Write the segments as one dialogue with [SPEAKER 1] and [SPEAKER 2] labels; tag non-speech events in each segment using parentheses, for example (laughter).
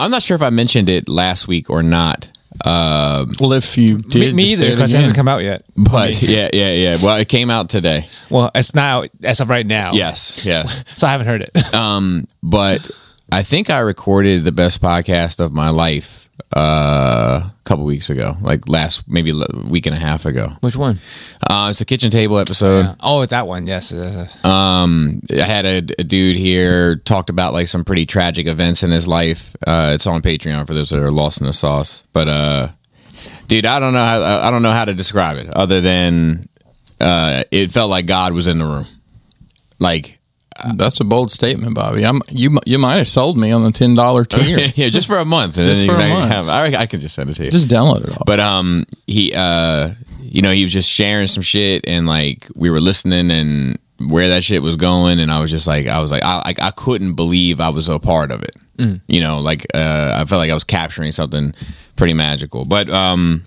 [SPEAKER 1] I'm not sure if I mentioned it last week or not. Um,
[SPEAKER 2] Well, if you did,
[SPEAKER 3] Me, me
[SPEAKER 2] just say
[SPEAKER 3] either,
[SPEAKER 2] it
[SPEAKER 3] because it
[SPEAKER 2] again.
[SPEAKER 3] hasn't come out yet.
[SPEAKER 1] but yeah, yeah, yeah. Well, it came out today.
[SPEAKER 3] Well, it's now as of right now.
[SPEAKER 1] Yes, yes.
[SPEAKER 3] So I haven't heard it.
[SPEAKER 1] But I think I recorded the best podcast of my life uh, a couple weeks ago, like last maybe a week and a half ago.
[SPEAKER 3] (laughs) Which one?
[SPEAKER 1] Uh, it's a kitchen table episode.
[SPEAKER 3] Oh, that one. Yes. Uh,
[SPEAKER 1] Um, I had a, a dude here talked about like some pretty tragic events in his life. Uh, it's on Patreon for those that are lost in the sauce. But uh, dude, I don't know how I don't know how to describe it other than uh, it felt like God was in the room. Like
[SPEAKER 2] That's a bold statement, Bobby. I'm you. mi- You might have sold me on the ten (laughs) dollar tier.
[SPEAKER 1] (laughs) yeah, just for a month. And
[SPEAKER 2] Just
[SPEAKER 1] then you
[SPEAKER 2] for a
[SPEAKER 1] can
[SPEAKER 2] month.
[SPEAKER 1] have- I, I could just send it to you.
[SPEAKER 2] Just download it all.
[SPEAKER 1] but um he uh you know he was just sharing some shit and like we were listening and where that shit was going and i was just like i was like i like i couldn't believe i was a part of it you know like uh i felt like i was capturing something pretty magical but um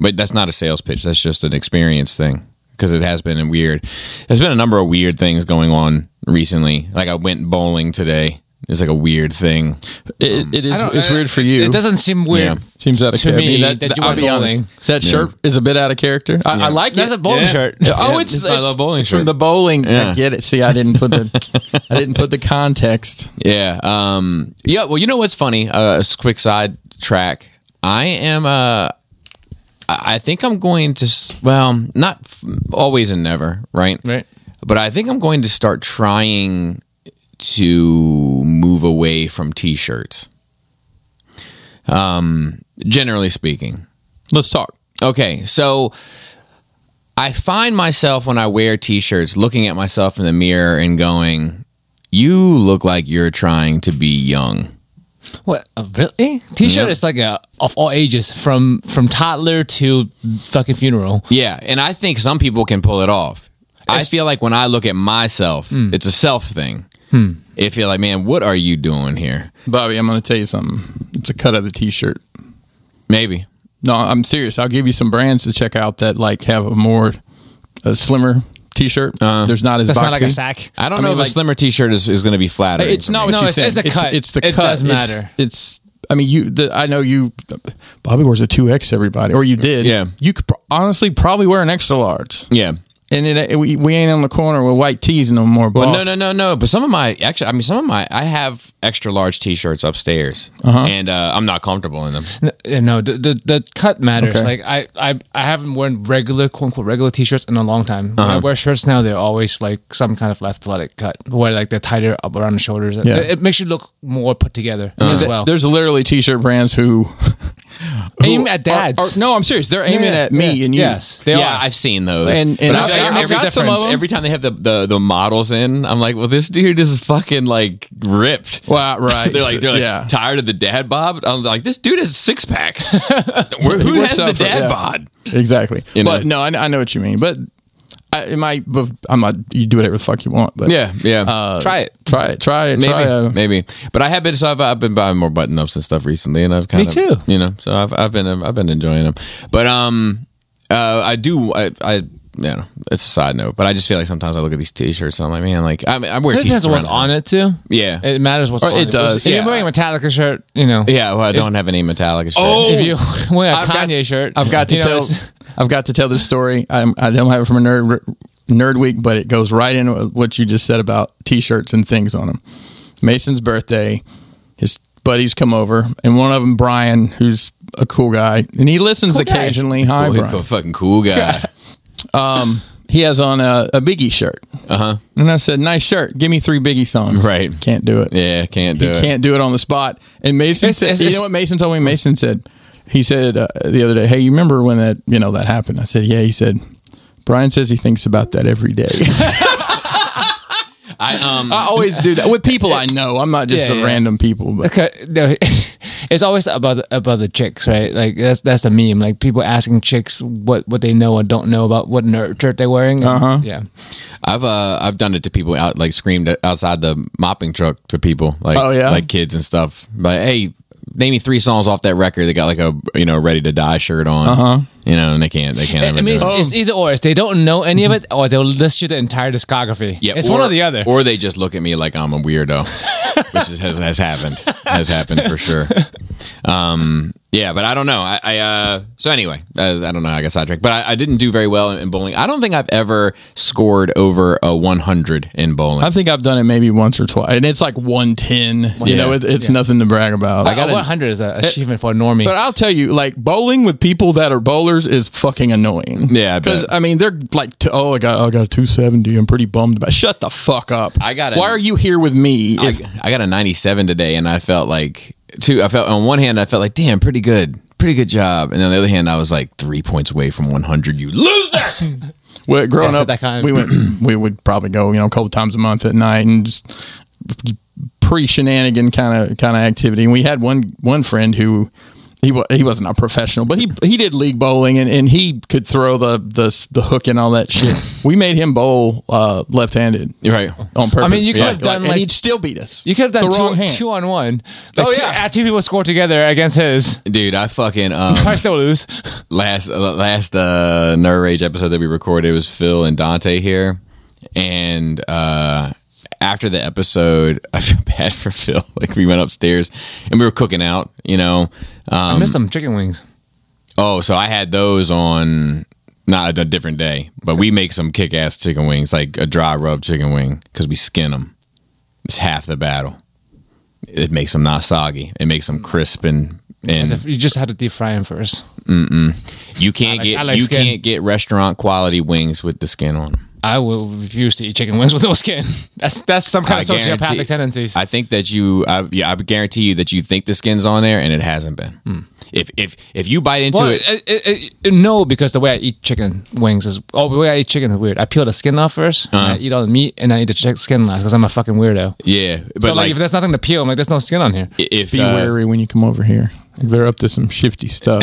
[SPEAKER 1] but that's not a sales pitch that's just an experience thing because it has been a weird there's been a number of weird things going on recently like i went bowling today it's like a weird thing
[SPEAKER 2] it, it is.
[SPEAKER 3] I don't-
[SPEAKER 2] It's
[SPEAKER 3] I-
[SPEAKER 2] weird for you.
[SPEAKER 3] It doesn't seem weird.
[SPEAKER 1] Yeah.
[SPEAKER 2] Seems out of
[SPEAKER 3] to
[SPEAKER 2] character.
[SPEAKER 3] me
[SPEAKER 2] that,
[SPEAKER 3] that you
[SPEAKER 2] I'll
[SPEAKER 3] went
[SPEAKER 2] be honest.
[SPEAKER 3] bowling.
[SPEAKER 2] That shirt is a bit out of character. I, I like
[SPEAKER 3] That's
[SPEAKER 2] it.
[SPEAKER 3] a bowling
[SPEAKER 2] Yeah.
[SPEAKER 3] shirt.
[SPEAKER 2] Oh,
[SPEAKER 1] Yeah,
[SPEAKER 2] it's,
[SPEAKER 1] it's my
[SPEAKER 2] it's-
[SPEAKER 1] little bowling
[SPEAKER 2] it's
[SPEAKER 1] shirt.
[SPEAKER 2] from the bowling.
[SPEAKER 1] Yeah.
[SPEAKER 2] I get it. See, I didn't put (laughs) the I didn't put the context.
[SPEAKER 1] Yeah. Um, yeah. Well, you know what's funny? Uh, s- quick side track. I am. Uh, I I think I'm going to. s- Well, not f- always and never, right?
[SPEAKER 3] (laughs) Right.
[SPEAKER 1] But I think I'm going to start trying to move away from t-shirts. Um, generally speaking.
[SPEAKER 2] Let's talk.
[SPEAKER 1] Okay, so I find myself when I wear t-shirts looking at myself in the mirror and going, "You look like you're trying to be young."
[SPEAKER 3] What? uh, really? T-shirt
[SPEAKER 1] Yeah.
[SPEAKER 3] is like a of all ages, from from toddler to fucking funeral.
[SPEAKER 1] Yeah, and I think some people can pull it off. I feel like when I look at myself,
[SPEAKER 2] Hmm.
[SPEAKER 1] it's a self thing. It feel like, man, what are you doing here?
[SPEAKER 2] Bobby, I'm going to tell you something. It's a cut of the T-shirt.
[SPEAKER 1] Maybe.
[SPEAKER 2] No, I'm serious. I'll give you some brands to check out that like have a more a slimmer T-shirt. There's Uh-huh. not as
[SPEAKER 3] That's
[SPEAKER 2] boxy.
[SPEAKER 3] not like a sack.
[SPEAKER 1] I don't know
[SPEAKER 2] I mean,
[SPEAKER 1] if
[SPEAKER 2] like-
[SPEAKER 1] a slimmer t-shirt is, is going to be flattering.
[SPEAKER 2] It's
[SPEAKER 1] for
[SPEAKER 2] not
[SPEAKER 1] me.
[SPEAKER 2] what
[SPEAKER 3] No,
[SPEAKER 2] you
[SPEAKER 3] it's-
[SPEAKER 2] think.
[SPEAKER 3] it's the cut.
[SPEAKER 2] It's the
[SPEAKER 3] It
[SPEAKER 2] cut.
[SPEAKER 3] does
[SPEAKER 2] It's-
[SPEAKER 3] matter.
[SPEAKER 2] It's. I mean, you. The, I know you. Bobby wears a two X. Everybody, or you did.
[SPEAKER 1] Yeah.
[SPEAKER 2] You could pro- honestly probably wear an extra large.
[SPEAKER 1] Yeah.
[SPEAKER 2] And it, we, we ain't on the corner with white tees no more. Boss.
[SPEAKER 1] Well, no, no, no, no. But some of my actually, I mean, some of my I have extra large T-shirts upstairs,
[SPEAKER 2] Uh-huh.
[SPEAKER 1] and uh, I'm not comfortable in them.
[SPEAKER 3] N- yeah, No, the the, the cut matters.
[SPEAKER 2] Okay.
[SPEAKER 3] Like I, I I haven't worn regular quote unquote regular T-shirts in a long time. When
[SPEAKER 2] Uh-huh.
[SPEAKER 3] I wear shirts now, they're always like some kind of athletic cut, where like they're tighter up around the shoulders.
[SPEAKER 2] Yeah. Uh-huh.
[SPEAKER 3] It, it makes you look more put together as well.
[SPEAKER 2] There's literally T-shirt brands who, who
[SPEAKER 3] Aim at
[SPEAKER 2] are-
[SPEAKER 3] dads.
[SPEAKER 2] are- no, I'm serious. They're aiming
[SPEAKER 3] Yeah,
[SPEAKER 2] at me
[SPEAKER 3] yeah.
[SPEAKER 2] and you.
[SPEAKER 3] Yes, they
[SPEAKER 1] yeah,
[SPEAKER 3] are.
[SPEAKER 1] I've seen those,
[SPEAKER 2] And- and
[SPEAKER 1] But I
[SPEAKER 2] I've-
[SPEAKER 1] feel like
[SPEAKER 2] I've
[SPEAKER 1] every
[SPEAKER 2] got some
[SPEAKER 1] difference-
[SPEAKER 2] of 'em.
[SPEAKER 1] Every time they have the, the the models in, I'm like, well, this dude is fucking like ripped.
[SPEAKER 2] Well,
[SPEAKER 1] (laughs)
[SPEAKER 2] right.
[SPEAKER 1] They're like, they're like
[SPEAKER 2] yeah.
[SPEAKER 1] tired of the dad bod. I'm like, this dude has six
[SPEAKER 2] (laughs)
[SPEAKER 1] pack. Where- Who
[SPEAKER 2] He
[SPEAKER 1] has
[SPEAKER 2] works
[SPEAKER 1] the
[SPEAKER 2] out for-
[SPEAKER 1] dad
[SPEAKER 2] yeah.
[SPEAKER 1] bod?
[SPEAKER 2] Exactly.
[SPEAKER 1] You know?
[SPEAKER 2] But no, I, I know what you mean. But I, it might. But I'm not. You do whatever the fuck you want. But
[SPEAKER 1] Yeah, yeah.
[SPEAKER 2] uh,
[SPEAKER 3] Try it.
[SPEAKER 2] Try it. Try it.
[SPEAKER 1] maybe,
[SPEAKER 2] Try a,
[SPEAKER 1] maybe. But I have been so I've, I've been buying more button ups and stuff recently, and I've kind
[SPEAKER 3] Me
[SPEAKER 1] of
[SPEAKER 3] too.
[SPEAKER 1] you know. So I've I've been I've been enjoying them, but um, uh, I do I I you know it's a side note, but I just feel like sometimes I look at these t-shirts and I'm like, man, like I mean, I wear
[SPEAKER 3] it
[SPEAKER 1] t-shirts
[SPEAKER 3] depends on what's
[SPEAKER 1] around
[SPEAKER 3] on it too.
[SPEAKER 1] Yeah.
[SPEAKER 3] it matters what's
[SPEAKER 2] Oh,
[SPEAKER 3] on
[SPEAKER 2] it
[SPEAKER 3] it.
[SPEAKER 2] does,
[SPEAKER 3] If
[SPEAKER 2] yeah.
[SPEAKER 3] you're wearing a Metallica shirt, you know.
[SPEAKER 1] Yeah, well, I don't have any Metallica. Shirt.
[SPEAKER 2] Oh,
[SPEAKER 3] If you (laughs) wear a
[SPEAKER 2] I've got-
[SPEAKER 3] Kanye shirt,
[SPEAKER 2] I've got to
[SPEAKER 3] (laughs) you know,
[SPEAKER 2] tell.
[SPEAKER 3] it's-
[SPEAKER 2] I've got to tell this story. I'm, I don't have it from a nerd nerd week, but it goes right into what you just said about t-shirts and things on them. Mason's birthday, his buddies come over, and one of them, Brian, who's a cool guy, and he listens occasionally. Hi,
[SPEAKER 1] Boy,
[SPEAKER 2] Brian.
[SPEAKER 1] he's a fucking cool guy.
[SPEAKER 2] He has on a, a Biggie shirt,
[SPEAKER 1] Uh huh.
[SPEAKER 2] and I said, "Nice shirt. Give me three Biggie songs."
[SPEAKER 1] Right.
[SPEAKER 2] Can't do
[SPEAKER 1] (laughs)
[SPEAKER 2] it.
[SPEAKER 1] Yeah, can't do
[SPEAKER 2] he
[SPEAKER 1] it.
[SPEAKER 2] can't do it on the spot. And Mason
[SPEAKER 3] It's-
[SPEAKER 2] said,
[SPEAKER 3] it's-
[SPEAKER 2] "You
[SPEAKER 3] it's-
[SPEAKER 2] know what Mason told me?" Mason said, "He said uh, the other day, hey, you remember when that you know that happened?" I said, "Yeah." He said, "Brian says he thinks about that every day." (laughs)
[SPEAKER 1] I um.
[SPEAKER 2] I always do that with people I know. I'm not just
[SPEAKER 3] Yeah,
[SPEAKER 2] the
[SPEAKER 3] yeah.
[SPEAKER 2] random people, but
[SPEAKER 3] Okay, no, (laughs) it's always about about the chicks, right? Like that's that's the meme. Like people asking chicks what what they know or don't know about what nerd shirt they're wearing. Uh-huh. Yeah,
[SPEAKER 1] I've uh I've done it to people out like screamed outside the mopping truck to people like
[SPEAKER 2] Oh, yeah?
[SPEAKER 1] like kids and stuff. But hey, name me three songs off that record that got like a you know ready to die shirt on. Uh huh. You know, and they can't they can't.
[SPEAKER 3] I
[SPEAKER 1] ever
[SPEAKER 3] mean,
[SPEAKER 1] do
[SPEAKER 3] it's,
[SPEAKER 1] it.
[SPEAKER 3] it's either or. It's they don't know any of it, or they'll list you the entire discography.
[SPEAKER 1] Yeah,
[SPEAKER 3] it's one or the other.
[SPEAKER 1] Or they just look at me like I'm a weirdo, (laughs) which is, has, has happened, has happened for sure. Um, yeah, but I don't know. I, I uh, so anyway, I, I don't know. I got sidetracked, but I, I didn't do very well in, in bowling. I don't think I've ever scored over a 100 in bowling.
[SPEAKER 2] I think I've done it maybe once or twice, and it's like one ten. You know, it, it's nothing to brag about.
[SPEAKER 3] I got 100 Uh, is an achievement for a normie.
[SPEAKER 2] But I'll tell you, like bowling with people that are bowlers is fucking annoying.
[SPEAKER 1] Yeah, I
[SPEAKER 2] because
[SPEAKER 1] bet.
[SPEAKER 2] I, mean they're like, t- oh, I got, I got a two seventy. I'm pretty bummed about. Shut the fuck up.
[SPEAKER 1] I got it.
[SPEAKER 2] Why are you here with me?
[SPEAKER 1] I,
[SPEAKER 2] if-
[SPEAKER 1] I got a 97 today, and I felt like two. I felt on one hand, I felt like damn, pretty good, pretty good job, and on the other hand, I was like three points away from 100. You
[SPEAKER 3] (laughs)
[SPEAKER 1] loser.
[SPEAKER 2] well, growing
[SPEAKER 3] Yeah, so
[SPEAKER 2] up,
[SPEAKER 3] that kind of-
[SPEAKER 2] we went,
[SPEAKER 3] (clears throat)
[SPEAKER 2] we would probably go, you know, a couple times a month at night and just pre shenanigan kind of kind of activity. And we had one one friend who. He, wa- he wasn't a professional, but he he did league bowling and, and he could throw the, the the hook and all that shit.
[SPEAKER 3] (laughs)
[SPEAKER 2] We made him bowl uh, left handed.
[SPEAKER 1] right.
[SPEAKER 2] on purpose.
[SPEAKER 3] I mean, you could have done,
[SPEAKER 2] and
[SPEAKER 3] like-
[SPEAKER 2] he'd still beat us.
[SPEAKER 3] you could have done
[SPEAKER 2] the wrong
[SPEAKER 3] two,
[SPEAKER 2] hand.
[SPEAKER 3] two on one.
[SPEAKER 2] Oh,
[SPEAKER 3] Like two,
[SPEAKER 2] yeah.
[SPEAKER 3] uh, two people score together against his.
[SPEAKER 1] Dude, I fucking um,
[SPEAKER 3] I still lose.
[SPEAKER 1] last uh, last uh nerve rage episode that we recorded was phil and dante here and uh after the episode (laughs) i feel bad for phil (laughs) like we went upstairs and we were cooking out you know um
[SPEAKER 3] I missed some chicken wings.
[SPEAKER 1] oh so i had those on not a different day but we make some kick-ass chicken wings like a dry rub chicken wing because we skin them it's half the battle it makes them not soggy it makes them crisp and and
[SPEAKER 3] You just had to deep fry them first.
[SPEAKER 1] You can't
[SPEAKER 3] like-
[SPEAKER 1] get
[SPEAKER 3] I like
[SPEAKER 1] you
[SPEAKER 3] skin.
[SPEAKER 1] can't get restaurant quality wings with the skin on them.
[SPEAKER 3] I will refuse to eat chicken wings with no skin. (laughs) That's that's some kind of sociopathic tendencies.
[SPEAKER 1] I think that you, I, yeah, I guarantee you that you think the skin's on there and it hasn't been.
[SPEAKER 3] Hmm.
[SPEAKER 1] If if if you bite into
[SPEAKER 3] well,
[SPEAKER 1] it,
[SPEAKER 3] it, it, it, no, because the way I eat chicken wings is oh, the way I eat chicken is weird. I peel the skin off 1st
[SPEAKER 1] Uh-huh.
[SPEAKER 3] and I eat all the meat, and I eat the chick- skin last because I'm a fucking weirdo.
[SPEAKER 1] yeah, but
[SPEAKER 3] so like,
[SPEAKER 1] like,
[SPEAKER 3] if there's nothing to peel, I'm like, there's no skin on here.
[SPEAKER 1] if,
[SPEAKER 2] Be
[SPEAKER 1] uh,
[SPEAKER 2] wary when you come over here. They're up to some shifty
[SPEAKER 3] (laughs)
[SPEAKER 2] stuff.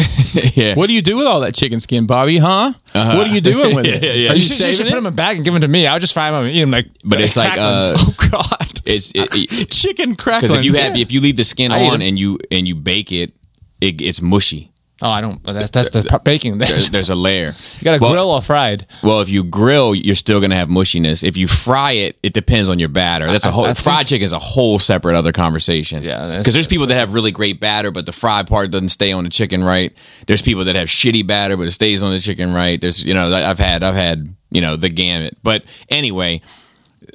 [SPEAKER 1] yeah,
[SPEAKER 2] what do you do with all that chicken skin, Bobby? Huh?
[SPEAKER 3] Uh-huh.
[SPEAKER 2] What are you doing with it?
[SPEAKER 3] (laughs)
[SPEAKER 1] Yeah, yeah.
[SPEAKER 2] Are you,
[SPEAKER 1] You
[SPEAKER 3] should, you should
[SPEAKER 2] saving
[SPEAKER 3] put
[SPEAKER 2] it?
[SPEAKER 3] them in a bag and give them to me. I'll just fry them and eat them like.
[SPEAKER 1] but it's like
[SPEAKER 3] (laughs)
[SPEAKER 1] uh,
[SPEAKER 2] oh God!
[SPEAKER 1] it's it,
[SPEAKER 2] (laughs) chicken cracklings.
[SPEAKER 1] because if you have if you leave the skin
[SPEAKER 3] I eat
[SPEAKER 1] on
[SPEAKER 3] them.
[SPEAKER 1] and you and you bake it, it it's mushy.
[SPEAKER 3] oh, I don't. but That's that's the p- baking.
[SPEAKER 1] There's,
[SPEAKER 3] That's,
[SPEAKER 1] there's a layer.
[SPEAKER 3] you gotta
[SPEAKER 1] well,
[SPEAKER 3] grill or fried.
[SPEAKER 1] Well, if you grill, you're still gonna have mushiness. If you fry it, it depends on your batter. That's a whole
[SPEAKER 3] I think-
[SPEAKER 1] fried chicken is a whole separate other conversation.
[SPEAKER 3] Yeah, that's-
[SPEAKER 1] because there's people that have really great batter, but the fried part doesn't stay on the chicken right. There's people that have shitty batter, but it stays on the chicken right. There's you know I've had I've had you know the gamut. But anyway,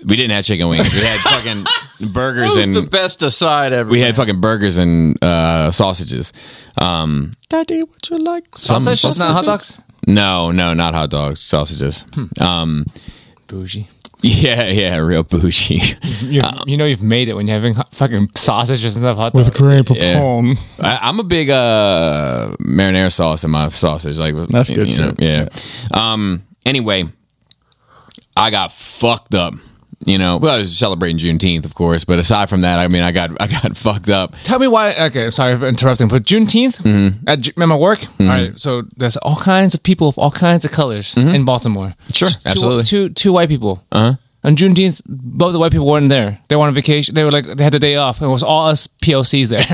[SPEAKER 1] we didn't have chicken wings. We had
[SPEAKER 3] (laughs)
[SPEAKER 1] fucking burgers and
[SPEAKER 2] best aside ever.
[SPEAKER 1] we had fucking burgers and uh, sausages. Um,
[SPEAKER 2] Daddy, what you like?
[SPEAKER 3] Sausage, just not hot dogs.
[SPEAKER 1] no, no, not hot dogs, sausages.
[SPEAKER 3] Hmm.
[SPEAKER 1] Um,
[SPEAKER 3] Bougie.
[SPEAKER 1] (laughs) yeah, yeah, real bougie.
[SPEAKER 3] You,
[SPEAKER 1] Uh,
[SPEAKER 3] you know you've made it when you're having hot, fucking sausages and stuff hot dogs.
[SPEAKER 2] Grand
[SPEAKER 1] I, I'm a big uh, marinara sauce in my sausage. Like
[SPEAKER 2] That's
[SPEAKER 1] you
[SPEAKER 2] good
[SPEAKER 1] know,
[SPEAKER 2] shit.
[SPEAKER 1] yeah. Um. Anyway, I got fucked up. You know, well, I was celebrating Juneteenth, of course, but aside from that, I mean, I got (laughs) I got fucked up.
[SPEAKER 3] Tell me why. Okay, I'm sorry for interrupting, but Juneteenth
[SPEAKER 1] Mm-hmm.
[SPEAKER 3] at, Ju- at my work. all right, so there's all kinds of people of all kinds of colors in Baltimore.
[SPEAKER 1] Mm-hmm. Sure,
[SPEAKER 3] Two-
[SPEAKER 1] absolutely. Uh-huh.
[SPEAKER 3] Two two white people. Uh huh. On Juneteenth, both the white people weren't there. They were on vacation. They were like they had the day off. It was all us
[SPEAKER 1] (laughs)
[SPEAKER 3] POCs there.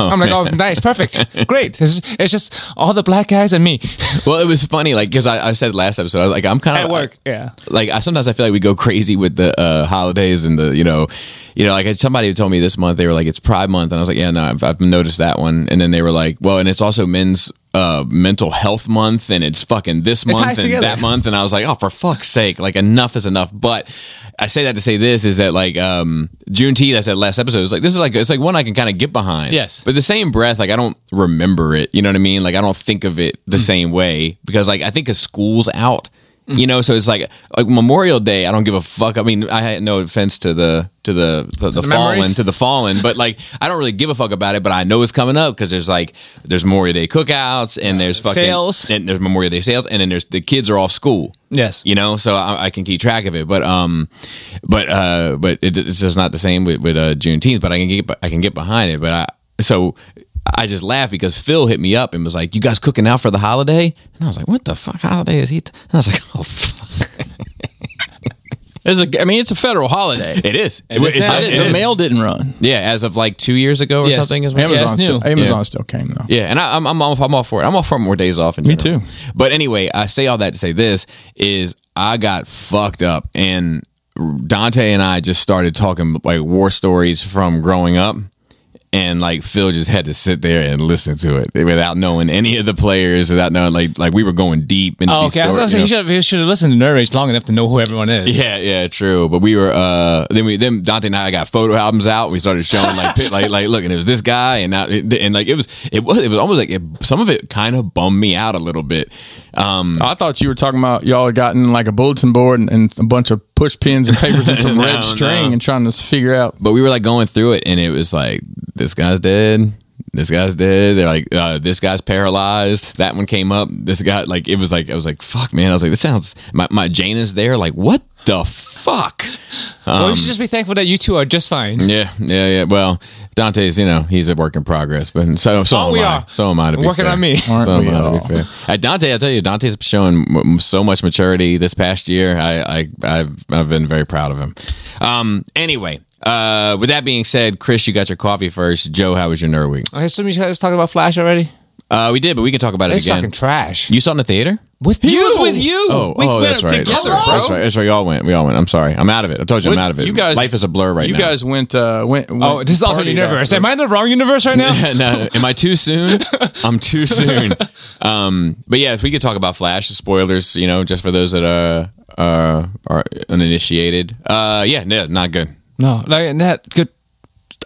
[SPEAKER 3] (laughs) I'm like, oh, nice, perfect, great. It's, it's just all the black guys and me (laughs)
[SPEAKER 1] Well, it was funny, like because I, I said last episode, I was like, I'm kind of
[SPEAKER 3] at work. Yeah.
[SPEAKER 1] like Oh, I sometimes I feel like we go crazy with the uh, holidays and the you know, you know, like somebody told me this month they were like it's Pride Month and I was like yeah no I've, I've noticed that one and then they were like well and it's also Men's uh, Mental Health Month and it's fucking this month and
[SPEAKER 3] ties together.
[SPEAKER 1] that month and I was like oh for fuck's sake like enough is enough but I say that to say this is that like um Juneteenth I said last episode it's like this is like it's like one I can kind of get behind
[SPEAKER 3] Yes.
[SPEAKER 1] but the same breath like I don't remember it you know what I mean like I don't think of it the
[SPEAKER 3] Mm.
[SPEAKER 1] same way because like I think of school's out you know so it's like like memorial day i don't give a fuck i mean i had no offense to the to the to the, fallen
[SPEAKER 3] memories?
[SPEAKER 1] to the fallen but like i don't really give a fuck about it but i know it's coming up because there's like there's memorial day cookouts and there's fucking
[SPEAKER 3] Sales.
[SPEAKER 1] and there's memorial day sales and then there's the kids are off school
[SPEAKER 3] Yes.
[SPEAKER 1] you know so i, I can keep track of it but um but uh but it, it's just not the same with with uh juneteenth but i can get i can get behind it but i so I just laughed because Phil hit me up and was like, "You guys cooking out for the (laughs) holiday?" And I was like, "What the fuck holiday is he?" T-? And I was like, "Oh, fuck.
[SPEAKER 2] It's a, I mean, it's a federal holiday.
[SPEAKER 1] It is.
[SPEAKER 3] It is now.
[SPEAKER 2] I
[SPEAKER 1] it
[SPEAKER 2] didn't, the
[SPEAKER 1] is.
[SPEAKER 2] mail didn't run.
[SPEAKER 1] Yeah, as of like two years ago or
[SPEAKER 3] Yes.
[SPEAKER 1] something. Is when-
[SPEAKER 3] Yeah, it's
[SPEAKER 2] Amazon,
[SPEAKER 3] new.
[SPEAKER 2] still, Amazon still came though.
[SPEAKER 1] Yeah, and I, I'm I'm all, I'm all for it. I'm all for more days off. In
[SPEAKER 2] Me
[SPEAKER 1] general.
[SPEAKER 2] too.
[SPEAKER 1] But anyway, I say all that to say this is I got fucked up, and Dante and I just started talking like war stories from growing up, and like Phil just had to sit there and listen to it without knowing any of the players, without knowing like like we were going deep into
[SPEAKER 3] Oh,
[SPEAKER 1] these
[SPEAKER 3] okay. I was
[SPEAKER 1] stories, you
[SPEAKER 3] saying
[SPEAKER 1] know?
[SPEAKER 3] you should have, you should have listened to Nerd Rage long enough to know who everyone is.
[SPEAKER 1] Yeah, yeah, true. But we were uh then we then Dante and I got photo albums out. We started showing like pic- like like look, and it was this guy, and now and like it was it was it was almost like it, some of it kind of bummed me out a little bit. Um,
[SPEAKER 2] I thought you were talking about y'all had gotten like a bulletin board and, and a bunch of push pins and papers and some
[SPEAKER 1] No,
[SPEAKER 2] red string
[SPEAKER 1] no.
[SPEAKER 2] and trying to figure out.
[SPEAKER 1] but we were like going through it, and it was like this guy's dead. This guy's dead. They're like, uh, this guy's paralyzed. That one came up. This guy, like, it was like, I was like, fuck, man. I was like, this sounds. My, my Jane is there. Like, what the fuck? um,
[SPEAKER 3] well, you should just be thankful that you two are just fine.
[SPEAKER 1] Yeah, yeah, yeah. Well, Dante's, you know, he's a work in progress, but so so
[SPEAKER 3] Oh,
[SPEAKER 1] am
[SPEAKER 3] we
[SPEAKER 1] I.
[SPEAKER 3] are.
[SPEAKER 1] So am I to be
[SPEAKER 3] Working
[SPEAKER 1] fair.
[SPEAKER 3] on me.
[SPEAKER 2] Aren't
[SPEAKER 1] so am
[SPEAKER 2] we
[SPEAKER 1] I to
[SPEAKER 2] all?
[SPEAKER 1] be fair. At Dante, I tell you, Dante's shown m- so much maturity this past year. I, I I've I've been very proud of him. Um. Anyway, uh, with that being said, Chris, you got your coffee first. Joe, how was your nerd week?
[SPEAKER 3] Okay, so you guys talking about Flash already?
[SPEAKER 1] Uh, we did, but we can talk about it
[SPEAKER 3] It's
[SPEAKER 1] again.
[SPEAKER 3] fucking trash.
[SPEAKER 1] you saw it in the theater.
[SPEAKER 3] With
[SPEAKER 2] He
[SPEAKER 3] you.
[SPEAKER 2] was with you.
[SPEAKER 1] Oh,
[SPEAKER 2] We
[SPEAKER 1] oh
[SPEAKER 2] went
[SPEAKER 1] that's
[SPEAKER 2] up
[SPEAKER 1] right. That's
[SPEAKER 2] together.
[SPEAKER 1] right. That's right. That's right. Y'all went. We all went. I'm sorry. I'm out of it. I told you I'm
[SPEAKER 2] What-
[SPEAKER 1] out of it.
[SPEAKER 2] you guys-
[SPEAKER 1] life is a blur right
[SPEAKER 2] you
[SPEAKER 1] now.
[SPEAKER 2] guys went uh went, went
[SPEAKER 3] Oh, this is also
[SPEAKER 2] partied
[SPEAKER 3] universe.
[SPEAKER 2] afterwards.
[SPEAKER 3] Am I in the wrong universe right now?
[SPEAKER 1] Yeah, (laughs) no, am I too soon? I'm too
[SPEAKER 2] (laughs)
[SPEAKER 1] soon. Um, but yeah, if we could talk about Flash spoilers, you know, just for those that uh, uh, are uninitiated. Uh, yeah, no, not good.
[SPEAKER 3] No, like that good.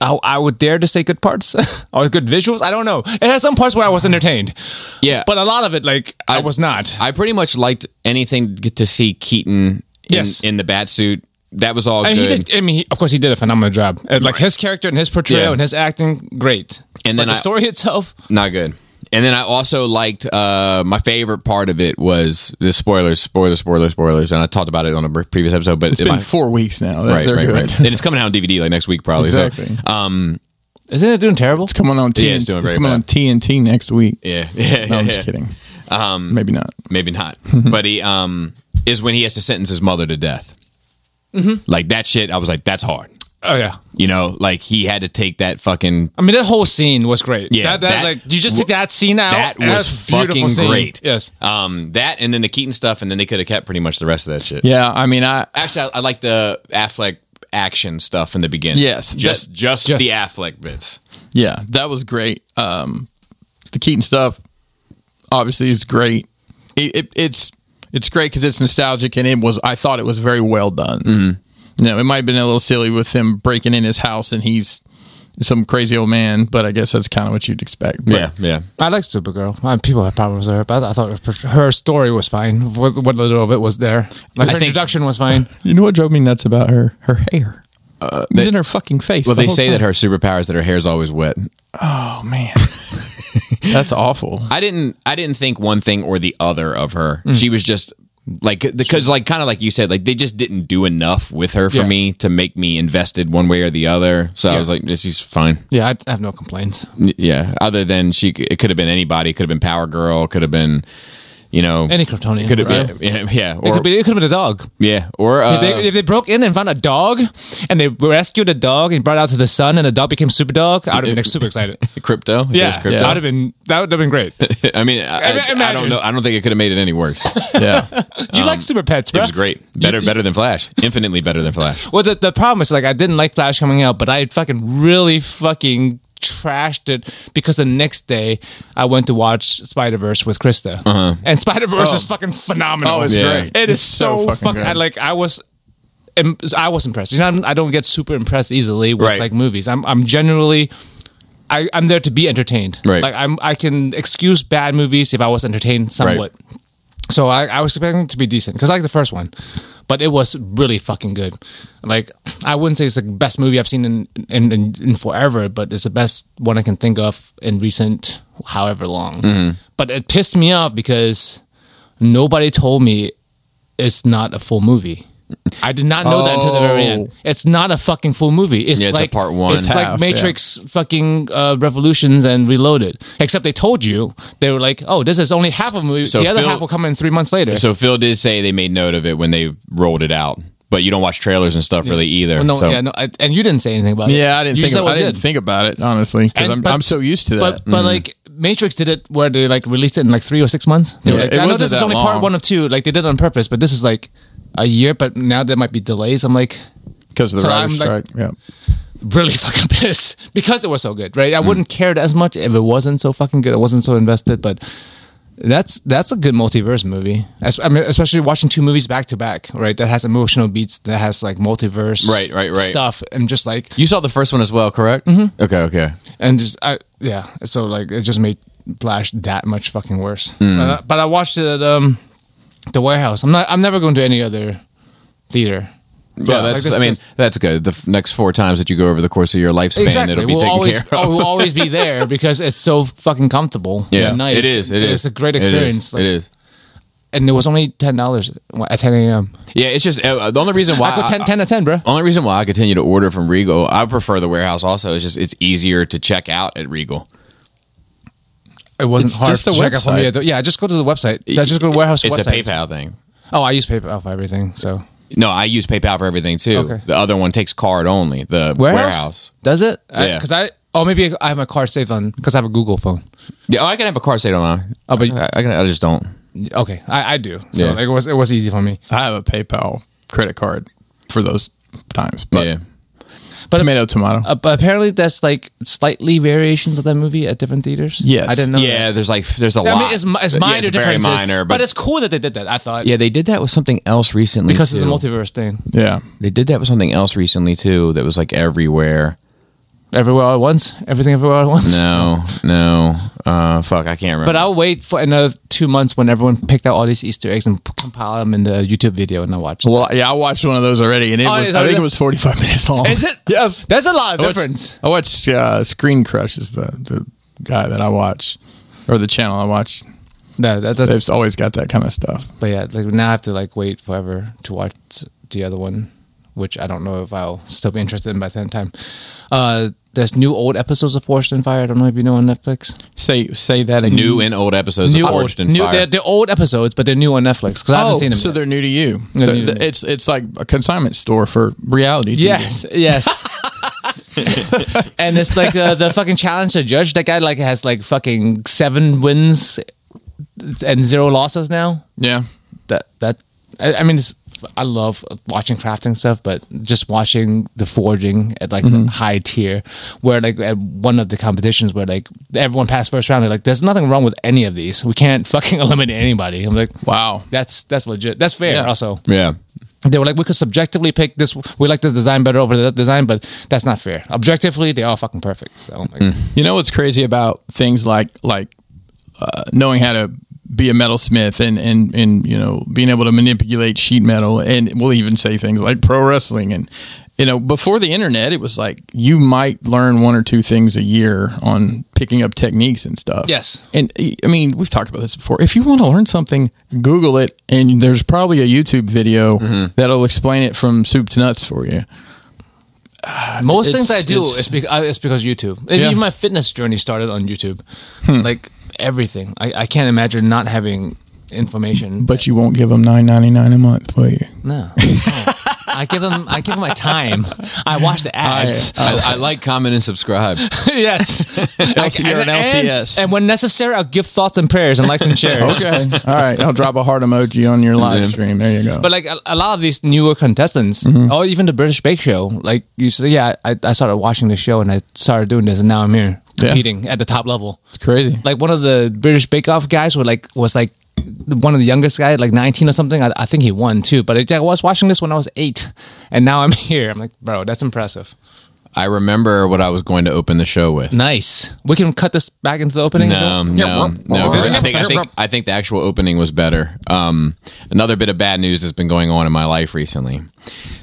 [SPEAKER 3] I, I would dare to say good parts (laughs) or good visuals. I don't know. It has some parts where I was entertained.
[SPEAKER 1] Yeah.
[SPEAKER 3] but a lot of it, like I, was not.
[SPEAKER 1] I pretty much liked anything to get to see Keaton. In,
[SPEAKER 3] Yes.
[SPEAKER 1] in the bat suit, that was all
[SPEAKER 3] and
[SPEAKER 1] good.
[SPEAKER 3] he did. I mean, he, of course, he did a phenomenal job. Uh, Like his character and his portrayal
[SPEAKER 1] Yeah.
[SPEAKER 3] and his acting, great.
[SPEAKER 1] And
[SPEAKER 3] But
[SPEAKER 1] then
[SPEAKER 3] the
[SPEAKER 1] I-
[SPEAKER 3] story itself,
[SPEAKER 1] not good. And then I also liked uh, my favorite part of it was the spoilers, spoilers, spoilers, spoilers. And I talked about it on a br- previous episode, but
[SPEAKER 2] It's been
[SPEAKER 1] my,
[SPEAKER 2] four weeks now. They're,
[SPEAKER 1] right,
[SPEAKER 2] they're
[SPEAKER 1] right,
[SPEAKER 2] good.
[SPEAKER 1] right. And it's coming out on DVD like next week, probably.
[SPEAKER 2] Exactly.
[SPEAKER 1] So, um,
[SPEAKER 3] isn't it doing terrible?
[SPEAKER 2] It's coming on TNT.
[SPEAKER 1] Yeah, it's
[SPEAKER 2] it's
[SPEAKER 1] doing very
[SPEAKER 2] coming on
[SPEAKER 1] bad.
[SPEAKER 2] TNT next week.
[SPEAKER 1] yeah, (laughs) yeah,
[SPEAKER 2] No, I'm
[SPEAKER 1] yeah,
[SPEAKER 2] just
[SPEAKER 1] yeah.
[SPEAKER 2] kidding. Um, Maybe not.
[SPEAKER 1] maybe
[SPEAKER 2] (laughs)
[SPEAKER 1] not, but he um is when he has to sentence his mother to death.
[SPEAKER 3] Mm-hmm.
[SPEAKER 1] Like that shit, I was like, that's hard.
[SPEAKER 3] Oh yeah.
[SPEAKER 1] You know, like he had to take that fucking.
[SPEAKER 3] I mean, that whole scene was great.
[SPEAKER 1] Yeah,
[SPEAKER 3] that, that's
[SPEAKER 1] that-
[SPEAKER 3] like you just take that scene out.
[SPEAKER 1] That
[SPEAKER 3] and
[SPEAKER 1] was
[SPEAKER 3] that's a beautiful
[SPEAKER 1] fucking
[SPEAKER 3] scene.
[SPEAKER 1] great.
[SPEAKER 3] Yes.
[SPEAKER 1] Um, that and then the Keaton stuff, and then they could have kept pretty much the rest of that shit.
[SPEAKER 2] Yeah, I mean, I
[SPEAKER 1] Actually, I, I like the Affleck action stuff in the beginning.
[SPEAKER 2] Yes,
[SPEAKER 1] just just,
[SPEAKER 3] just-
[SPEAKER 1] the Affleck bits.
[SPEAKER 2] yeah, that was great. Um, the Keaton stuff obviously is great. It, it, it's it's great because it's nostalgic and it was. I thought it was very well done. Mm. You know, it might have been a little silly with him breaking in his house and he's some crazy old man, but I guess that's kind of what you'd expect. But
[SPEAKER 1] yeah.
[SPEAKER 3] I liked Supergirl. Uh, People had problems with her, but I thought her story was fine. What, what little of it was there, like
[SPEAKER 1] I
[SPEAKER 3] her
[SPEAKER 1] think-
[SPEAKER 3] introduction was fine.
[SPEAKER 2] You know what drove me nuts about her? Her hair. Uh, it was in her fucking face.
[SPEAKER 1] Well,
[SPEAKER 2] the
[SPEAKER 1] they
[SPEAKER 2] whole
[SPEAKER 1] say
[SPEAKER 2] time.
[SPEAKER 1] that her superpower is that her hair's always wet.
[SPEAKER 2] Oh man, that's awful.
[SPEAKER 1] I didn't I didn't think one thing or the other of her.
[SPEAKER 3] Mm.
[SPEAKER 1] She was just like because like kind of like you said like they just didn't do enough with her for
[SPEAKER 3] Yeah.
[SPEAKER 1] me to make me invested one way or the other. So I was like this is fine.
[SPEAKER 3] Yeah, I, I have no complaints.
[SPEAKER 1] N- Yeah, other than she c- it could have been anybody, could have been Power Girl, could have been you know
[SPEAKER 3] Any Kryptonian
[SPEAKER 1] could have
[SPEAKER 3] right?
[SPEAKER 1] been yeah, yeah
[SPEAKER 3] It
[SPEAKER 1] or
[SPEAKER 3] could be. It could have been a dog.
[SPEAKER 1] yeah or uh,
[SPEAKER 3] If they, if they broke in and found a dog, and they rescued a dog and brought it out to the sun, and the dog became super dog, I'd have been like, super excited.
[SPEAKER 1] crypto. If (laughs) it was
[SPEAKER 3] Yeah,
[SPEAKER 1] crypto.
[SPEAKER 3] I'd have been. That would have been great. You
[SPEAKER 1] (laughs) I mean I, I, I don't
[SPEAKER 3] Imagine.
[SPEAKER 1] know. I don't think it could have made it any
[SPEAKER 3] (laughs)
[SPEAKER 1] worse. it
[SPEAKER 2] Yeah,
[SPEAKER 3] like super pets, bro?
[SPEAKER 1] Um, was great, better better than Flash, infinitely better than Flash.
[SPEAKER 3] Well, the, the problem is like I didn't like Flash coming out, but I fucking really fucking trashed it because the next day I went to watch Spider Verse with Krista, and Spider Verse is fucking phenomenal.
[SPEAKER 2] Uh-huh. Oh, it's
[SPEAKER 1] Yeah.
[SPEAKER 2] great.
[SPEAKER 3] It is
[SPEAKER 2] It's so
[SPEAKER 3] so,
[SPEAKER 2] fucking
[SPEAKER 3] fucking.
[SPEAKER 2] good.
[SPEAKER 3] I, like I was. im- I was impressed. You know, I'm, I don't get super impressed easily with
[SPEAKER 1] Right.
[SPEAKER 3] like movies. I'm I'm generally, I I'm there to be entertained.
[SPEAKER 1] Right.
[SPEAKER 3] Like I'm I can excuse bad movies if I was entertained somewhat. So I, I was expecting it to be decent because I like the first one, but it was really fucking good. Like I wouldn't say it's the best movie I've seen in in, in, in forever, but it's the best one I can think of in recent however long.
[SPEAKER 2] Mm-hmm.
[SPEAKER 3] But it pissed me off because nobody told me it's not a full movie. I did not know that until the very end.
[SPEAKER 2] Oh.
[SPEAKER 3] It's not a fucking full movie. It's,
[SPEAKER 1] Yeah, it's a
[SPEAKER 3] like
[SPEAKER 1] part one.
[SPEAKER 3] It's
[SPEAKER 2] Half,
[SPEAKER 3] like
[SPEAKER 2] yeah.
[SPEAKER 3] Matrix fucking uh, Revolutions and Reloaded. Except they told you they were like, "Oh, this is only half of a movie.
[SPEAKER 1] So
[SPEAKER 3] the other
[SPEAKER 1] Phil-
[SPEAKER 3] half will come in three months later."
[SPEAKER 1] So Phil did say they made note of it when they rolled it out. but you don't watch trailers and stuff really either.
[SPEAKER 3] No,
[SPEAKER 1] so
[SPEAKER 3] yeah, no, I, and you didn't say anything about it.
[SPEAKER 2] Yeah, I didn't
[SPEAKER 3] You
[SPEAKER 2] think
[SPEAKER 3] said
[SPEAKER 2] about, I
[SPEAKER 3] it was
[SPEAKER 2] didn't
[SPEAKER 3] good.
[SPEAKER 2] think about it honestly because
[SPEAKER 3] And-
[SPEAKER 2] I'm,
[SPEAKER 3] but-
[SPEAKER 2] I'm so used to that. Mm.
[SPEAKER 3] But but like Matrix did it where they like released it in like three or six months. They were
[SPEAKER 2] Yeah,
[SPEAKER 3] like,
[SPEAKER 2] it
[SPEAKER 3] I know
[SPEAKER 2] wasn't
[SPEAKER 3] this is
[SPEAKER 2] that
[SPEAKER 3] only
[SPEAKER 2] long.
[SPEAKER 3] part one of two. Like they did it on purpose, but this is like a year. But now there might be delays. I'm like
[SPEAKER 2] because of the
[SPEAKER 3] so
[SPEAKER 2] writer's
[SPEAKER 3] I'm, like-
[SPEAKER 2] strike. yeah.
[SPEAKER 3] really (laughs) fucking pissed because it was so good, right? I wouldn't cared as much if it wasn't so fucking good. I wasn't so invested, but that's that's a good multiverse movie. As, I mean, especially watching two movies back to back, right? That has emotional beats, that has like multiverse,
[SPEAKER 1] Right, right, right.
[SPEAKER 3] stuff. I'm just like,
[SPEAKER 1] you saw the first one as well, correct? Mm-hmm. Okay, okay.
[SPEAKER 3] and just I yeah. So like it just made Flash that much fucking worse.
[SPEAKER 1] Hmm.
[SPEAKER 3] But, I, but I watched it at um, the warehouse. I'm not. I'm never going to any other theater.
[SPEAKER 1] Yeah,
[SPEAKER 3] like
[SPEAKER 1] that's.
[SPEAKER 3] this-
[SPEAKER 1] I mean, that's good. The f- next four times that you go over the course of your lifespan, it'll be
[SPEAKER 3] we'll
[SPEAKER 1] taken
[SPEAKER 3] always, oh,
[SPEAKER 1] care of.
[SPEAKER 3] we'll always be
[SPEAKER 1] (laughs)
[SPEAKER 3] there because it's so fucking comfortable.
[SPEAKER 1] yeah,
[SPEAKER 3] and nice.
[SPEAKER 1] it is. It
[SPEAKER 3] And
[SPEAKER 1] is.
[SPEAKER 3] It's a great
[SPEAKER 1] It is,
[SPEAKER 3] experience.
[SPEAKER 1] It is.
[SPEAKER 3] and it was only ten dollars at ten a.m.
[SPEAKER 1] Yeah, it's just uh, the only reason why
[SPEAKER 3] I go 10, 10 to ten, bro.
[SPEAKER 1] Only reason why I continue to order from Regal, I prefer the warehouse. Also, it's just it's easier to check out at Regal.
[SPEAKER 3] It wasn't
[SPEAKER 2] It's just the website.
[SPEAKER 3] Yeah, yeah, just go to the website. Yeah, just go to warehouse.
[SPEAKER 1] It's
[SPEAKER 3] website.
[SPEAKER 1] a PayPal thing.
[SPEAKER 3] Oh, I use PayPal for everything. So
[SPEAKER 1] No, I use PayPal for everything too.
[SPEAKER 3] Okay.
[SPEAKER 1] The other one takes card only. The warehouse.
[SPEAKER 3] warehouse, does it?
[SPEAKER 1] Yeah.
[SPEAKER 3] Because I, oh maybe I have my card saved on because I have a Google phone.
[SPEAKER 1] Yeah, oh, I can have a card saved on mine.
[SPEAKER 3] Oh, but-
[SPEAKER 1] I, I, can, I just don't.
[SPEAKER 3] Okay, I, I do. So
[SPEAKER 1] Yeah.
[SPEAKER 3] like, it was it was easy for me.
[SPEAKER 2] I have a PayPal credit card for those times. But
[SPEAKER 1] yeah.
[SPEAKER 2] tomato tomato.
[SPEAKER 3] Uh, but apparently, that's like slightly variations of that movie at different theaters.
[SPEAKER 2] Yes.
[SPEAKER 3] I didn't know. that.
[SPEAKER 1] Yeah, there's like there's a
[SPEAKER 3] I
[SPEAKER 1] lot.
[SPEAKER 3] mean, it's, mi- it's
[SPEAKER 1] Yeah,
[SPEAKER 3] minor
[SPEAKER 1] very
[SPEAKER 3] differences,
[SPEAKER 1] minor,
[SPEAKER 3] but,
[SPEAKER 1] but,
[SPEAKER 3] it's cool that they did that. I thought,
[SPEAKER 1] yeah, they did that with something else recently
[SPEAKER 3] because it's a
[SPEAKER 1] too.
[SPEAKER 3] multiverse thing.
[SPEAKER 2] Yeah.
[SPEAKER 1] They did that with something else recently too. That was like everywhere.
[SPEAKER 3] Everywhere all at once, everything everywhere all at once.
[SPEAKER 1] No, no, uh, fuck, I can't remember.
[SPEAKER 3] But I'll wait for another two months when everyone picked out all these Easter eggs and p- compile them into a YouTube video, and I watch. them.
[SPEAKER 2] Well, yeah, I watched one of those already, and it
[SPEAKER 3] Oh,
[SPEAKER 2] was,
[SPEAKER 3] is
[SPEAKER 2] I
[SPEAKER 3] that-
[SPEAKER 2] think it was 45 (laughs) minutes long.
[SPEAKER 1] (laughs)
[SPEAKER 3] Is it?
[SPEAKER 2] Yes.
[SPEAKER 3] There's a lot of
[SPEAKER 2] I watched-
[SPEAKER 3] difference.
[SPEAKER 2] I watched uh, Screen Crush is the, the guy that I watch, or the channel I watch.
[SPEAKER 3] No, that, that's.
[SPEAKER 2] They've always got that kind of stuff.
[SPEAKER 3] but yeah, like now I have to like wait forever to watch the other one, which I don't know if I'll still be interested in by that time. Uh, there's new old episodes of Forged and Fire. I don't know if you know on Netflix.
[SPEAKER 2] Say say that again.
[SPEAKER 1] new and old episodes
[SPEAKER 3] new
[SPEAKER 1] of
[SPEAKER 3] old,
[SPEAKER 1] Forged and
[SPEAKER 3] new
[SPEAKER 1] Fire.
[SPEAKER 3] they're, they're old episodes, but they're new on Netflix because I haven't
[SPEAKER 2] Oh,
[SPEAKER 3] seen them.
[SPEAKER 2] so
[SPEAKER 3] yet.
[SPEAKER 2] they're new to you.
[SPEAKER 3] They're
[SPEAKER 2] The-
[SPEAKER 3] new to
[SPEAKER 2] the-
[SPEAKER 3] me.
[SPEAKER 2] it's it's like a consignment store for reality. TV.
[SPEAKER 3] Yes, yes. and it's like uh, the fucking challenge to judge. That guy like has like fucking seven wins and zero losses now.
[SPEAKER 2] Yeah.
[SPEAKER 3] That that I, I mean, it's, I love watching crafting stuff, but just watching the forging at like the high tier, where like at one of the competitions where like everyone passed first round, they're like, "There's nothing wrong with any of these. We can't fucking (laughs) eliminate anybody." I'm like,
[SPEAKER 2] Wow.
[SPEAKER 3] "That's that's legit. That's fair."
[SPEAKER 2] Yeah.
[SPEAKER 3] Also,
[SPEAKER 1] yeah,
[SPEAKER 3] they were like, we could subjectively pick this. We like this design better over that design, but that's not fair. Objectively, they are fucking perfect. So I'm like,
[SPEAKER 2] You know what's crazy about things like like uh, knowing how to be a metalsmith and and and you know being able to manipulate sheet metal and we'll even say things like pro wrestling and you know before the internet it was like you might learn one or two things a year on picking up techniques and stuff
[SPEAKER 3] Yes.
[SPEAKER 2] and e, i mean we've talked about this before if you want to learn something google it and there's probably a youtube video that'll explain it from soup to nuts for you
[SPEAKER 3] most
[SPEAKER 2] It's-
[SPEAKER 3] things I do
[SPEAKER 2] it's-
[SPEAKER 3] is because, it's because YouTube.
[SPEAKER 2] Yeah. Hmm.
[SPEAKER 3] Even my fitness journey started on YouTube. Like everything, I, I can't imagine not having information.
[SPEAKER 2] but you won't give them 9.99 a month will you (laughs)
[SPEAKER 3] no, no. I give them, I give them my time. I watch the ads.
[SPEAKER 2] (laughs)
[SPEAKER 1] I, I like comment and subscribe.
[SPEAKER 3] (laughs) yes,
[SPEAKER 2] LCR and LCS.
[SPEAKER 3] And, when necessary, I'll give thoughts and prayers and likes and shares.
[SPEAKER 2] (laughs) Okay. All right. I'll drop a heart emoji on your live stream. There you go.
[SPEAKER 3] But like a, a lot of these newer contestants, or even the British Bake Show, like you said, yeah, I, I started watching the show and I started doing this, and now I'm here
[SPEAKER 2] Yeah.
[SPEAKER 3] competing at the top level.
[SPEAKER 2] it's crazy.
[SPEAKER 3] Like one of the British Bake Off guys was like was like one of the youngest guy, like 19 or something. I, I think he won too. But it, I was watching this when I was eight, and now I'm (laughs) here. I'm like, bro, that's impressive.
[SPEAKER 1] I remember what I was going to open the show with.
[SPEAKER 3] Nice. We can cut this back into the opening.
[SPEAKER 1] No, no, no.
[SPEAKER 3] This is
[SPEAKER 1] I think, I think I think the actual opening was better. Um, another bit of bad news that's been going on in my life recently.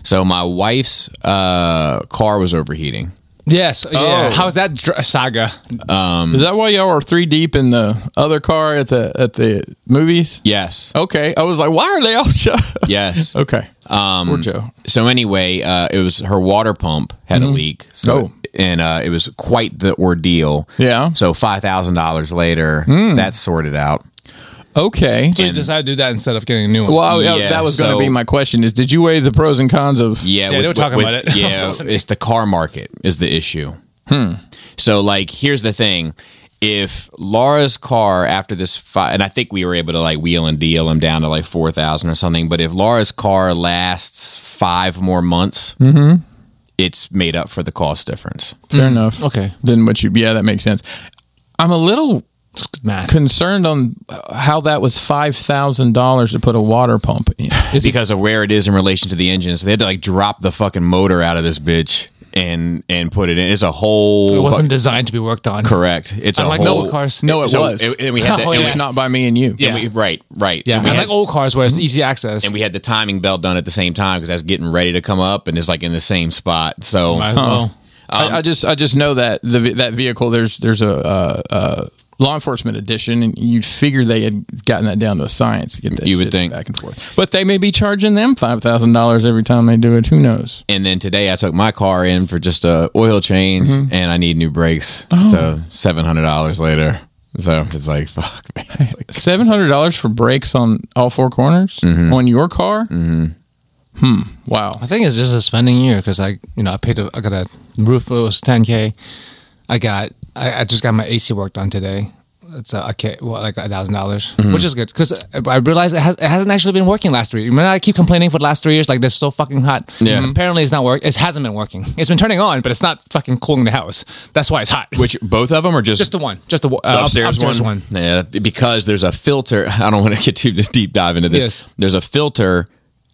[SPEAKER 1] So my wife's uh, car was overheating.
[SPEAKER 3] Yes. Oh, Yeah. How's that dr- saga?
[SPEAKER 2] Is that why y'all were three deep in the other car at the at the movies?
[SPEAKER 1] Yes,
[SPEAKER 2] Okay. I was like, why are they all shut?
[SPEAKER 1] yes.
[SPEAKER 2] Oh. (laughs) okay. Um, Poor Joe.
[SPEAKER 1] So anyway, uh, it was her water pump had a leak. So
[SPEAKER 2] Oh.
[SPEAKER 1] and uh, it was quite the ordeal.
[SPEAKER 2] Yeah. Hmm.
[SPEAKER 1] So five thousand dollars later, that's sorted out.
[SPEAKER 2] Okay.
[SPEAKER 3] So you decided to do that instead of getting a new one.
[SPEAKER 2] Well, I- I-
[SPEAKER 1] Yeah,
[SPEAKER 2] that was going to
[SPEAKER 1] so-
[SPEAKER 2] be my question: Is did you weigh the pros and cons of?
[SPEAKER 1] Yeah,
[SPEAKER 3] they were talking about (laughs) it. Hmm.
[SPEAKER 1] Yeah, it's the car market is the issue. So, like, here's the thing: if Laura's car after this, fi- and I think we were able to like wheel and deal them down to like four thousand or something. But if Laura's car lasts five more months,
[SPEAKER 3] Mm-hmm.
[SPEAKER 1] it's made up for the cost difference.
[SPEAKER 2] Fair enough.
[SPEAKER 3] okay.
[SPEAKER 2] Then what you? Yeah, that makes sense. I'm a little
[SPEAKER 3] Math.
[SPEAKER 2] concerned on how that was five thousand dollars to put a water pump in.
[SPEAKER 1] It's because of where it is in relation to the engine. So they had to like drop the fucking motor out of this bitch and and put it in. It's a whole.
[SPEAKER 3] It wasn't designed to be worked on.
[SPEAKER 1] correct. It's a
[SPEAKER 3] Unlike
[SPEAKER 1] whole
[SPEAKER 3] old cars.
[SPEAKER 2] No, it
[SPEAKER 1] So,
[SPEAKER 2] was.
[SPEAKER 1] and- and we
[SPEAKER 2] (laughs)
[SPEAKER 1] had to-
[SPEAKER 3] Oh,
[SPEAKER 1] and we-
[SPEAKER 2] It's not by me and you.
[SPEAKER 1] and we- right, right.
[SPEAKER 3] Yeah,
[SPEAKER 1] And we
[SPEAKER 3] unlike
[SPEAKER 1] had- Mm-hmm.
[SPEAKER 3] old cars where it's easy access.
[SPEAKER 1] and we had the timing belt done at the same time because that's getting ready to come up and it's like in the same spot. So
[SPEAKER 3] Might as well.
[SPEAKER 1] Um,
[SPEAKER 2] I, I just I just know that the ve- that vehicle there's there's a uh, uh, law enforcement edition and you'd figure they had gotten that down to a science to get that
[SPEAKER 1] You would
[SPEAKER 2] shit
[SPEAKER 1] think.
[SPEAKER 2] back and forth but they may be charging them five thousand dollars every time they do it who knows
[SPEAKER 1] and then today I took my car in for just a oil change and I need new brakes. So seven hundred dollars later. So it's like fuck man. It's like,
[SPEAKER 2] seven hundred dollars for brakes on all four corners on your car mm-hmm. hmm wow
[SPEAKER 3] I think it's just a spending year because I, you know, I paid. A, I got a roof. It was ten k. I got. I, I just got my AC worked on today. It's a, okay, well, like a thousand dollars,
[SPEAKER 1] Mm-hmm.
[SPEAKER 3] which is good because I realized it, has, it hasn't actually been working last three. Remember, I keep complaining for the last three years, like this is so fucking hot.
[SPEAKER 1] Yeah.
[SPEAKER 3] Apparently, it's not work. It hasn't been working. It's been turning on, but it's not fucking cooling the house. That's why it's hot.
[SPEAKER 1] (laughs) which both of them are just
[SPEAKER 3] (laughs) just the one, just the wo- uh,
[SPEAKER 1] the
[SPEAKER 3] up-
[SPEAKER 1] upstairs, one. Yeah, because there's a filter. (laughs) I don't want to get too just deep dive into this.
[SPEAKER 3] Yes.
[SPEAKER 1] There's a filter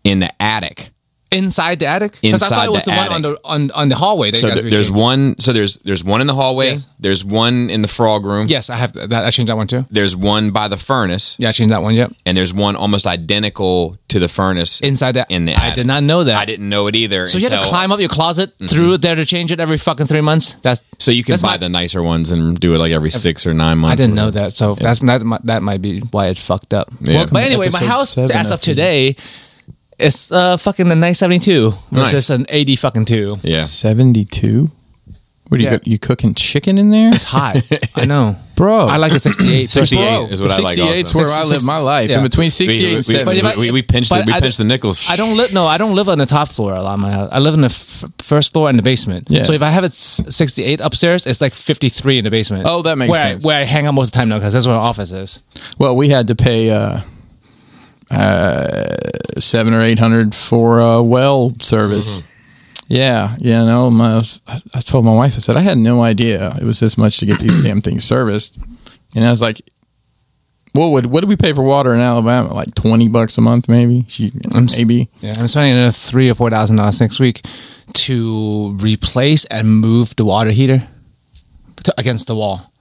[SPEAKER 1] in the attic.
[SPEAKER 3] inside the attic. 'Cause I
[SPEAKER 1] Inside
[SPEAKER 3] thought it was
[SPEAKER 1] the
[SPEAKER 3] the, one on the
[SPEAKER 1] attic.
[SPEAKER 3] on, on the hallway. That
[SPEAKER 1] So
[SPEAKER 3] you guys
[SPEAKER 1] th- there's
[SPEAKER 3] reaching.
[SPEAKER 1] one. So there's there's one in the hallway.
[SPEAKER 3] Yes.
[SPEAKER 1] There's one in the frog room.
[SPEAKER 3] Yes, I have that. I changed that one too.
[SPEAKER 1] There's one by the furnace.
[SPEAKER 3] Yeah, I changed that one. Yep.
[SPEAKER 1] and there's one almost identical to the furnace
[SPEAKER 3] Inside that.
[SPEAKER 1] In the
[SPEAKER 3] I
[SPEAKER 1] attic.
[SPEAKER 3] did not know that.
[SPEAKER 1] I didn't know it either.
[SPEAKER 3] So you had to climb up your closet through there to change it every fucking three months. That's
[SPEAKER 1] So you can
[SPEAKER 3] that's
[SPEAKER 1] buy
[SPEAKER 3] my-
[SPEAKER 1] the nicer ones and do it like every six or nine months.
[SPEAKER 3] I didn't know
[SPEAKER 1] or
[SPEAKER 3] that. So that's that. mi- That might be why it fucked up.
[SPEAKER 1] Welcome
[SPEAKER 3] But
[SPEAKER 2] to
[SPEAKER 3] anyway, my
[SPEAKER 2] episode
[SPEAKER 3] house
[SPEAKER 2] seven
[SPEAKER 3] as
[SPEAKER 2] of
[SPEAKER 3] of today, it's uh fucking a nine seventy two
[SPEAKER 1] Nice.
[SPEAKER 3] versus an eighty fucking two.
[SPEAKER 1] whatever. Yeah.
[SPEAKER 2] seventy two what are you
[SPEAKER 3] Yeah.
[SPEAKER 2] cook- you cooking chicken in there
[SPEAKER 1] (laughs)
[SPEAKER 3] It's hot. I know,
[SPEAKER 2] Bro.
[SPEAKER 3] I like a sixty eight.
[SPEAKER 1] 68 is what I like.
[SPEAKER 2] 68's
[SPEAKER 1] Also.
[SPEAKER 2] where I live my life
[SPEAKER 3] Yeah.
[SPEAKER 2] in between
[SPEAKER 1] We-
[SPEAKER 2] sixty eight and
[SPEAKER 1] we, we,
[SPEAKER 2] seventy
[SPEAKER 3] But if I-
[SPEAKER 1] we- we pinched
[SPEAKER 3] but
[SPEAKER 1] the, we
[SPEAKER 3] I-
[SPEAKER 1] pinched the nickels.
[SPEAKER 3] I don't live. No, I don't live on the top floor a lot. of My house. I live in the f- first floor and the basement.
[SPEAKER 2] Yeah.
[SPEAKER 3] So if I have it s- sixty-eight upstairs, it's like fifty-three in the basement.
[SPEAKER 2] Oh, that makes
[SPEAKER 3] where
[SPEAKER 2] sense.
[SPEAKER 3] I, where I hang out most of the time now, because that's where my office is.
[SPEAKER 2] Well, we had to pay uh, uh, seven or eight hundred for uh, well service.
[SPEAKER 3] Mm-hmm.
[SPEAKER 2] Yeah, you know, my, I was- I I told my wife, I said I had no idea it was this much to get these damn things serviced, and I was like, "What would what do we pay for water in Alabama? Like twenty bucks a month, maybe? She,
[SPEAKER 3] s-
[SPEAKER 2] maybe
[SPEAKER 3] Yeah, I'm spending another three or four thousand dollars next week to replace and move the water heater to, against the wall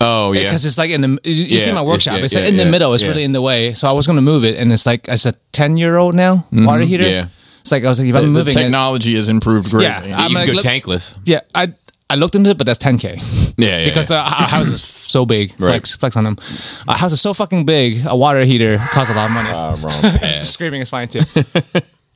[SPEAKER 1] oh yeah.
[SPEAKER 3] because it's like in the you, you see
[SPEAKER 1] Yeah,
[SPEAKER 3] my
[SPEAKER 1] it's-
[SPEAKER 3] workshop.
[SPEAKER 1] yeah,
[SPEAKER 3] It's,
[SPEAKER 1] yeah,
[SPEAKER 3] like in the
[SPEAKER 1] yeah,
[SPEAKER 3] middle. It's
[SPEAKER 1] yeah.
[SPEAKER 3] really in the way. So I was going to move it, and it's like it's a ten year old now water heater.
[SPEAKER 1] Mm-hmm. yeah.
[SPEAKER 3] It's like I was like if
[SPEAKER 2] the,
[SPEAKER 3] I'm
[SPEAKER 2] the
[SPEAKER 3] moving it,
[SPEAKER 2] technology has improved greatly.
[SPEAKER 3] Yeah, I'm
[SPEAKER 1] you
[SPEAKER 3] like,
[SPEAKER 1] can go
[SPEAKER 3] look-
[SPEAKER 1] tankless.
[SPEAKER 3] yeah, I I looked into it, but that's ten k.
[SPEAKER 1] Yeah, yeah.
[SPEAKER 3] because
[SPEAKER 1] yeah.
[SPEAKER 3] uh, our house is so big.
[SPEAKER 1] Right.
[SPEAKER 3] Flex, flex on them. Our house is so fucking big. A water heater costs a lot of money. (laughs)
[SPEAKER 1] Ah, (laughs) wrong pass.
[SPEAKER 3] Screaming is fine too.
[SPEAKER 2] (laughs)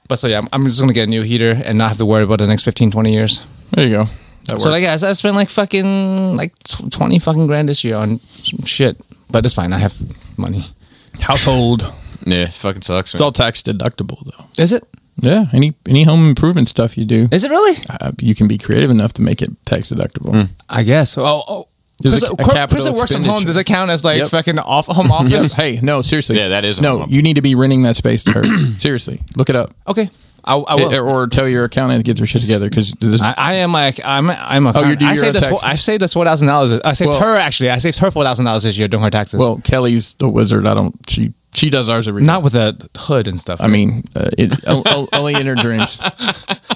[SPEAKER 3] but so yeah, I'm- I'm just gonna get a new heater and not have to worry about the next 15, 20 years.
[SPEAKER 2] there you go. That works.
[SPEAKER 3] So like, guys, I spent like fucking like tw- twenty fucking grand this year on some shit, but it's fine. I have money.
[SPEAKER 2] household,
[SPEAKER 1] yeah, it fucking sucks.
[SPEAKER 2] it's
[SPEAKER 1] Man.
[SPEAKER 2] all tax deductible though.
[SPEAKER 3] Is it?
[SPEAKER 2] Yeah, any any home improvement stuff you do,
[SPEAKER 3] Is it really?
[SPEAKER 2] uh, you can be creative enough to make it tax deductible.
[SPEAKER 3] I guess. Oh, oh.
[SPEAKER 2] There's a-
[SPEAKER 3] Prison-
[SPEAKER 2] a
[SPEAKER 3] cor-
[SPEAKER 2] capital
[SPEAKER 3] prison works from home.
[SPEAKER 2] expenditure.
[SPEAKER 3] Does it count as like
[SPEAKER 2] Yep.
[SPEAKER 3] fucking off home
[SPEAKER 2] (laughs)
[SPEAKER 3] office?
[SPEAKER 2] Yes. Hey, no, seriously.
[SPEAKER 1] Yeah, that is a
[SPEAKER 2] No,
[SPEAKER 1] home.
[SPEAKER 2] you need to be renting that space to her. seriously, look it up,
[SPEAKER 3] Okay, I, I will.
[SPEAKER 2] or, or tell your accountant to get their shit together because this.
[SPEAKER 3] I, I am like I'm I'm a.
[SPEAKER 2] Oh, you do
[SPEAKER 3] I
[SPEAKER 2] your
[SPEAKER 3] saved
[SPEAKER 2] own
[SPEAKER 3] us. four-
[SPEAKER 2] taxes.
[SPEAKER 3] I saved us four thousand dollars. I saved
[SPEAKER 2] Well-
[SPEAKER 3] her actually. I saved her four thousand dollars this year doing her taxes.
[SPEAKER 2] well, Kelly's the wizard. I don't. She she does ours every.
[SPEAKER 3] not with a hood and stuff.
[SPEAKER 2] I mean, uh, it, o- o- only in her dreams.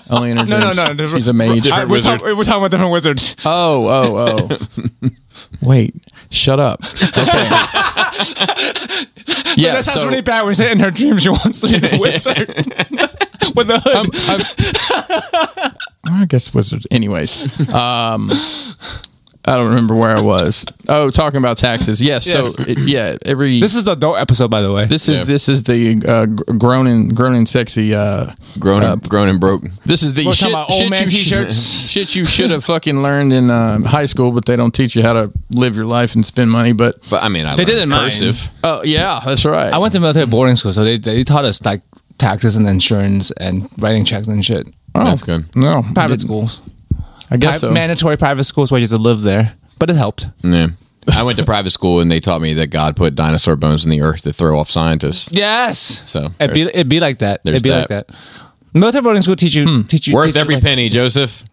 [SPEAKER 2] Only in her
[SPEAKER 3] no,
[SPEAKER 2] dreams.
[SPEAKER 3] no, no.
[SPEAKER 2] She's a mage.
[SPEAKER 1] Different
[SPEAKER 3] we're,
[SPEAKER 1] wizard.
[SPEAKER 3] talk- we're talking about different wizards.
[SPEAKER 2] Oh, oh, oh. Wait, shut up. Okay. yeah,
[SPEAKER 3] that sounds
[SPEAKER 2] so-
[SPEAKER 3] really bad when you say in her dreams she wants to
[SPEAKER 2] (laughs)
[SPEAKER 3] be the wizard (laughs) with the hood.
[SPEAKER 2] I'm- I guess wizards. Anyways, um, I don't remember where I was. Oh, talking about taxes. Yes.
[SPEAKER 3] Yes.
[SPEAKER 2] So it, yeah, every
[SPEAKER 3] This is the adult episode, by the way.
[SPEAKER 2] this is
[SPEAKER 1] Yeah.
[SPEAKER 2] this is the uh, gr- grown and grown and sexy. Uh,
[SPEAKER 1] Grown and grown and broke.
[SPEAKER 2] this is the
[SPEAKER 3] We're talking
[SPEAKER 2] shit,
[SPEAKER 3] about old
[SPEAKER 2] shit
[SPEAKER 3] man
[SPEAKER 2] you sh-
[SPEAKER 3] t-shirts.
[SPEAKER 2] (laughs) shit you should have fucking learned in uh, high school, but they don't teach you how to live your life and spend money. But
[SPEAKER 1] But I mean, I
[SPEAKER 3] They
[SPEAKER 1] learned
[SPEAKER 3] did in mine.
[SPEAKER 1] cursive.
[SPEAKER 2] oh yeah, that's right.
[SPEAKER 3] I went to military boarding school, so they, they taught us like taxes and insurance and writing checks and shit.
[SPEAKER 2] Oh,
[SPEAKER 1] That's good.
[SPEAKER 2] No,
[SPEAKER 3] Private schools.
[SPEAKER 2] I
[SPEAKER 3] Pri-
[SPEAKER 2] guess so.
[SPEAKER 3] Mandatory private schools where you had to live there. But it helped.
[SPEAKER 1] Yeah. I went to private school and they taught me that God put dinosaur bones in the earth to throw off scientists.
[SPEAKER 3] Yes.
[SPEAKER 1] So,
[SPEAKER 3] it'd be it'd be like that.
[SPEAKER 1] there's
[SPEAKER 3] It'd be like
[SPEAKER 1] that. Hmm.
[SPEAKER 3] that. Military boarding school teach you teach (laughs) you teach
[SPEAKER 1] Worth
[SPEAKER 3] you,
[SPEAKER 1] every
[SPEAKER 3] like-
[SPEAKER 1] penny, Joseph.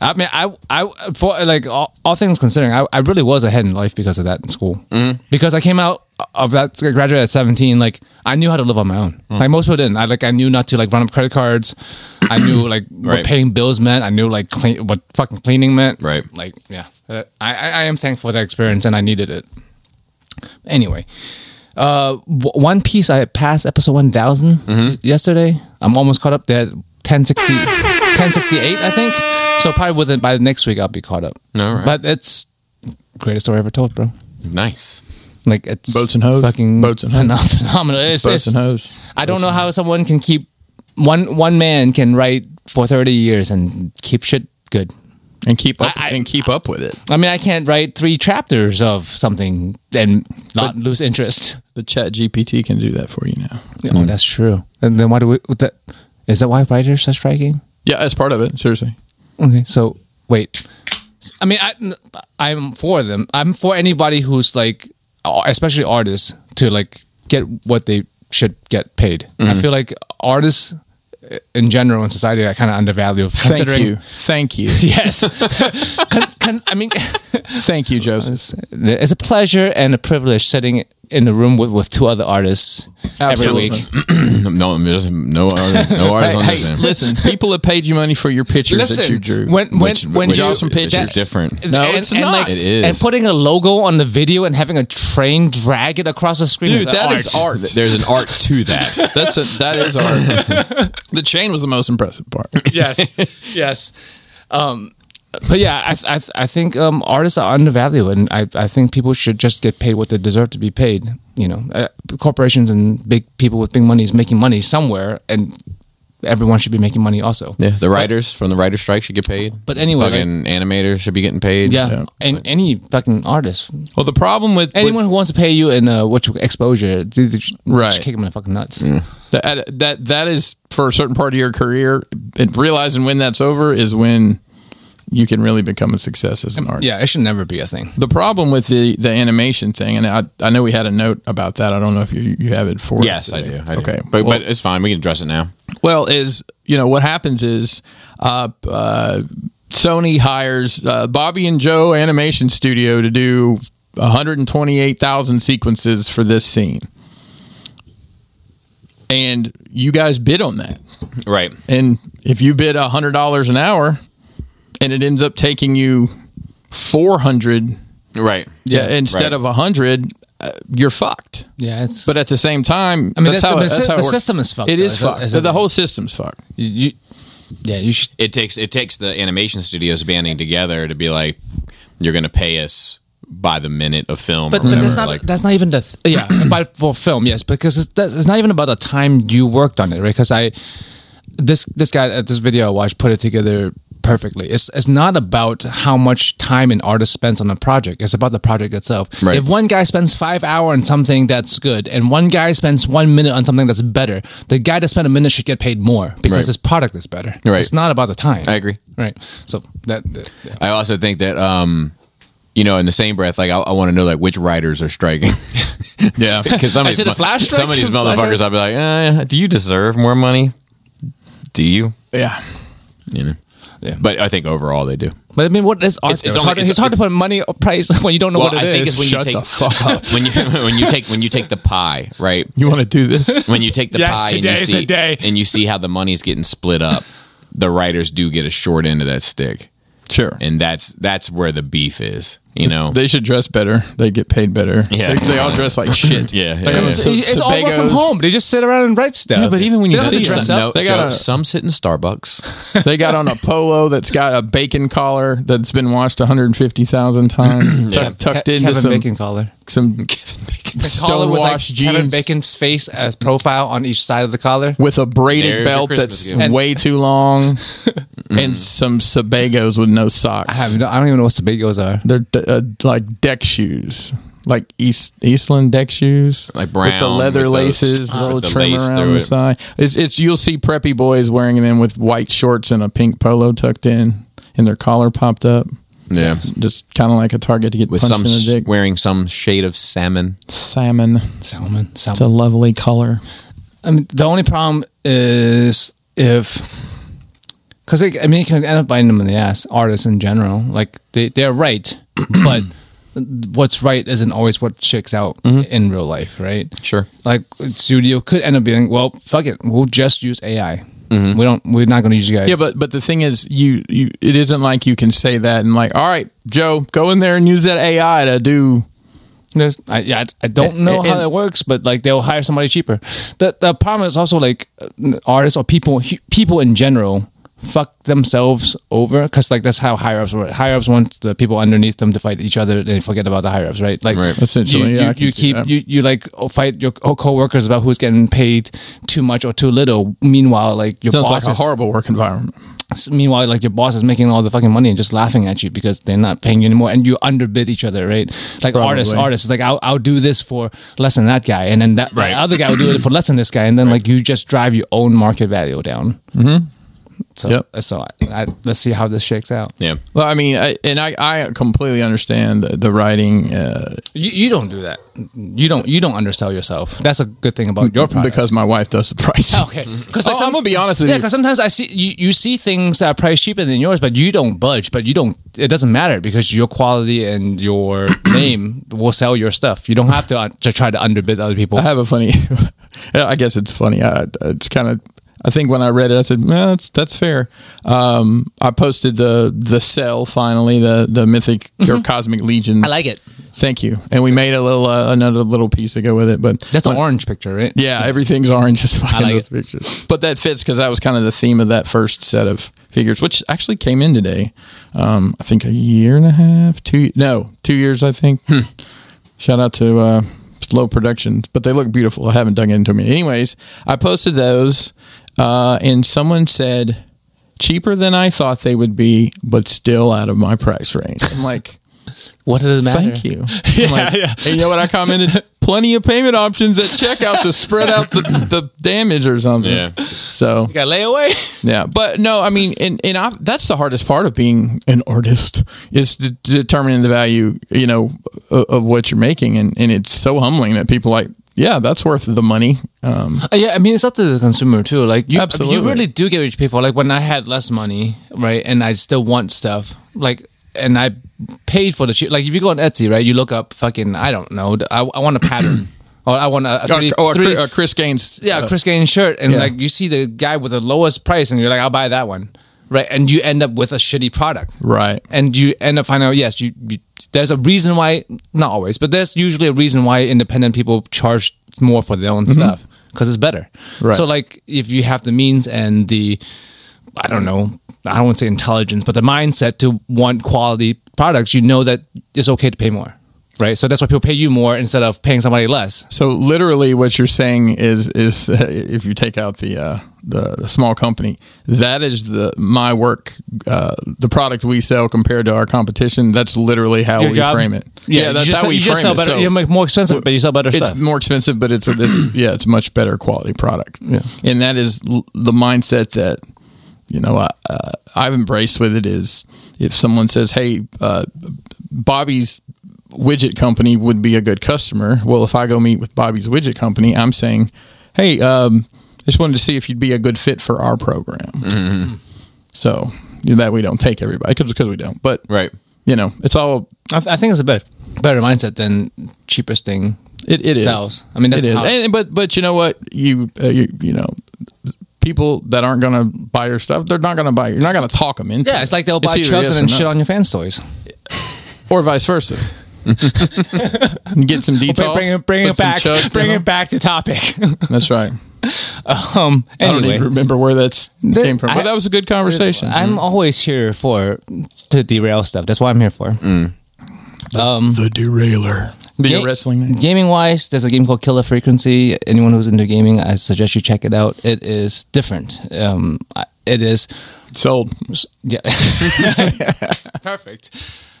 [SPEAKER 3] I mean, I, I, for like all, all things considering, I, I really was ahead in life because of that in school.
[SPEAKER 1] Mm-hmm.
[SPEAKER 3] Mm. Because I came out of that, I graduated at seventeen. Like I knew how to live on my own.
[SPEAKER 1] Hmm.
[SPEAKER 3] Like most people didn't. I like I knew not to like run up credit cards. I knew like
[SPEAKER 1] Right.
[SPEAKER 3] what paying bills meant. I knew like clean, what fucking cleaning meant.
[SPEAKER 1] Right.
[SPEAKER 3] Like yeah, Uh, I, I I am thankful for that experience and I needed it. Anyway, uh, w- One Piece. I passed episode one
[SPEAKER 2] Mm-hmm.
[SPEAKER 3] yesterday. I'm almost caught up. They're at 1060, 1068, I think. So probably within by the next week I'll be caught up.
[SPEAKER 1] All right.
[SPEAKER 3] But it's greatest story ever told, bro.
[SPEAKER 1] Nice. (clears throat)
[SPEAKER 3] Like it's
[SPEAKER 2] Boats and hoes.
[SPEAKER 3] Fucking
[SPEAKER 2] Boats and hoes.
[SPEAKER 3] phenom- (laughs) phenomenal. It's,
[SPEAKER 2] Boats
[SPEAKER 3] it's-
[SPEAKER 2] and hoes.
[SPEAKER 3] I don't know how someone can keep one one man can write for thirty years and keep shit good.
[SPEAKER 2] and keep up
[SPEAKER 3] I- I-
[SPEAKER 2] and keep up with it.
[SPEAKER 3] I mean, I can't write three chapters of something and not lose interest.
[SPEAKER 2] The Chat GPT can do that for you now.
[SPEAKER 3] (laughs) Oh, that's true. And then why do we? That, is that why writers are striking?
[SPEAKER 2] Yeah, that's part of it. Seriously,
[SPEAKER 3] Okay, so wait. I mean, I, I'm for them. I'm for anybody who's like, especially artists, to like get what they should get paid. I feel like artists in general in society are kind of undervalued.
[SPEAKER 2] thank
[SPEAKER 3] Considering,
[SPEAKER 2] you, thank you,
[SPEAKER 3] (laughs) Yes. (laughs) Con- con- I mean, (laughs)
[SPEAKER 2] thank you, Joseph.
[SPEAKER 3] it's a pleasure and a privilege sitting in a room with, with two other artists
[SPEAKER 2] Absolutely.
[SPEAKER 3] every week.
[SPEAKER 1] No, there's no artist, no
[SPEAKER 2] Hey,
[SPEAKER 1] artist on
[SPEAKER 2] hey,
[SPEAKER 1] this. end.
[SPEAKER 2] listen, people have paid you money for your pictures that you drew.
[SPEAKER 3] When when
[SPEAKER 1] Which-
[SPEAKER 3] when
[SPEAKER 1] which
[SPEAKER 3] you,
[SPEAKER 2] Draw some
[SPEAKER 1] which is
[SPEAKER 2] pictures.
[SPEAKER 1] different.
[SPEAKER 2] No, it's not.
[SPEAKER 1] It is.
[SPEAKER 3] And putting a logo on the video and having a train drag it across the screen.
[SPEAKER 2] Dude,
[SPEAKER 3] is
[SPEAKER 2] that
[SPEAKER 3] art.
[SPEAKER 2] is art.
[SPEAKER 1] There's an art to
[SPEAKER 3] (laughs)
[SPEAKER 1] that.
[SPEAKER 2] That's a, that is art. the chain was the most impressive part.
[SPEAKER 3] (laughs) yes, yes. Um, but yeah, I I, I think um, artists are undervalued, and I, I think people should just get paid what they deserve to be paid. You know, uh, corporations and big people with big money is making money somewhere, and everyone should be making money also.
[SPEAKER 1] The writers from the writer strike should get paid.
[SPEAKER 3] But anyway,
[SPEAKER 1] fucking animators should be getting paid.
[SPEAKER 3] Yeah,
[SPEAKER 2] Yeah.
[SPEAKER 3] and any fucking artist,
[SPEAKER 2] Well, the problem with, with
[SPEAKER 3] anyone who wants to pay you in uh, what you exposure, dude, just,
[SPEAKER 2] Right.
[SPEAKER 3] just kick them in the fucking nuts.
[SPEAKER 2] that, that that is for a certain part of your career, and realizing when that's over is when you can really become a success as an artist.
[SPEAKER 3] Yeah, it should never be a thing.
[SPEAKER 2] The problem with the, the animation thing, and I, I know we had a note about that. I don't know if you, you have it for
[SPEAKER 1] Yes,
[SPEAKER 2] us.
[SPEAKER 1] I do.
[SPEAKER 2] today.
[SPEAKER 1] I do.
[SPEAKER 2] Okay.
[SPEAKER 1] but,
[SPEAKER 2] well,
[SPEAKER 1] but it's fine. We can address it now.
[SPEAKER 2] well, is, you know, what happens is uh, uh, Sony hires uh, Bobby and Joe Animation Studio to do 128,000 sequences for this scene. And you guys bid on that.
[SPEAKER 1] Right.
[SPEAKER 2] And if you bid hundred dollars an hour, and it ends up taking you four hundred,
[SPEAKER 1] Right.
[SPEAKER 2] yeah, instead
[SPEAKER 1] right.
[SPEAKER 2] of a hundred, uh, you're fucked.
[SPEAKER 3] Yeah, it's
[SPEAKER 2] But uh, at the same time, I
[SPEAKER 3] mean,
[SPEAKER 2] that's
[SPEAKER 3] that-
[SPEAKER 2] how,
[SPEAKER 3] the-
[SPEAKER 2] that's
[SPEAKER 3] the
[SPEAKER 2] how it
[SPEAKER 3] sy- the
[SPEAKER 2] works.
[SPEAKER 3] system is fucked,
[SPEAKER 2] It
[SPEAKER 3] though.
[SPEAKER 2] is
[SPEAKER 3] It's a-
[SPEAKER 2] fucked.
[SPEAKER 3] it's a-
[SPEAKER 2] the whole system's fucked.
[SPEAKER 3] you, you- yeah, you should.
[SPEAKER 1] It takes it takes the animation studios banding together to be like, you're going to pay us by the minute of film.
[SPEAKER 3] But,
[SPEAKER 1] or
[SPEAKER 3] but
[SPEAKER 1] whatever.
[SPEAKER 3] that's not
[SPEAKER 1] like,
[SPEAKER 3] that's not even the th- yeah.
[SPEAKER 1] (clears throat)
[SPEAKER 3] but for film, yes, because it's, that's, it's not even about the time you worked on it, right? Because I this this guy at this video I watched put it together perfectly. It's it's not about how much time an artist spends on a project. It's about the project itself.
[SPEAKER 1] Right.
[SPEAKER 3] If one guy spends five hour on something that's good, and one guy spends one minute on something that's better, the guy that spent a minute should get paid more because
[SPEAKER 1] Right.
[SPEAKER 3] his product is better.
[SPEAKER 1] Right.
[SPEAKER 3] It's not about the time.
[SPEAKER 1] I agree.
[SPEAKER 3] Right. So that. that-
[SPEAKER 1] I also think that, um, you know, in the same breath, like I, I want to know like which writers are
[SPEAKER 3] (laughs)
[SPEAKER 1] striking. (laughs) yeah, because some, of
[SPEAKER 3] Is
[SPEAKER 1] these
[SPEAKER 3] it a
[SPEAKER 1] mo-
[SPEAKER 3] flash strike?
[SPEAKER 1] some of these
[SPEAKER 3] (laughs) Flash
[SPEAKER 1] motherfuckers, I'll be like, eh, do you deserve more money? Do you?
[SPEAKER 2] Yeah,
[SPEAKER 1] You know.
[SPEAKER 3] Yeah.
[SPEAKER 1] But I think overall they do.
[SPEAKER 3] But I mean, what is art?
[SPEAKER 1] It's-
[SPEAKER 3] It's,
[SPEAKER 1] it's only-
[SPEAKER 3] hard, to-
[SPEAKER 1] it's-
[SPEAKER 3] it's hard to put money or price (laughs) when you don't know
[SPEAKER 1] Well,
[SPEAKER 3] what it is.
[SPEAKER 1] I think it's when
[SPEAKER 2] Shut
[SPEAKER 1] you take
[SPEAKER 2] the fuck up.
[SPEAKER 1] (laughs) when you when you take when you take the pie, right?
[SPEAKER 2] you want to do
[SPEAKER 3] (laughs)
[SPEAKER 2] this?
[SPEAKER 1] When you take the
[SPEAKER 3] Yes,
[SPEAKER 1] pie and you
[SPEAKER 3] today is
[SPEAKER 1] see
[SPEAKER 3] the day.
[SPEAKER 1] and you see how the money's getting split up, the writers do get a short end of that stick.
[SPEAKER 2] Sure.
[SPEAKER 1] and that's that's where the beef is. You know,
[SPEAKER 2] They should dress better. They get paid better.
[SPEAKER 1] Yeah.
[SPEAKER 2] They, they all dress
[SPEAKER 3] (laughs)
[SPEAKER 2] like shit.
[SPEAKER 1] Yeah,
[SPEAKER 2] They
[SPEAKER 1] yeah,
[SPEAKER 2] have
[SPEAKER 1] yeah.
[SPEAKER 3] It's,
[SPEAKER 2] so-
[SPEAKER 3] it's all work from
[SPEAKER 2] Sebagos.
[SPEAKER 3] home. (laughs) They just sit around and write stuff.
[SPEAKER 1] Yeah, but even when you
[SPEAKER 3] They don't have
[SPEAKER 1] see
[SPEAKER 3] to dress
[SPEAKER 1] some,
[SPEAKER 3] up.
[SPEAKER 1] no,
[SPEAKER 2] They
[SPEAKER 1] Joe,
[SPEAKER 2] gotta-
[SPEAKER 1] some sit in
[SPEAKER 2] (laughs)
[SPEAKER 1] Starbucks.
[SPEAKER 2] (laughs) They got on a polo that's got a bacon collar that's been washed 150,000
[SPEAKER 3] (clears throat)
[SPEAKER 2] times, tuck- tucked into
[SPEAKER 3] Kevin
[SPEAKER 2] some,
[SPEAKER 3] Bacon collar. (laughs)
[SPEAKER 2] some
[SPEAKER 3] The collar with like
[SPEAKER 2] stonewashed
[SPEAKER 3] Kevin
[SPEAKER 2] jeans
[SPEAKER 3] Bacon's face as profile on each side of the collar.
[SPEAKER 2] with a braided
[SPEAKER 1] There's your
[SPEAKER 2] belt
[SPEAKER 1] Christmas
[SPEAKER 2] that's
[SPEAKER 1] gift.
[SPEAKER 3] (laughs)
[SPEAKER 2] way too long and some Sebagos with no socks.
[SPEAKER 3] Mm. I have no, I don't even know what Sabigos are.
[SPEAKER 2] They're d- uh, like deck shoes, like East Eastland deck shoes,
[SPEAKER 1] Like brown,
[SPEAKER 2] with the leather
[SPEAKER 1] with those- uh,
[SPEAKER 2] laces,
[SPEAKER 1] with
[SPEAKER 2] little
[SPEAKER 1] the
[SPEAKER 2] trim
[SPEAKER 1] lace
[SPEAKER 2] around
[SPEAKER 1] through
[SPEAKER 2] the
[SPEAKER 1] it.
[SPEAKER 2] side. It's it's you'll see preppy boys wearing them with white shorts and a pink polo tucked in, and their collar popped up,
[SPEAKER 1] yeah,
[SPEAKER 2] just kind of like a target to get
[SPEAKER 1] with
[SPEAKER 2] punched
[SPEAKER 1] some
[SPEAKER 2] in the dick.
[SPEAKER 1] sh- wearing some shade of salmon.
[SPEAKER 2] Salmon, it's
[SPEAKER 3] Salmon. Salmon.
[SPEAKER 2] a lovely color.
[SPEAKER 3] I mean, the only problem is if because I mean, you can end up biting them in the ass. Artists in general, like they they're right, (clears throat) but what's right isn't always what checks out in real life, right?
[SPEAKER 1] Sure.
[SPEAKER 3] Like studio could end up being, well, fuck it, we'll just use AI. We don't. We're not going to use you guys.
[SPEAKER 2] Mm-hmm. Yeah, but but the thing is, you you it isn't like you can say that and like, all right, Joe, go in there and use that AI to do
[SPEAKER 3] There's, I, yeah, I- I don't know how
[SPEAKER 2] and-
[SPEAKER 3] that works, but like they'll hire somebody cheaper. The the problem is also like uh, artists or people hu- people in general fuck themselves over because like that's how higher ups work. Higher ups want the people underneath them to fight each other and forget about the higher ups, right? Like
[SPEAKER 1] Right.
[SPEAKER 2] Essentially,
[SPEAKER 3] you,
[SPEAKER 2] yeah, I
[SPEAKER 3] you,
[SPEAKER 2] can
[SPEAKER 3] you
[SPEAKER 2] see
[SPEAKER 3] keep
[SPEAKER 2] that.
[SPEAKER 3] you you like oh, fight your co- coworkers about who's getting paid too much or too little. Meanwhile, like your
[SPEAKER 2] sounds
[SPEAKER 3] boss
[SPEAKER 2] like a
[SPEAKER 3] is-
[SPEAKER 2] horrible work environment.
[SPEAKER 3] meanwhile like your boss is making all the fucking money and just laughing at you because they're not paying you anymore and you underbid each other right like
[SPEAKER 2] Probably.
[SPEAKER 3] artists artists like I'll, I'll do this for less than that guy and then that
[SPEAKER 1] Right.
[SPEAKER 3] the other guy will do it for less than this guy and then like you just drive your own market value down mm-hmm. so
[SPEAKER 2] Yep.
[SPEAKER 3] so I, I, let's see how this shakes out
[SPEAKER 1] Yeah,
[SPEAKER 2] Well, I mean, I, and I, I completely understand the, the writing uh,
[SPEAKER 3] you, you don't do that you don't you don't undersell yourself that's a good thing about your product
[SPEAKER 2] because my wife does the price. (laughs)
[SPEAKER 3] (laughs) Okay, because
[SPEAKER 2] Oh, I'm gonna be honest with
[SPEAKER 3] yeah,
[SPEAKER 2] you.
[SPEAKER 3] because sometimes I see you, you see things that are priced cheaper than yours, but you don't budge. But you don't. It doesn't matter because your quality and
[SPEAKER 2] (coughs)
[SPEAKER 3] your name will sell your stuff. You don't have to, uh, to try to underbid other people.
[SPEAKER 2] I (laughs) have a funny. I guess it's funny. I, it's kind of. I think when I read it, I said, "No, that's that's fair." Um, I posted the the cell finally the the mythic or cosmic legions.
[SPEAKER 3] Mm-hmm. I like it.
[SPEAKER 2] Thank you. And we made a little uh, another little piece to go with it, but
[SPEAKER 3] That's an orange picture, right?
[SPEAKER 2] Yeah, everything's orange as (laughs) fuck
[SPEAKER 3] I
[SPEAKER 2] in
[SPEAKER 3] like
[SPEAKER 2] those
[SPEAKER 3] it.
[SPEAKER 2] pictures. But that fits because that was kind of the theme of that first set of figures, which actually came in today. Um, I think a year and a half, two no, two years, I think.
[SPEAKER 3] Hmm.
[SPEAKER 2] Shout out to uh, Slow Productions, but they look beautiful. I haven't dug into them. yet. Anyways, I posted those, uh, and someone said cheaper than I thought they would be, but still out of my price range. I'm like.
[SPEAKER 3] What does
[SPEAKER 2] (laughs)
[SPEAKER 3] it matter?
[SPEAKER 2] Thank you. I'm like-
[SPEAKER 3] (laughs) yeah.
[SPEAKER 2] And you know what I commented? Plenty of payment options at checkout to spread out
[SPEAKER 3] (laughs)
[SPEAKER 2] the, the damage or something.
[SPEAKER 1] Yeah.
[SPEAKER 2] So
[SPEAKER 3] Got layaway.
[SPEAKER 2] yeah, but no, I mean, and and I, that's the hardest part of being an artist is de- determining the value, you know, of, of what you're making, and and it's so humbling that people like, yeah, that's worth the money. Um,
[SPEAKER 3] (laughs) Uh, Yeah, I mean it's up to the consumer too. Like you, I mean,
[SPEAKER 2] Absolutely.
[SPEAKER 3] you really do get what you pay for. Like when I had less money, right, and I still want stuff, like, and I paid for the shit. Like if you go on Etsy, right, you look up fucking I don't know, I, I want
[SPEAKER 2] (coughs)
[SPEAKER 3] a pattern, or I want a, a
[SPEAKER 2] or,
[SPEAKER 3] three,
[SPEAKER 2] or,
[SPEAKER 3] three-
[SPEAKER 2] Chris- or Chris Gaines,
[SPEAKER 3] yeah,
[SPEAKER 2] uh,
[SPEAKER 3] Chris Gaines shirt, and
[SPEAKER 2] yeah.
[SPEAKER 3] like you see the guy with the lowest price, and you're like, I'll buy that one, right, and you end up with a shitty product,
[SPEAKER 2] right?
[SPEAKER 3] and you end up finding out yes you, you there's a reason why not always but there's usually a reason why independent people charge more for their own stuff because it's better
[SPEAKER 2] Mm-hmm. Right.
[SPEAKER 3] so like if you have the means and the i don't know i don't want to say intelligence but the mindset to want quality products you know that it's okay to pay more right so that's why people pay you more instead of paying somebody less
[SPEAKER 2] So literally, what you're saying is is (laughs) uh, if you take out the uh, the, the small company, that is the my work, uh, the product we sell compared to our competition. That's literally how
[SPEAKER 3] Your
[SPEAKER 2] we
[SPEAKER 3] job-
[SPEAKER 2] frame it.
[SPEAKER 3] yeah, you
[SPEAKER 2] that's
[SPEAKER 3] just-
[SPEAKER 2] how we
[SPEAKER 3] you
[SPEAKER 2] frame
[SPEAKER 3] just sell
[SPEAKER 2] it.
[SPEAKER 3] better
[SPEAKER 2] So
[SPEAKER 3] you make more expensive but you sell better
[SPEAKER 2] it's
[SPEAKER 3] stuff
[SPEAKER 2] more expensive, but it's, it's yeah, it's much better quality product. Yeah. and that is l- the mindset that you know I, uh, I've embraced with it is if someone says, "Hey, uh, Bobby's widget company would be a good customer." Well, if I go meet with Bobby's widget company, I'm saying, "Hey, um, just wanted to see if you'd be a good fit for our program." So you know, that we don't take everybody because we don't, but
[SPEAKER 1] Right.
[SPEAKER 2] You know, it's all
[SPEAKER 3] I, I think it's a better better mindset than cheapest thing
[SPEAKER 2] It it is.
[SPEAKER 3] Sells. I mean, that's
[SPEAKER 2] It is.
[SPEAKER 3] how-
[SPEAKER 2] And- but but you know what you uh, you you know people that aren't going to buy your stuff, they're not going to buy. You're not going to talk them into.
[SPEAKER 3] Yeah, it's like they'll buy
[SPEAKER 2] either
[SPEAKER 3] trucks
[SPEAKER 2] yes
[SPEAKER 3] and then
[SPEAKER 2] or no.
[SPEAKER 3] shit on your fan stories.
[SPEAKER 2] or vice
[SPEAKER 3] (laughs)
[SPEAKER 2] versa. Get some details.
[SPEAKER 4] bring it, bring it
[SPEAKER 2] put some
[SPEAKER 4] back,
[SPEAKER 2] chugs in
[SPEAKER 4] bring
[SPEAKER 2] them.
[SPEAKER 4] it back to topic.
[SPEAKER 2] That's right.
[SPEAKER 3] (laughs) Um,
[SPEAKER 2] I don't
[SPEAKER 3] anyway,
[SPEAKER 2] even remember where that's came from.
[SPEAKER 3] I-
[SPEAKER 2] But that was a good conversation. Mm.
[SPEAKER 3] I'm always here for to derail stuff. That's what I'm here for.
[SPEAKER 2] Mm. the derailer. The
[SPEAKER 3] Ga-
[SPEAKER 2] wrestling name.
[SPEAKER 3] Gaming wise, there's a game called Killer Frequency. Anyone who's into gaming, I suggest you check it out. It is different. Um, I- it is
[SPEAKER 2] Sold.
[SPEAKER 3] yeah. (laughs) Perfect.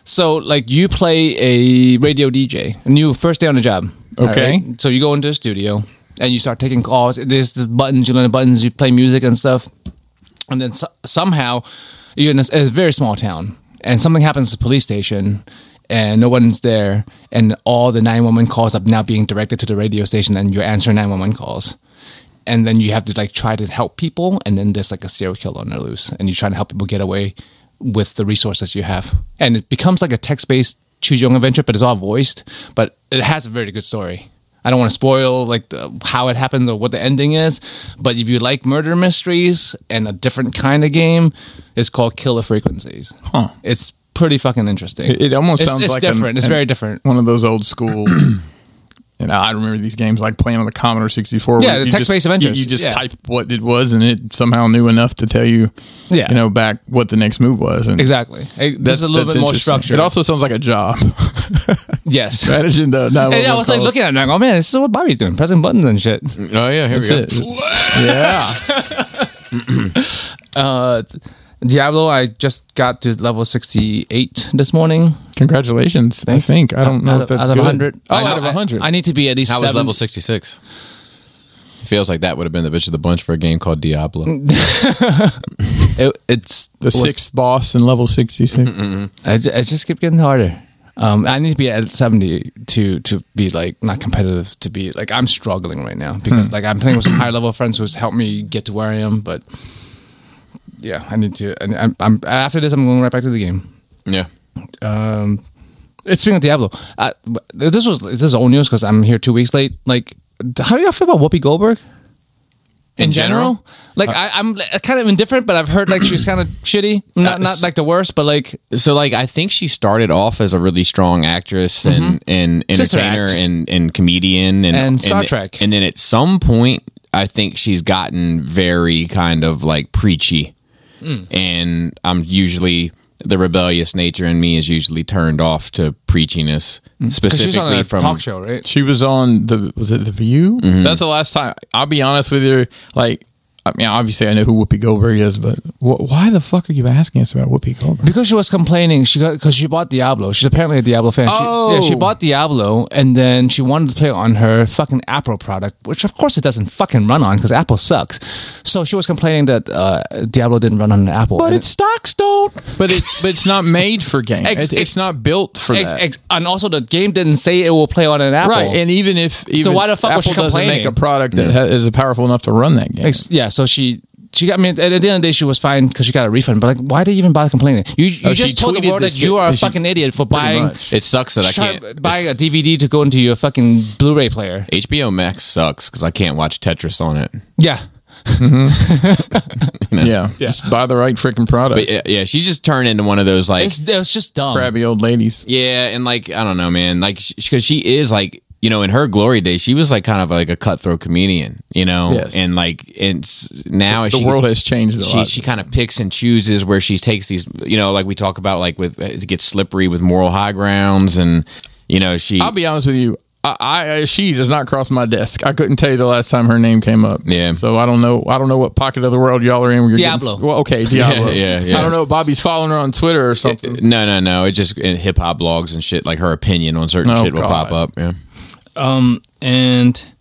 [SPEAKER 3] So, like, you play a radio DJ, new first day on the job.
[SPEAKER 2] Okay.
[SPEAKER 3] alright? So you go into a studio and you start taking calls. There's the buttons. You learn the buttons. You play music and stuff. And then so- somehow you're in a, s- a very small town, and something happens to the police station, and no one's there, and all the 911 calls are now being directed to the radio station, and you're answering 911 calls and then you have to like try to help people and then there's like a serial killer on the loose and you're trying to help people get away with the resources you have and it becomes like a text-based choose your own adventure but it's all voiced but it has a very good story i don't want to spoil like the, how it happens or what the ending is but if you like murder mysteries and a different kind of game it's called killer frequencies
[SPEAKER 2] Huh.
[SPEAKER 3] it's pretty fucking interesting
[SPEAKER 2] It, it almost
[SPEAKER 3] It's-
[SPEAKER 2] sounds
[SPEAKER 3] it's
[SPEAKER 2] like an-
[SPEAKER 3] different it's
[SPEAKER 2] an-
[SPEAKER 3] very different
[SPEAKER 2] One of those old
[SPEAKER 3] (clears throat)
[SPEAKER 2] school. And I remember these games like playing on the Commodore 64.
[SPEAKER 3] Yeah,
[SPEAKER 2] where
[SPEAKER 3] the
[SPEAKER 2] you
[SPEAKER 3] text-based
[SPEAKER 2] just-
[SPEAKER 3] adventures.
[SPEAKER 2] You, you just
[SPEAKER 3] Yeah.
[SPEAKER 2] type what it was, and it somehow knew enough to tell you,
[SPEAKER 3] Yeah.
[SPEAKER 2] you know, back what the next move was. And
[SPEAKER 3] exactly It- this
[SPEAKER 2] that's-
[SPEAKER 3] is a little
[SPEAKER 2] that's
[SPEAKER 3] bit more
[SPEAKER 2] interesting.
[SPEAKER 3] structured
[SPEAKER 2] It also sounds like a job. (laughs)
[SPEAKER 3] yes
[SPEAKER 2] Managing the
[SPEAKER 3] And
[SPEAKER 2] 911
[SPEAKER 3] yeah, I was like
[SPEAKER 2] calls. Mm.
[SPEAKER 3] looking at him like, oh man, this is what Bobby's doing, pressing buttons and shit.
[SPEAKER 1] Oh yeah, here
[SPEAKER 2] That's
[SPEAKER 1] we go.
[SPEAKER 2] it. yeah.
[SPEAKER 3] Uh, Diablo, I just got to level sixty eight this morning.
[SPEAKER 2] Congratulations. I think. I don't know
[SPEAKER 3] out
[SPEAKER 2] if
[SPEAKER 3] of,
[SPEAKER 2] that's
[SPEAKER 3] out of
[SPEAKER 2] good.
[SPEAKER 3] hundred.
[SPEAKER 2] Oh,
[SPEAKER 3] I know-
[SPEAKER 2] out of
[SPEAKER 3] I-
[SPEAKER 2] 100.
[SPEAKER 3] I, need to be at least
[SPEAKER 1] How was
[SPEAKER 3] seven-
[SPEAKER 1] level sixty six? It feels like that would have been the bitch of the bunch for a game called Diablo.
[SPEAKER 3] It, it's
[SPEAKER 2] the sixth boss in level 66.
[SPEAKER 3] I, ju- I just keep getting harder. Um, I need to be at seventy to to be like not competitive to be like I'm struggling right now
[SPEAKER 1] Hmm.
[SPEAKER 3] because like I'm playing with some higher level friends who's helped me get to where I am, but yeah, I need to. And I'm, I'm after this, I'm going right back to the game.
[SPEAKER 1] yeah.
[SPEAKER 3] um it's speaking of Diablo. Uh, this was this is old news because I'm here two weeks late. Like, how do y'all feel about Whoopi Goldberg
[SPEAKER 1] In general? Uh,
[SPEAKER 3] Like, I, I'm kind of indifferent, but I've heard like she's kind of shitty. Not
[SPEAKER 1] Uh,
[SPEAKER 3] not like the worst, but like
[SPEAKER 1] so like I think she started off as a really strong actress and and
[SPEAKER 3] Sister
[SPEAKER 1] entertainer
[SPEAKER 3] act.
[SPEAKER 1] and and comedian and
[SPEAKER 3] And Star Trek.
[SPEAKER 1] and then at some point I think she's gotten very kind of like preachy, Mm. and I'm usually the rebellious nature in me is usually turned off to preachiness,
[SPEAKER 3] 'cause she's on
[SPEAKER 1] specifically
[SPEAKER 3] a
[SPEAKER 1] from
[SPEAKER 3] talk show, right?
[SPEAKER 2] She was on the was it the View? That's the last time. I'll be honest with you. Like, I mean, obviously I know who Whoopi Goldberg is, but wh- why the fuck are you asking us about Whoopi Goldberg?
[SPEAKER 3] Because she was complaining, she got because she bought Diablo. She's apparently a Diablo fan.
[SPEAKER 2] Oh.
[SPEAKER 3] She, yeah, she bought Diablo, and then she wanted to play on her fucking Apple product, which of course it doesn't fucking run on because Apple sucks. So she was complaining that uh, Diablo didn't run on an Apple.
[SPEAKER 2] But
[SPEAKER 3] And-
[SPEAKER 2] its stocks don't. But it but it's not made for game.
[SPEAKER 3] Ex-
[SPEAKER 2] It- it's not built for
[SPEAKER 3] Ex-
[SPEAKER 2] that.
[SPEAKER 3] ex- and also, the game didn't say it will play on an Apple.
[SPEAKER 2] Right, and even if even
[SPEAKER 3] why the fuck
[SPEAKER 2] Apple
[SPEAKER 3] was she
[SPEAKER 2] doesn't make
[SPEAKER 3] complaining?
[SPEAKER 2] a product that ha- is powerful enough to run that game,
[SPEAKER 3] Ex- yeah. So she. She got. I mean, at the end of the day, she was fine because she got a refund. But like, why did you even bother complaining? You, you
[SPEAKER 2] Oh, she
[SPEAKER 3] just told the
[SPEAKER 2] tweeted
[SPEAKER 3] world that
[SPEAKER 2] this
[SPEAKER 3] you
[SPEAKER 2] shit.
[SPEAKER 3] are a
[SPEAKER 2] She-
[SPEAKER 3] fucking idiot for buying,
[SPEAKER 2] much.
[SPEAKER 1] It sucks that I
[SPEAKER 3] trying
[SPEAKER 1] can't
[SPEAKER 3] buying a DVD to go into your fucking Blu-ray player.
[SPEAKER 1] HBO Max sucks because I can't watch Tetris on it.
[SPEAKER 3] Yeah,
[SPEAKER 2] yeah, just buy the right freaking product.
[SPEAKER 1] But yeah, yeah, she's just turned into one of those like
[SPEAKER 3] it's it's just dumb.
[SPEAKER 2] Crabby old ladies.
[SPEAKER 1] Yeah, and like I don't know, man. Like because she is like you know in her glory days, she was like kind of like a cutthroat comedian, you know,
[SPEAKER 2] Yes.
[SPEAKER 1] and like and s- now
[SPEAKER 2] The
[SPEAKER 1] she,
[SPEAKER 2] world has changed a
[SPEAKER 1] She
[SPEAKER 2] lot.
[SPEAKER 1] she kind of picks and chooses where she takes these, you know, like we talk about like with uh, it gets slippery with moral high grounds and. You know, she.
[SPEAKER 2] I'll be honest with you. I, I I- she does not cross my desk. I couldn't tell you the last time her name came up.
[SPEAKER 1] Yeah.
[SPEAKER 2] So I don't know. I don't know what pocket of the world y'all are in. Where you're getting-
[SPEAKER 3] Diablo.
[SPEAKER 2] well,
[SPEAKER 1] (laughs)
[SPEAKER 2] okay, Diablo.
[SPEAKER 1] yeah, yeah.
[SPEAKER 2] I don't know. Bobby's following her on Twitter or something.
[SPEAKER 1] (clears throat) no, no, no. It just in hip hop blogs and shit. Like her opinion on certain
[SPEAKER 2] Oh,
[SPEAKER 1] shit will
[SPEAKER 2] God.
[SPEAKER 1] pop up. Yeah,
[SPEAKER 3] Um, and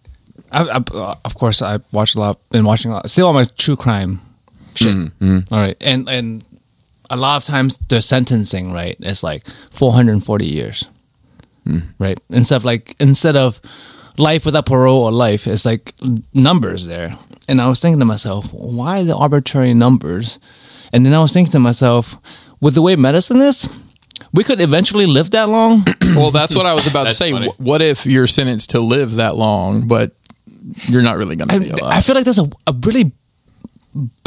[SPEAKER 3] I, I, of course, I watched a lot. Been watching a lot. Still on my true crime shit. All right, and and a lot of times the sentencing right is like 440 years, right? Instead of like instead of life without parole or life, it's like numbers there. And I was thinking to myself, why the arbitrary numbers? And then I was thinking to myself, with the way medicine is, we could eventually live that long.
[SPEAKER 2] Well, that's what I was about to say.
[SPEAKER 1] funny.
[SPEAKER 2] Wh- What if you're sentenced to live that long, but you're not really going to be
[SPEAKER 3] I,
[SPEAKER 2] alive?
[SPEAKER 3] I feel like that's a, a really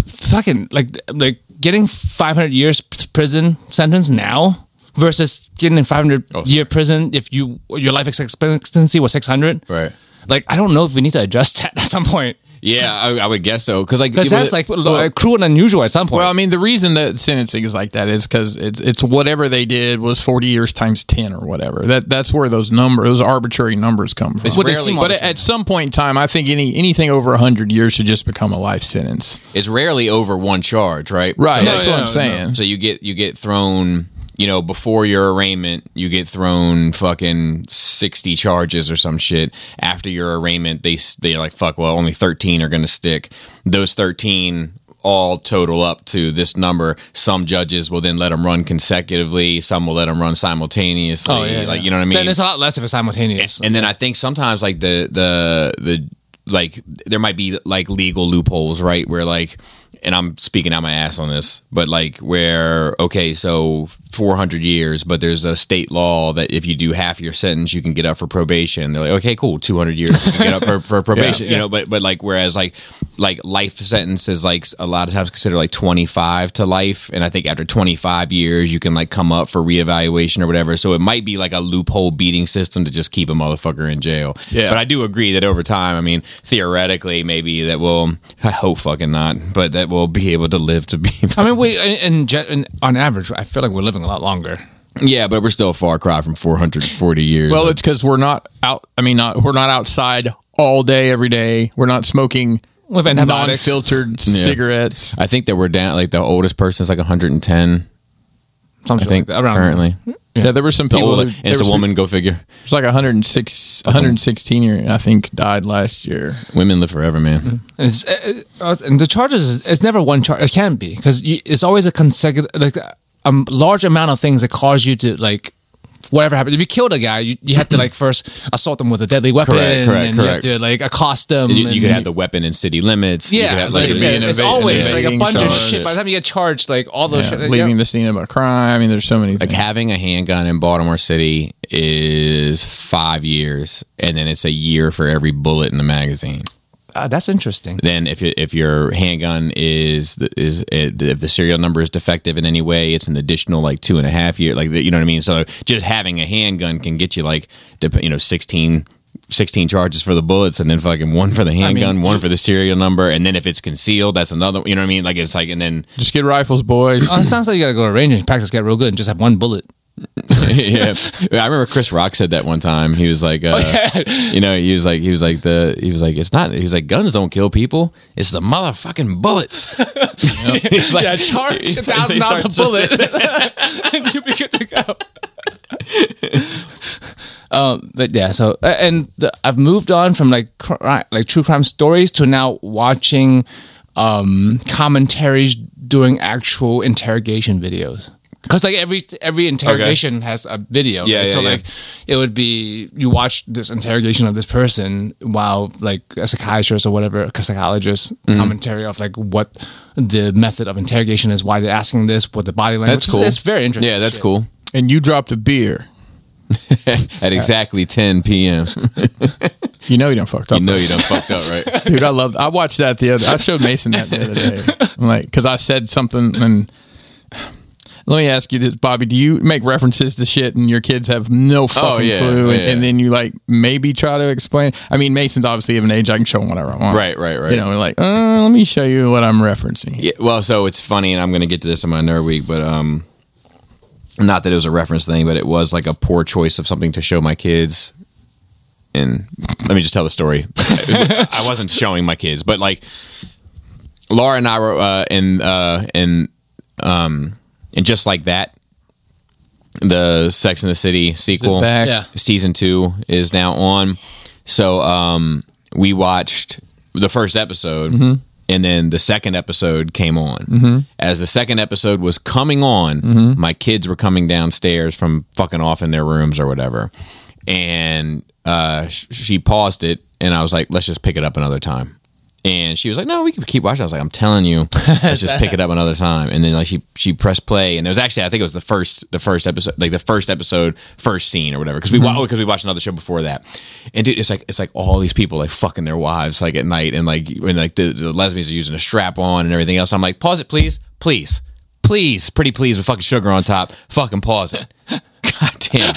[SPEAKER 3] fucking like like getting 500 years p- prison sentence now versus getting a 500
[SPEAKER 1] Oh,
[SPEAKER 3] year prison if you your life expectancy was 600.
[SPEAKER 1] Right.
[SPEAKER 3] Like I don't know if we need to adjust (laughs) that at some point
[SPEAKER 1] Yeah, I, I would guess so. Because like,
[SPEAKER 3] because
[SPEAKER 1] well,
[SPEAKER 3] that's like,
[SPEAKER 1] well,
[SPEAKER 3] like cruel and unusual at some point.
[SPEAKER 2] Well, I mean, the reason that sentencing is like that is because it's, it's whatever they did was 40 years times 10 or whatever. That That's where those number, those arbitrary numbers come from.
[SPEAKER 3] what they rarely- seem
[SPEAKER 2] but at,
[SPEAKER 3] arbitrary.
[SPEAKER 2] at some point in time, I think any anything over 100 years should just become a life sentence.
[SPEAKER 1] it's rarely over one charge, right?
[SPEAKER 2] Right.
[SPEAKER 1] So,
[SPEAKER 2] that's
[SPEAKER 3] no,
[SPEAKER 2] what
[SPEAKER 3] Oh, no,
[SPEAKER 2] I'm saying.
[SPEAKER 1] so you get you get thrown. You know, before your arraignment, you get thrown fucking sixty charges or some shit. After your arraignment, they s- they're like, fuck. Well, only thirteen are going to stick. Those thirteen all total up to this number. Some judges will then let them run consecutively. Some will let them run simultaneously. like you know what I mean?
[SPEAKER 3] Oh,
[SPEAKER 1] eh,
[SPEAKER 3] Then it's a lot less if it's simultaneous.
[SPEAKER 1] and then I think sometimes like the the the like there might be like legal loopholes, right? Where like, and I'm speaking out my ass on this, but like where okay, so 400 years, but there's a state law that if you do half your sentence, you can get up for probation. They're like, okay, cool, 200 years, you can get up for, for probation, you know. But but like whereas like like life sentence is like a lot of times considered like 25 to life, and I think after 25 years, you can like come up for reevaluation or whatever. So it might be like a loophole beating system to just keep a motherfucker in jail.
[SPEAKER 2] Yeah.
[SPEAKER 1] But I do agree that over time, I mean, theoretically, maybe that will, I hope fucking not, but that we'll be able to live to be. (laughs)
[SPEAKER 3] I mean, we in, in, gen- in, on average, I feel like we're living a lot longer.
[SPEAKER 1] yeah, but we're still a far cry from 440 years.
[SPEAKER 2] Well, it's because we're not out. I mean, not we're not outside all day every day. We're not smoking
[SPEAKER 3] With antibiotics.
[SPEAKER 2] non-filtered cigarettes.
[SPEAKER 1] I think that we're down, like the oldest person is like 110, I
[SPEAKER 3] Something
[SPEAKER 1] think,
[SPEAKER 3] like that, around
[SPEAKER 1] currently.
[SPEAKER 2] Yeah. there were some
[SPEAKER 1] The
[SPEAKER 2] people.
[SPEAKER 1] oldest-
[SPEAKER 2] who-
[SPEAKER 1] and
[SPEAKER 2] there
[SPEAKER 1] it's a
[SPEAKER 2] was-
[SPEAKER 1] woman, go figure.
[SPEAKER 2] It's like 106, 116 year, I think, died last year.
[SPEAKER 1] Women live forever, man.
[SPEAKER 3] And It's, uh, uh, and the charges is it's never one charge. It can't be because it's always a consecutive, like a um, large amount of things that cause you to like whatever happened. If you killed a guy, you, you had
[SPEAKER 1] (laughs)
[SPEAKER 3] to like first assault them with a deadly weapon,
[SPEAKER 1] Correct, correct,
[SPEAKER 3] and
[SPEAKER 1] correct.
[SPEAKER 3] you have to like accost them.
[SPEAKER 1] You, you
[SPEAKER 3] and-
[SPEAKER 1] could have the weapon in city limits. You
[SPEAKER 3] yeah,
[SPEAKER 1] could have,
[SPEAKER 3] like,
[SPEAKER 2] could be
[SPEAKER 3] it's,
[SPEAKER 2] an
[SPEAKER 3] it's
[SPEAKER 2] invade-
[SPEAKER 3] always like a
[SPEAKER 2] invading
[SPEAKER 3] bunch of
[SPEAKER 2] charge.
[SPEAKER 3] shit. By the time you get charged, like all those
[SPEAKER 2] Yeah,
[SPEAKER 3] shit,
[SPEAKER 2] leaving
[SPEAKER 3] yeah.
[SPEAKER 2] the scene of a crime. I mean, there's so many.
[SPEAKER 1] like
[SPEAKER 2] things.
[SPEAKER 1] having a handgun in Baltimore City is five years, and then it's a year for every bullet in the magazine.
[SPEAKER 3] Ah, that's interesting.
[SPEAKER 1] Then, if you, if your handgun is is if the serial number is defective in any way, it's an additional like two and a half year. Like you know what I mean. So just having a handgun can get you like dep- you know 16, 16 charges for the bullets, and then fucking one for the handgun, one for the serial number, and then if it's concealed, that's another. You know what I mean? Like it's like and then
[SPEAKER 2] Just get rifles, boys.
[SPEAKER 1] Uh-huh.
[SPEAKER 3] Oh, it sounds like you gotta go to a range and practice, get real good, and just have one bullet.
[SPEAKER 1] (laughs) yeah, I remember Chris Rock said that one time. He was
[SPEAKER 3] Oh,
[SPEAKER 1] like, uh, you know, he was like, he was like the, he was like, it's not, he was like, guns don't kill people, it's the motherfucking bullets. (laughs)
[SPEAKER 3] (laughs)
[SPEAKER 1] He's like- (laughs)
[SPEAKER 3] yeah, charge a
[SPEAKER 1] They
[SPEAKER 3] thousand dollars a
[SPEAKER 1] start-
[SPEAKER 3] bullet, and (laughs) you'll be good to go. um, but yeah, so a- and the, I've moved on from like cri- like true crime stories to now watching um, commentaries doing actual interrogation videos. Because like every every interrogation has a video,
[SPEAKER 1] Yeah,
[SPEAKER 3] right?
[SPEAKER 1] yeah,
[SPEAKER 3] so
[SPEAKER 1] yeah.
[SPEAKER 3] like it would be you watch this interrogation of this person while like a psychiatrist or whatever a psychologist
[SPEAKER 1] Mm-hmm.
[SPEAKER 3] commentary of like what the method of interrogation is why they're asking this what the body language
[SPEAKER 1] That's cool.
[SPEAKER 3] it's, it's very interesting
[SPEAKER 1] (laughs) Yeah, that's
[SPEAKER 3] shit.
[SPEAKER 1] cool. (laughs)
[SPEAKER 2] and you dropped a beer.
[SPEAKER 1] At exactly 10 p.m.,
[SPEAKER 2] You know you don't fucked up.
[SPEAKER 1] you know you done fucked up, right?
[SPEAKER 2] dude. I love. I watched that the other. I showed Mason that the other day. I'm like, because I said something and. Let me ask you this, Bobby. Do you make references to shit and your kids have no fucking
[SPEAKER 1] Oh, yeah,
[SPEAKER 2] clue? And,
[SPEAKER 1] yeah.
[SPEAKER 2] and then you like maybe try to explain. I mean, Mason's obviously of an age I can show him whatever I want.
[SPEAKER 1] Right, right, right.
[SPEAKER 2] You know, like, uh, let me show you what I'm referencing.
[SPEAKER 1] Yeah, well, so it's funny, and I'm going to get to this in my nerd week, but um, not that it was a reference thing, but it was like a poor choice of something to show my kids. And let me just tell the story. (laughs) I wasn't showing my kids, but like Laura and I were uh, in uh, in um, and just like that, the Sex in the City sequel,
[SPEAKER 2] back.
[SPEAKER 3] Yeah.
[SPEAKER 1] season two is now on. So um, we watched the first episode, and then the second episode came on. As the second episode was coming on, my kids were coming downstairs from fucking off in their rooms or whatever, and uh, sh- she paused it, and I was like, "Let's just pick it up another time." And she was like, "No, we can keep watching." I was like, "I'm telling you, let's just pick it up another time." And then like she she pressed play, and it was actually I think it was the first the first episode like the first episode first scene or whatever because we because we watched another show before that. And dude, it's like it's like all these people like fucking their wives like at night, and like and like the, the lesbians are using a strap on and everything else. I'm like, pause it, please, please, please, pretty please with fucking sugar on top, fucking pause it. God damn.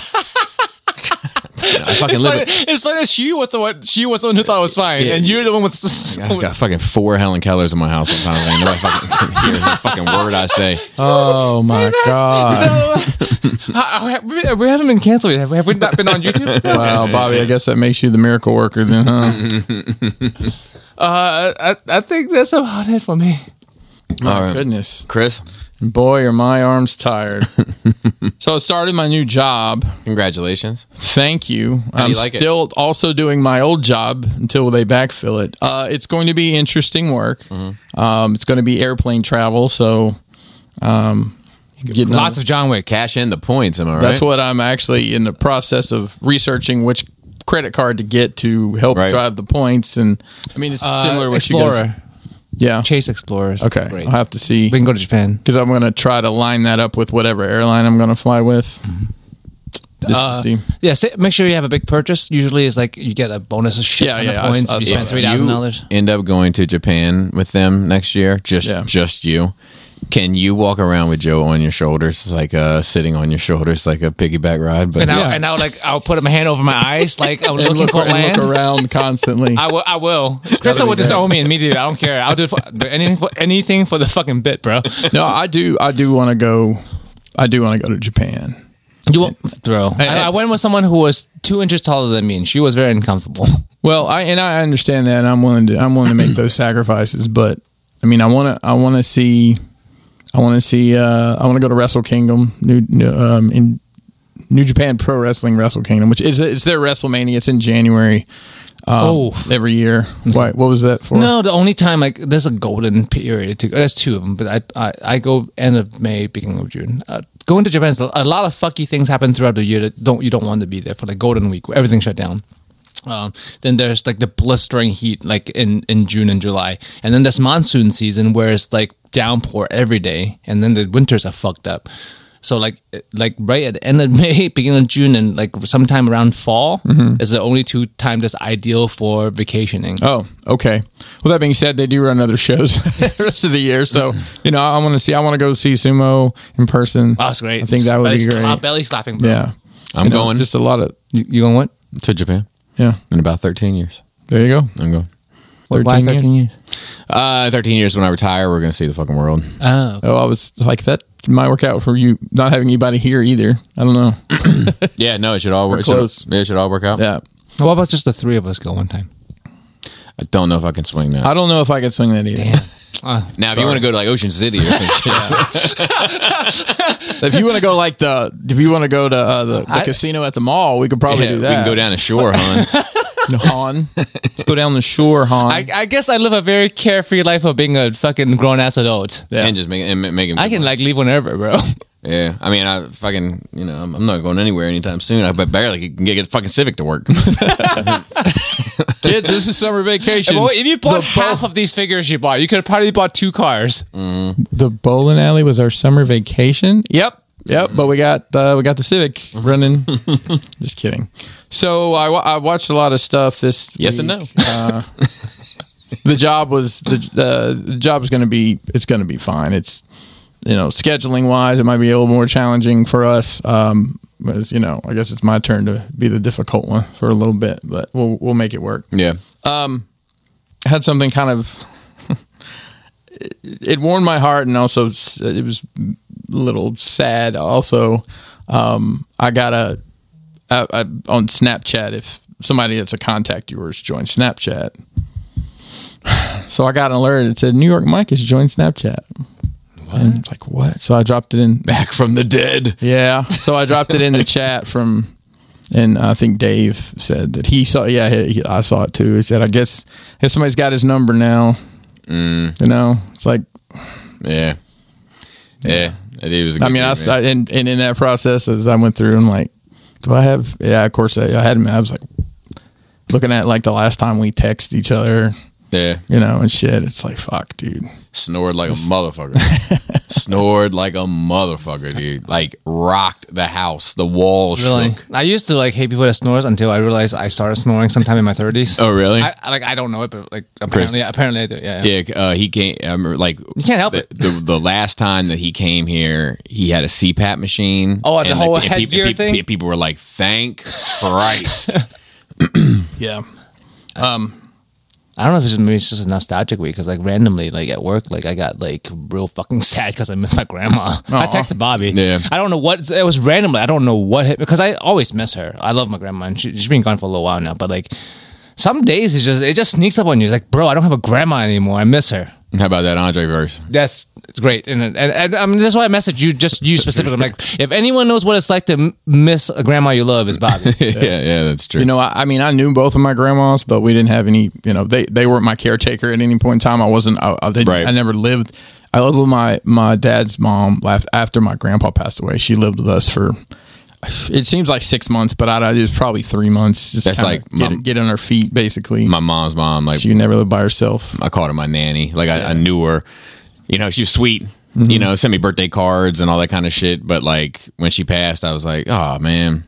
[SPEAKER 1] God damn, I fucking
[SPEAKER 3] It's
[SPEAKER 1] live
[SPEAKER 3] funny,
[SPEAKER 1] with-
[SPEAKER 3] it's funny that she was the one. She was the one who thought it was fine, and you're the one with.
[SPEAKER 2] (laughs)
[SPEAKER 3] (laughs)
[SPEAKER 1] I've got fucking four Helen Kellers in my house sometimes. and nobody fucking (laughs) hears a fucking word I say.
[SPEAKER 2] Oh my god!
[SPEAKER 3] Uh, we- we haven't been canceled yet. Have we- Have we not been on
[SPEAKER 2] (laughs)
[SPEAKER 3] YouTube? still?
[SPEAKER 2] Wow, Bobby, I guess that makes you the miracle worker then, huh?
[SPEAKER 3] Uh, I, I think that's about it for me.
[SPEAKER 1] (laughs) All right.
[SPEAKER 2] Goodness,
[SPEAKER 1] Chris,
[SPEAKER 2] boy, are my arms
[SPEAKER 1] (laughs)
[SPEAKER 2] tired. so I started my new job.
[SPEAKER 1] congratulations.
[SPEAKER 2] Thank you.
[SPEAKER 1] do
[SPEAKER 2] I'm
[SPEAKER 1] you like it?
[SPEAKER 2] still also doing my old job until they backfill it. Uh, it's going to be interesting work. Um, it's going to be airplane travel, so um, getting
[SPEAKER 3] Lots of John Wick.
[SPEAKER 1] Cash in the points, am I right?
[SPEAKER 2] That's what I'm actually in the process of researching which credit card to get to help
[SPEAKER 1] Right.
[SPEAKER 2] drive the points. And I mean, it's similar.
[SPEAKER 3] Uh,
[SPEAKER 2] What you guys,
[SPEAKER 3] Explorer,
[SPEAKER 2] yeah.
[SPEAKER 3] Chase Explorers.
[SPEAKER 2] Okay,
[SPEAKER 3] great.
[SPEAKER 2] I'll have to see
[SPEAKER 3] We can go to Japan.
[SPEAKER 2] because I'm going to try to line that up with whatever airline I'm going to fly with.
[SPEAKER 3] Mm-hmm.
[SPEAKER 2] Just
[SPEAKER 3] Uh,
[SPEAKER 2] to see.
[SPEAKER 3] Yeah, sa- make sure you have a big purchase. Usually, it's like you get a bonus of shit
[SPEAKER 2] Yeah,
[SPEAKER 3] ton
[SPEAKER 2] yeah, I-
[SPEAKER 3] of points.
[SPEAKER 2] I
[SPEAKER 3] if you
[SPEAKER 2] saw
[SPEAKER 3] spend
[SPEAKER 2] that.
[SPEAKER 3] three thousand dollars.
[SPEAKER 1] End up going to Japan with them next year. Just
[SPEAKER 2] Yeah.
[SPEAKER 1] just you. Can you walk around with Joe on your shoulders, like uh, sitting on your shoulders, like a piggyback ride? But
[SPEAKER 3] And I'll, and I'll like I'll put my hand over my eyes, like I'm
[SPEAKER 2] (laughs) And
[SPEAKER 3] looking
[SPEAKER 2] look,
[SPEAKER 3] for
[SPEAKER 2] and
[SPEAKER 3] land.
[SPEAKER 2] look around
[SPEAKER 3] (laughs)
[SPEAKER 2] constantly.
[SPEAKER 3] I will. I will. Crystal will disown me immediately. I don't care. I'll do it for, do anything for anything for the fucking bit, bro.
[SPEAKER 2] no, I do. I do want to go. I do want to go to Japan.
[SPEAKER 3] You will, bro. I, I went with someone who was two inches taller than me, and she was very uncomfortable.
[SPEAKER 2] Well, I and I understand that, and I'm willing to I'm willing to make those sacrifices. But I mean, I want to I want to see I want to see uh, I want to go to Wrestle Kingdom, new, new um, in New Japan Pro Wrestling Wrestle Kingdom, which is it's their WrestleMania. It's in January
[SPEAKER 3] oh
[SPEAKER 2] every year. Why, what was that for?
[SPEAKER 3] no! The only time like there's a golden period. To, there's two of them, but I, I I go end of May, beginning of June. Uh, going to Japan, is a lot of fucky things happen throughout the year that don't you don't want to be there for like golden week. Where everything shut down. Um, then there's like the blistering heat, like in, in June and July, and then there's monsoon season where it's like downpour every day, and then the winters are fucked up. So like it- like right at the end of (laughs) May, beginning of June, and like sometime around fall is the only two time that's ideal for vacationing.
[SPEAKER 2] Oh, okay. Well, that being said, they do run other shows (laughs) the rest of the year. So, you know, I want to see, I want to go see sumo in person.
[SPEAKER 3] That's great.
[SPEAKER 2] I think that would
[SPEAKER 3] belly
[SPEAKER 2] be great.
[SPEAKER 3] uh, belly slapping. Bro.
[SPEAKER 2] yeah.
[SPEAKER 1] I'm
[SPEAKER 2] You know,
[SPEAKER 1] going
[SPEAKER 2] Just a lot of,
[SPEAKER 3] You, you going what?
[SPEAKER 1] to Japan
[SPEAKER 2] yeah.
[SPEAKER 1] in about 13 years.
[SPEAKER 2] There you go.
[SPEAKER 1] I'm going.
[SPEAKER 3] Why
[SPEAKER 2] 13 years.
[SPEAKER 3] thirteen years?
[SPEAKER 1] Uh, 13 years when I retire, we're going to see the fucking world.
[SPEAKER 3] Oh,
[SPEAKER 2] Oh, I was like that might work out for you not having anybody here either. I don't know.
[SPEAKER 1] Yeah, no, it should all work. It should-
[SPEAKER 2] close.
[SPEAKER 1] yeah, it should all work out.
[SPEAKER 2] Yeah.
[SPEAKER 3] what about just the three of us go one time?
[SPEAKER 1] I don't know if I can swing that.
[SPEAKER 2] I don't know if I could swing that either.
[SPEAKER 3] Uh,
[SPEAKER 1] Now, if you want to go to like Ocean City or (laughs) some shit,
[SPEAKER 2] (laughs) If you want to go like the if you want to go to uh, the, the
[SPEAKER 3] I-
[SPEAKER 2] casino at the mall, we could probably
[SPEAKER 1] yeah,
[SPEAKER 2] do
[SPEAKER 1] we
[SPEAKER 2] that.
[SPEAKER 1] can go
[SPEAKER 2] (laughs)
[SPEAKER 1] down the shore, hon.
[SPEAKER 2] down Han. Let's go down the shore, Han.
[SPEAKER 3] I, I guess I live a very carefree life of being a fucking grown ass adult.
[SPEAKER 2] Yeah.
[SPEAKER 1] and just make and ma- make him.
[SPEAKER 3] I can like leave whenever, bro.
[SPEAKER 1] Yeah, I mean, I fucking you know, I'm, I'm not going anywhere anytime soon. I but barely can get, get fucking Civic to work.
[SPEAKER 2] Kids, this is summer vacation.
[SPEAKER 3] well, (laughs) if you bought
[SPEAKER 2] the,
[SPEAKER 3] half of these figures you bought, you could have probably bought two cars.
[SPEAKER 2] the bowling alley was our summer vacation. Yep. Yep, but we got uh, we got the Civic running. (laughs) Just kidding. So I, wa- I watched a lot of stuff this.
[SPEAKER 1] Yes and
[SPEAKER 2] week.
[SPEAKER 1] no. (laughs)
[SPEAKER 2] Uh, the job was the uh, the job's going to be it's going to be fine. It's you know scheduling wise, it might be a little more challenging for us. Um, but it's, you know, I guess it's my turn to be the difficult one for a little bit, but we'll we'll make it work
[SPEAKER 1] yeah,
[SPEAKER 2] had something kind of (laughs) it warmed my heart and also s- it was a little sad also um i got a I, I, on snapchat if somebody that's a contact of yours joined snapchat (sighs) so i got an alert it said new york mike has joined snapchat what? And it's like what so i dropped it in (laughs)
[SPEAKER 1] back from the dead.
[SPEAKER 2] yeah. So I dropped it in the chat from, and I think Dave said that he saw. Yeah, he, he- I saw it too. He said, "I guess if somebody's got his number now." You know, it's like
[SPEAKER 1] Yeah, yeah. It was. a
[SPEAKER 2] I
[SPEAKER 1] good
[SPEAKER 2] mean, I,
[SPEAKER 1] dude, man.
[SPEAKER 2] I and, and in that process as I went through, I'm like, do I have? Yeah, of course I, I had him. I was like looking at like the last time we text each other.
[SPEAKER 1] Yeah.
[SPEAKER 2] you know, and shit. It's like, fuck, dude.
[SPEAKER 1] Snored like a motherfucker. Snored like a motherfucker, dude. Like rocked the house. The walls
[SPEAKER 3] Really?
[SPEAKER 1] shook.
[SPEAKER 3] I used to like hate people that snores until I realized I started snoring sometime in my thirties.
[SPEAKER 1] Oh, really?
[SPEAKER 3] I, I- like I don't know it, but like apparently, apparently I do. Yeah, yeah.
[SPEAKER 1] yeah, uh, he came. I remember, like you
[SPEAKER 3] can't help
[SPEAKER 1] the,
[SPEAKER 3] it.
[SPEAKER 1] The, the last time that he came here, he had a CPAP machine.
[SPEAKER 3] Oh, the
[SPEAKER 1] and,
[SPEAKER 3] whole
[SPEAKER 1] and peop- and
[SPEAKER 3] headgear
[SPEAKER 1] peop-
[SPEAKER 3] thing?
[SPEAKER 1] and People were like,
[SPEAKER 3] (laughs)
[SPEAKER 1] "Thank Christ!"
[SPEAKER 2] Yeah.
[SPEAKER 3] I don't know if it's just, maybe it's just a nostalgic week because like randomly, like at work, like I got like real fucking (laughs) sad because I miss my grandma. I texted Bobby.
[SPEAKER 1] Yeah.
[SPEAKER 3] I don't know what it was randomly. I don't know what hit because I always miss her. I love my grandma and she, she's been gone for a little while now. But like some days, it just it just sneaks up on you. It's like, bro, I don't have a grandma anymore. I miss her.
[SPEAKER 1] How about that Andre verse?
[SPEAKER 3] That's it's great, and and, and I mean, that's why I messaged you just you specifically. I'm like, if anyone knows what it's like to m- miss a grandma you love,
[SPEAKER 1] (laughs)
[SPEAKER 3] it's Bobby.
[SPEAKER 1] (laughs) yeah, yeah, that's true.
[SPEAKER 2] You know, I, I mean, I knew both of my grandmas, but we didn't have any. You know, they they weren't my caretaker at any point in time. I wasn't. I, I, didn't-
[SPEAKER 1] Right.
[SPEAKER 2] I never lived. I lived with my my dad's mom left after my grandpa passed away. She lived with us for. It seems like six months, but I, I- it was probably three months. Just
[SPEAKER 1] That's
[SPEAKER 2] kinda
[SPEAKER 1] like
[SPEAKER 2] get,
[SPEAKER 1] my-
[SPEAKER 2] get on her feet, basically.
[SPEAKER 1] my mom's mom, like
[SPEAKER 2] she never lived by herself.
[SPEAKER 1] I called her my nanny. Like I, I knew her. You know, she was sweet. You
[SPEAKER 3] Mm-hmm.
[SPEAKER 1] know, sent me birthday cards and all that kind of shit. But like when she passed, I was like, oh man,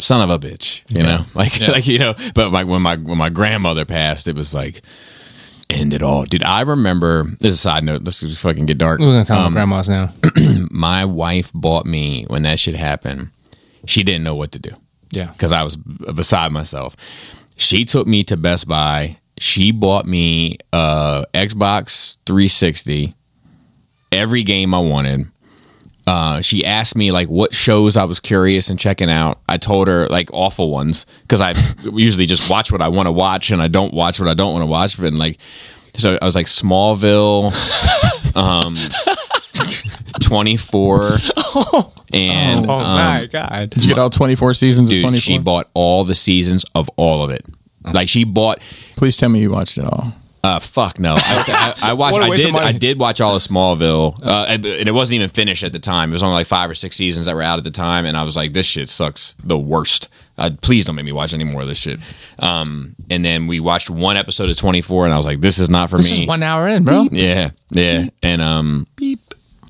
[SPEAKER 1] son of a bitch. You know, (laughs) like like you know. But like when my when my grandmother passed, it was like end it all, dude. I remember. This is a side note. Let's just fucking get dark.
[SPEAKER 3] We're gonna tell my
[SPEAKER 1] (clears throat)
[SPEAKER 3] grandmas now.
[SPEAKER 1] My wife bought me when that shit happened. She didn't know what to do
[SPEAKER 3] Yeah,
[SPEAKER 1] because I was beside myself. She took me to Best Buy. She bought me uh, Xbox 360, every game I wanted. Uh, she asked me like what shows I was curious and checking out. I told her like awful ones because I (laughs) usually just watch what I want to watch and I don't watch what I don't want to watch. And like, so I was like Smallville, (laughs) um, 24, and
[SPEAKER 4] (laughs) Oh
[SPEAKER 1] um,
[SPEAKER 4] my god!
[SPEAKER 2] Did you get all twenty four seasons of
[SPEAKER 1] Dude,
[SPEAKER 2] twenty
[SPEAKER 1] she
[SPEAKER 2] four?
[SPEAKER 1] bought all the seasons of all of it.
[SPEAKER 3] Uh-huh.
[SPEAKER 1] Like she bought,
[SPEAKER 2] Please tell me you watched it all.
[SPEAKER 1] uh, fuck no. I,
[SPEAKER 3] (laughs)
[SPEAKER 1] I, I watched,
[SPEAKER 3] What a
[SPEAKER 1] I
[SPEAKER 3] waste of
[SPEAKER 1] did,
[SPEAKER 3] money.
[SPEAKER 1] I did watch all of Smallville, uh, and it wasn't even finished at the time. It was only like five or six seasons that were out at the time, and I was like, this shit sucks the worst. Uh, please don't make me watch any more of this shit. Um, and then we watched one episode of Twenty Four, and I was like, this is not for
[SPEAKER 3] this
[SPEAKER 1] me.
[SPEAKER 3] is one hour in, bro.
[SPEAKER 1] Yeah, yeah, and um,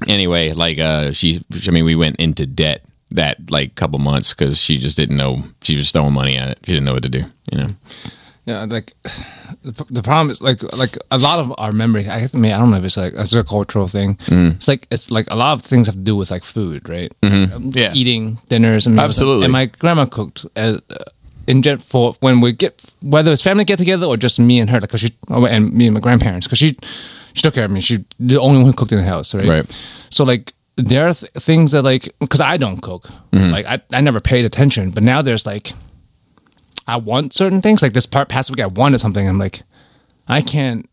[SPEAKER 1] Anyway, like uh, she, I mean, we went into debt that like couple months because she just didn't know. She was throwing money at it. She didn't know what to do. You know,
[SPEAKER 3] Yeah, like (sighs) the, the problem is like like a lot of our memories. I mean, I don't know if it's like it's a cultural thing. It's like it's like a lot of things have to do with like food, right? Mm-hmm.
[SPEAKER 2] Yeah.
[SPEAKER 3] eating dinners and meals.
[SPEAKER 2] Absolutely.
[SPEAKER 3] And my grandma cooked uh, uh, in gen- for when we get whether it's family get together or just me and her, like 'cause she oh, and me and my grandparents, because she she took care of me. She the only one who cooked in the house, right?
[SPEAKER 1] Right.
[SPEAKER 3] So like there are th- things that like because I don't cook, like I I never paid attention, but now there's like. I want certain things. Like this part past week, I wanted something. I'm like, I can't,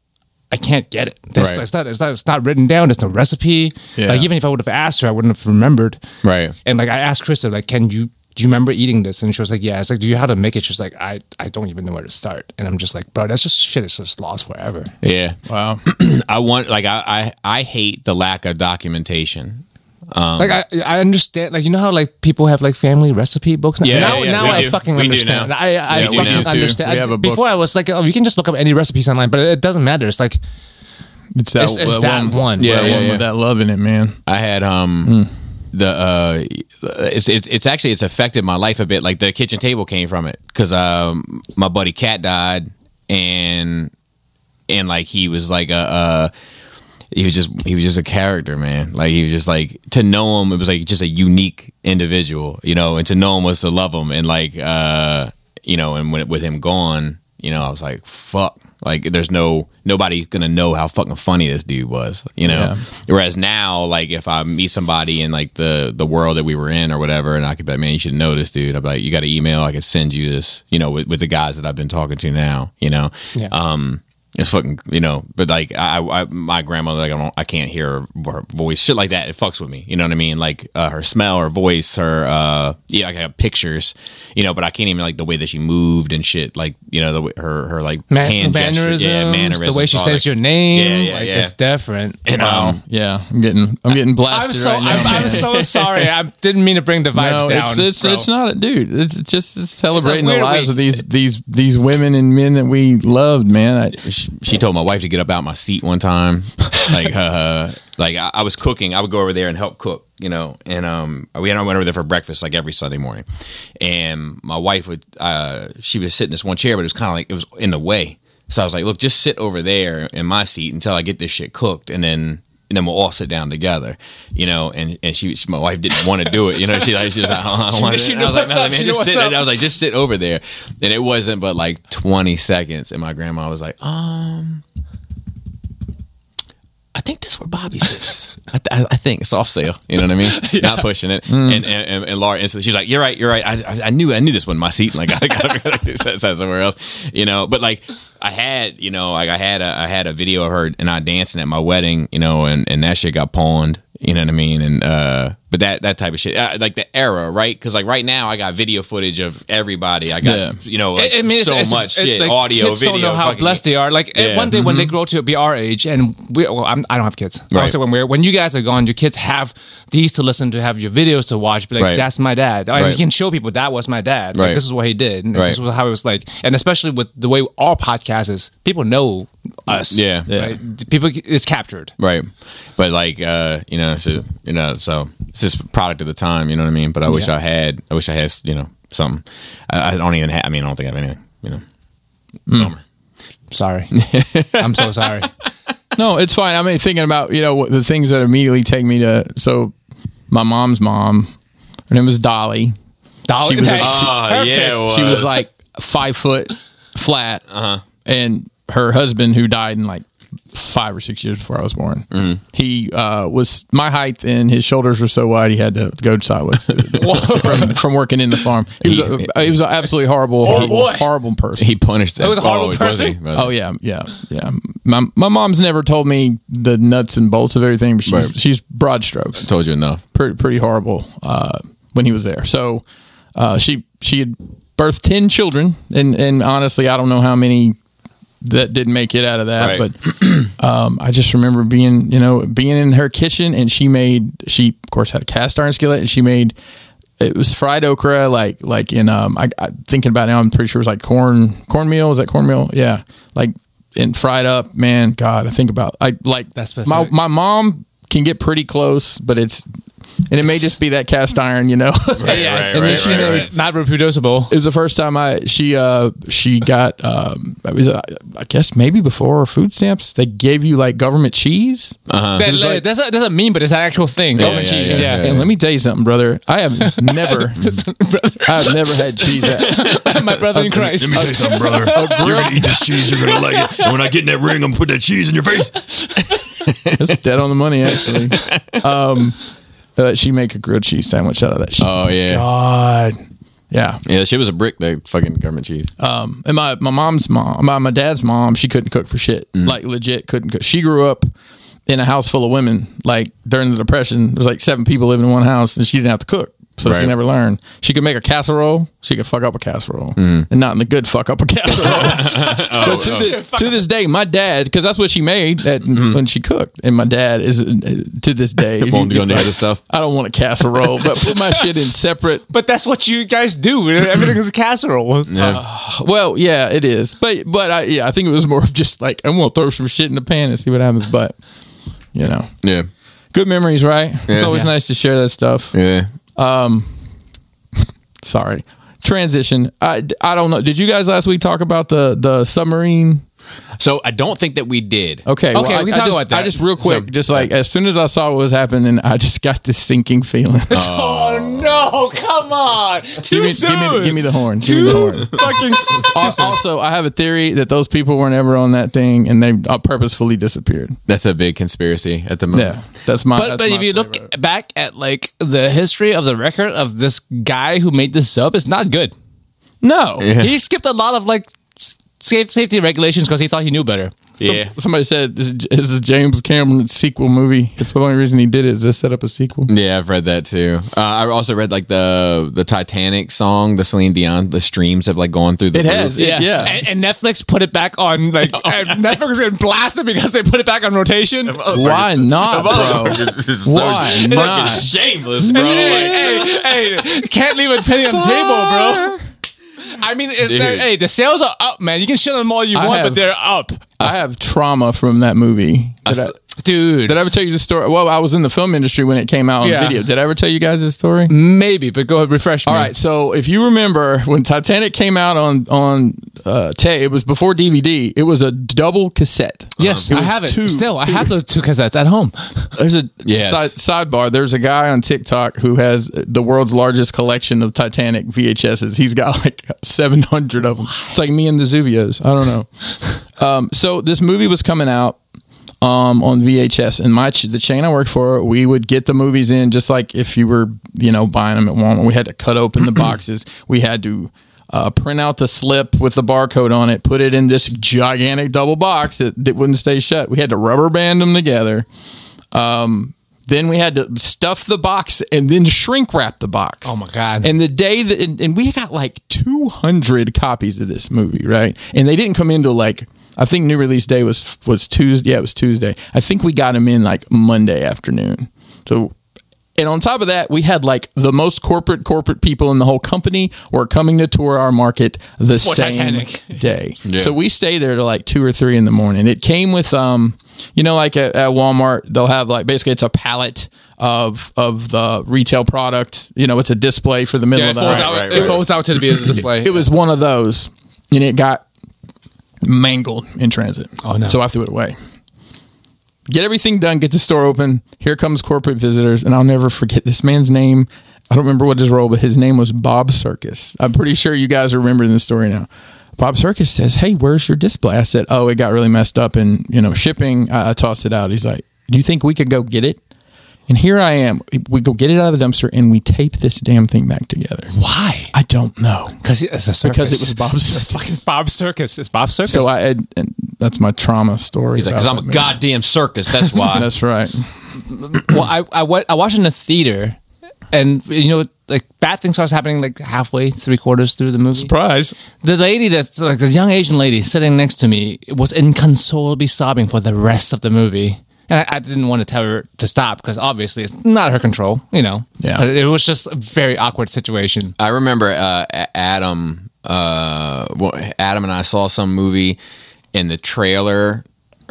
[SPEAKER 3] I can't get it. This,
[SPEAKER 1] Right.
[SPEAKER 3] it's, not, it's not, it's not written down. There's no recipe.
[SPEAKER 2] Yeah.
[SPEAKER 3] Like even if I would have asked her, I wouldn't have remembered.
[SPEAKER 1] Right.
[SPEAKER 3] And like I asked Krista, like, can you do you remember eating this? And she was like, yeah. It's like, do you know how to make it? She's like, I, I don't even know where to start. And I'm just like, bro, that's just shit. It's just lost forever.
[SPEAKER 1] yeah.
[SPEAKER 2] Wow.
[SPEAKER 1] I want like I, I I hate the lack of documentation. Um,
[SPEAKER 3] like I, I understand. Like you know how like people have like family recipe books.
[SPEAKER 1] Yeah,
[SPEAKER 3] now,
[SPEAKER 1] yeah, yeah,
[SPEAKER 3] now
[SPEAKER 1] we
[SPEAKER 3] I
[SPEAKER 1] do.
[SPEAKER 3] fucking
[SPEAKER 1] We do
[SPEAKER 3] understand.
[SPEAKER 1] now.
[SPEAKER 3] I, I
[SPEAKER 1] Yeah, we do
[SPEAKER 3] fucking
[SPEAKER 1] too.
[SPEAKER 3] understand.
[SPEAKER 2] We have a book.
[SPEAKER 3] Before I was like, oh, you can just look up any recipes online, but it doesn't matter. It's like
[SPEAKER 2] It's that,
[SPEAKER 3] It's- it's that one.
[SPEAKER 2] Yeah,
[SPEAKER 1] Yeah,
[SPEAKER 2] that
[SPEAKER 1] yeah,
[SPEAKER 2] one
[SPEAKER 1] yeah.
[SPEAKER 2] with that love in it, man.
[SPEAKER 1] I had um the uh it's it's it's actually it's affected my life a bit. Like the kitchen table came from it because um my buddy Cat died and and like he was like a. uh he was just he was just a character, man. Like he was just like to know him. It was like just a unique individual, you know. And to know him was to love him, and like uh, you know, and when with him gone, you know, I was like, fuck. Like there's no nobody's gonna know how fucking funny this dude was, you know. Whereas now, like if I meet somebody in like the the world that we were in or whatever, and I could be like, man, you should know this dude. I'm like, you got an email, I can send you this, you know, with, with the guys that I've been talking to now, you know.
[SPEAKER 3] Yeah.
[SPEAKER 1] Um, it's fucking you know, but like I, I my grandmother, like I don't, I can't hear her, her voice, shit like that. It fucks with me. You know what I mean? Like uh, her smell, her voice, her uh, yeah, like I got pictures, you know, but I can't even like the way that she moved and shit. Like you know, the way- her her like
[SPEAKER 3] man-
[SPEAKER 1] hand
[SPEAKER 3] mannerisms,
[SPEAKER 1] mannerisms, yeah, mannerisms,
[SPEAKER 3] the way she
[SPEAKER 1] all
[SPEAKER 3] says
[SPEAKER 1] that.
[SPEAKER 3] your name,
[SPEAKER 1] Yeah, yeah,
[SPEAKER 3] like
[SPEAKER 1] yeah.
[SPEAKER 3] it's different.
[SPEAKER 1] And, um,
[SPEAKER 2] Yeah, I'm getting I'm getting blasted
[SPEAKER 3] I'm so
[SPEAKER 2] right now.
[SPEAKER 3] I'm, I'm
[SPEAKER 2] man.
[SPEAKER 3] so (laughs) sorry. I didn't mean to bring the vibes
[SPEAKER 2] no,
[SPEAKER 3] down.
[SPEAKER 2] it's it's,
[SPEAKER 3] bro.
[SPEAKER 2] it's not, dude. It's just it's celebrating the
[SPEAKER 3] weird
[SPEAKER 2] lives
[SPEAKER 3] week.
[SPEAKER 2] of these these these women and men that we loved, man. I, (laughs)
[SPEAKER 1] sh- she told my wife to get up out my seat one time. like, (laughs) uh, like I, I was cooking. I would go over there and help cook, you know. And um, we and I went over there for breakfast like every Sunday morning. And my wife would, uh, she was sitting in this one chair, but it was kind of like it was in the way. So I was like, look, just sit over there in my seat until I get this shit cooked, and then and then we'll all sit down together, you know. And and she, she my wife didn't want to do it, you know. She like she was like, I don't want to.
[SPEAKER 4] she
[SPEAKER 1] do it.
[SPEAKER 4] knew
[SPEAKER 1] I was like,
[SPEAKER 4] what's
[SPEAKER 1] no,
[SPEAKER 4] up,
[SPEAKER 1] man,
[SPEAKER 4] she knew
[SPEAKER 1] just
[SPEAKER 4] what's
[SPEAKER 1] sit.
[SPEAKER 4] up.
[SPEAKER 1] And I was like, just sit over there. And it wasn't but like twenty seconds, and my grandma was like, um. I think that's where Bobby sits. (laughs) I, th- I- I think soft sale. You know what I
[SPEAKER 4] (laughs)
[SPEAKER 1] mean? Not pushing
[SPEAKER 4] Hmm.
[SPEAKER 1] it. And, and and and Laura instantly she's like, "You're right. You're right. I, I, I knew I knew this one. in My seat. Like (laughs) I got to sat somewhere else. You know. But like I had you know like I had a I had a video of her and I dancing at my wedding. You know, and and that shit got pawned. You know what I mean? And uh, but that that type of shit, uh, like the era, right? Because like right now, I got video footage of everybody. I got
[SPEAKER 2] Yeah.
[SPEAKER 1] you know like,
[SPEAKER 4] I mean, it's-
[SPEAKER 1] so
[SPEAKER 4] it's-
[SPEAKER 1] much
[SPEAKER 4] it-
[SPEAKER 1] shit,
[SPEAKER 4] like,
[SPEAKER 1] audio,
[SPEAKER 4] kids
[SPEAKER 1] video.
[SPEAKER 4] don't know how
[SPEAKER 1] fucking-
[SPEAKER 4] blessed they are. Like eh,
[SPEAKER 1] Yeah. Mm-hmm.
[SPEAKER 4] one day when they grow to be our age, and we, well, I'm, I don't have kids.
[SPEAKER 1] Right.
[SPEAKER 4] I'll say when we're when you guys are gone, your kids have these to listen to, have your videos to watch. Be like,
[SPEAKER 1] Right.
[SPEAKER 4] that's my dad. Or
[SPEAKER 1] Right.
[SPEAKER 4] You can show people that was my dad. Like,
[SPEAKER 1] Right.
[SPEAKER 4] This is what he did. And
[SPEAKER 1] Right.
[SPEAKER 4] This was how it was like. And especially with the way our podcast is, people know us.
[SPEAKER 1] Yeah. Yeah.
[SPEAKER 4] Right? People it's captured.
[SPEAKER 1] Right. But like uh, you know, so, you know, so it's just a product of the time, you know what I mean? But I wish I had I wish I had, you know, something. I, I don't even have I mean, I don't think I have anything, you know. (laughs) Bummer. (laughs)
[SPEAKER 4] Sorry, I'm so sorry.
[SPEAKER 2] No, it's fine. I mean, thinking about you know what- the things that immediately take me to. So, my mom's mom, her name was Dolly.
[SPEAKER 4] Dolly,
[SPEAKER 2] She was a-
[SPEAKER 4] (laughs)
[SPEAKER 1] Oh, yeah, it
[SPEAKER 2] She was like five foot flat, and her husband, who died in like five or six years before I was born, he uh, was my height, and his shoulders were so wide he had to go sideways from, from working in the farm. He was a, he was an absolutely horrible, horrible, horrible person.
[SPEAKER 1] he punished that.
[SPEAKER 4] was a horrible person?
[SPEAKER 2] Oh yeah, yeah, yeah. My my mom's never told me the nuts and bolts of everything, but she's
[SPEAKER 1] Right.
[SPEAKER 2] she's broad strokes
[SPEAKER 1] Told you enough.
[SPEAKER 2] pretty pretty horrible uh, when he was there. So uh, she she had birthed ten children, and and honestly, I don't know how many that didn't make it out of that,
[SPEAKER 1] Right.
[SPEAKER 2] but um, I just remember being you know being in her kitchen, and she made she of course had a cast iron skillet, and she made. It was fried okra, like like in um. I, I thinking about it now. I'm pretty sure it was like corn cornmeal. Is that cornmeal? Yeah, like and fried up. Man, God, I think about I like
[SPEAKER 4] That's
[SPEAKER 2] my
[SPEAKER 4] specific.
[SPEAKER 2] my mom can get pretty close, but it's and it may just be that cast iron, you know. (laughs)
[SPEAKER 1] yeah.
[SPEAKER 2] And then she made-
[SPEAKER 4] not reproducible.
[SPEAKER 2] It was the first time I she uh she got um it was, uh, I guess maybe before food stamps they gave you like government cheese.
[SPEAKER 4] That, that's a, that's a meme, but it's an actual thing. Yeah,
[SPEAKER 1] yeah,
[SPEAKER 4] cheese. Yeah,
[SPEAKER 1] yeah, yeah.
[SPEAKER 2] And let me tell you something, brother. I have
[SPEAKER 1] (laughs)
[SPEAKER 2] never I've never had cheese at
[SPEAKER 3] (laughs)
[SPEAKER 4] my brother
[SPEAKER 2] (laughs)
[SPEAKER 4] in Christ.
[SPEAKER 5] Let me say something, brother. You're gonna eat this cheese. You're gonna like it. And when I get in that ring, I'm gonna put that cheese in your face.
[SPEAKER 2] it's dead on the money actually. Um uh, she make a grilled cheese sandwich out of that shit.
[SPEAKER 1] Oh yeah.
[SPEAKER 2] God. Yeah.
[SPEAKER 1] Yeah, that shit was a brick that fucking government
[SPEAKER 2] (laughs)
[SPEAKER 1] cheese.
[SPEAKER 2] Oh,
[SPEAKER 1] (laughs)
[SPEAKER 2] and my my mom's mom, my my dad's mom, she couldn't cook for shit.
[SPEAKER 1] Mm.
[SPEAKER 2] Like legit couldn't cook. She grew up in a house full of women. Like during the depression, there was like seven people living in one house, and she didn't have to cook, so
[SPEAKER 1] Right.
[SPEAKER 2] she never learned. She could make a casserole. She could fuck up a casserole,
[SPEAKER 1] Mm.
[SPEAKER 2] and not in the good fuck
[SPEAKER 1] (laughs)
[SPEAKER 2] up a casserole.
[SPEAKER 1] Oh,
[SPEAKER 2] But to, thi- to this day, my dad, because that's what she made at,
[SPEAKER 1] Mm-hmm.
[SPEAKER 2] when she cooked, and my dad is to this
[SPEAKER 1] (laughs)
[SPEAKER 2] day.
[SPEAKER 1] Won't do any other stuff.
[SPEAKER 2] I don't want a casserole, but put my shit in separate
[SPEAKER 4] But that's what you guys do. Everything is a casserole.
[SPEAKER 3] (laughs)
[SPEAKER 2] Well, yeah, it is, but but I yeah, I think it was more of just like I'm gonna throw some shit in the pan and see what happens. But you know,
[SPEAKER 1] Yeah.
[SPEAKER 2] good memories, right?
[SPEAKER 1] Yeah.
[SPEAKER 2] It's always
[SPEAKER 1] Yeah.
[SPEAKER 2] nice to share that stuff.
[SPEAKER 1] Yeah.
[SPEAKER 2] Sorry, transition. I, I don't know. Did you guys last week talk about the the submarine?
[SPEAKER 1] So I don't think that we did.
[SPEAKER 2] Okay,
[SPEAKER 4] Okay,
[SPEAKER 2] I,
[SPEAKER 4] we can
[SPEAKER 2] I
[SPEAKER 4] talk
[SPEAKER 2] just,
[SPEAKER 4] about that.
[SPEAKER 2] I just real quick, just like as soon as I saw what was happening, I just got this sinking feeling.
[SPEAKER 4] Oh, no! Come on, too
[SPEAKER 2] Uh-huh. give, me,
[SPEAKER 4] soon.
[SPEAKER 2] give me the-
[SPEAKER 3] (laughs)
[SPEAKER 2] give me the horn. Give me the horn. (laughs)
[SPEAKER 4] fucking.
[SPEAKER 2] Al- Also, I have a theory that those people weren't ever on that thing, and they uh, purposefully disappeared.
[SPEAKER 1] That's a big conspiracy at the
[SPEAKER 2] Yeah,
[SPEAKER 1] moment.
[SPEAKER 2] that's my.
[SPEAKER 3] But,
[SPEAKER 2] that's
[SPEAKER 3] but
[SPEAKER 2] my
[SPEAKER 3] if you
[SPEAKER 2] favorite.
[SPEAKER 3] look back at like the history of the record of this guy who made this up, it's not good.
[SPEAKER 2] no,
[SPEAKER 3] He skipped a lot of like s- safe, safety regulations because he thought he knew better.
[SPEAKER 1] Yeah.
[SPEAKER 2] Somebody said this is- this is James Cameron's sequel movie. It's the only reason he did it is to set up a sequel.
[SPEAKER 1] Yeah, I've read that too. Uh, I also read like the the Titanic song, the Celine Dion, the streams have like gone through the.
[SPEAKER 2] It
[SPEAKER 1] roof.
[SPEAKER 2] has, it- yeah. Oh,
[SPEAKER 3] And, and Netflix put it back
[SPEAKER 2] (laughs)
[SPEAKER 3] on like and Netflix is getting blasted because they put it back on rotation.
[SPEAKER 2] Why not, bro? Why not?
[SPEAKER 1] shameless, bro.
[SPEAKER 2] (laughs)
[SPEAKER 3] Hey, hey, hey, can't leave a penny on the table, bro. I mean, it's,
[SPEAKER 1] Dude.
[SPEAKER 3] they're- hey, the sales are up, man. You can shit on them all you
[SPEAKER 2] I
[SPEAKER 3] want,
[SPEAKER 2] have-
[SPEAKER 3] but they're up,
[SPEAKER 2] I have trauma from that movie. Did I,
[SPEAKER 3] dude.
[SPEAKER 2] did I ever tell you the story? Well, I was in the film industry when it came out on
[SPEAKER 3] Yeah.
[SPEAKER 2] video. Did I ever tell you guys this story?
[SPEAKER 3] Maybe, but go ahead, refresh me.
[SPEAKER 2] All right. So if you remember when Titanic came out on on uh, tape, it was before DVD. It was a double cassette.
[SPEAKER 3] Yes,
[SPEAKER 2] It
[SPEAKER 3] I
[SPEAKER 2] was
[SPEAKER 3] have it.
[SPEAKER 2] two-
[SPEAKER 3] Still, I
[SPEAKER 2] two-
[SPEAKER 3] have those two cassettes at home.
[SPEAKER 2] There's a
[SPEAKER 1] Yes.
[SPEAKER 2] side, sidebar. There's a guy on TikTok who has the world's largest collection of Titanic VHSs. He's got like 700 of them. It's like me and the Zuvios. I don't know. um, so this movie was coming out um, on VHS, and my ch- the chain I work for, we would get the movies in just like if you were you know buying them at Walmart. We had to cut open the boxes. We had to. Uh, print out the slip with the barcode on it, put it in this gigantic double box that, that wouldn't stay shut. We had to rubber band them together. Then we had to stuff the box and then shrink wrap the box. Oh
[SPEAKER 3] my God.
[SPEAKER 2] And the day that and, and we got like 200 copies of this movie, right? And they didn't come in till like I think new release day was was Tuesday. Yeah, it was Tuesday. I think we got them in like Monday afternoon. So and on top of that, we had like the most corporate corporate people in the whole company were coming to tour our market the same
[SPEAKER 3] Titanic.
[SPEAKER 2] (laughs) day. So we stay there till like two or three in the morning. It came with, um, you know, like at, at Walmart, they'll have like basically it's a pallet of of the retail product. You know, it's a display for the middle
[SPEAKER 3] Yeah, it
[SPEAKER 2] of the
[SPEAKER 3] folds
[SPEAKER 2] aisle.
[SPEAKER 3] out. it folds out to the display.
[SPEAKER 2] It was one of those, and it got mangled in transit. Oh
[SPEAKER 3] no.
[SPEAKER 2] So I threw it away. Get everything done. Get the store open. Here comes corporate visitors, and I'll never forget this man's name. I don't remember what his role, but his name was Bob Circus. I'm pretty sure you guys are remembering the story now. Bob Circus says, "Hey, where's your display?" I said, "Oh, it got really messed up, and you know, shipping." I, I tossed it out. He's like, "Do you think we could go get it?" And here I am. We go get it out of the dumpster, and we tape this damn thing back together.
[SPEAKER 3] Why?
[SPEAKER 2] I don't know
[SPEAKER 3] Because it's a circus.
[SPEAKER 2] because it was Bob Circus.
[SPEAKER 3] It's (laughs) fucking Bob Circus. It's Bob Circus.
[SPEAKER 2] So I, and, and that's my trauma story.
[SPEAKER 1] He's like,
[SPEAKER 2] about
[SPEAKER 1] because I'm a
[SPEAKER 2] that movie.
[SPEAKER 1] goddamn circus. That's
[SPEAKER 2] (laughs)
[SPEAKER 1] why.
[SPEAKER 2] That's right.
[SPEAKER 3] well, I, I, wa- I watched in the theater, and you know, like bad things starts happening like halfway, three quarters through the movie.
[SPEAKER 2] Surprise.
[SPEAKER 3] The lady that's like the young Asian lady sitting next to me was inconsolably sobbing for the rest of the movie. And I, I didn't want to tell her to stop because obviously it's not her control, you know.
[SPEAKER 2] Yeah.
[SPEAKER 3] But it was just a very awkward
[SPEAKER 2] (laughs)
[SPEAKER 3] situation.
[SPEAKER 1] I remember uh, A- Adam. Uh, well, Adam and I saw some movie, and the trailer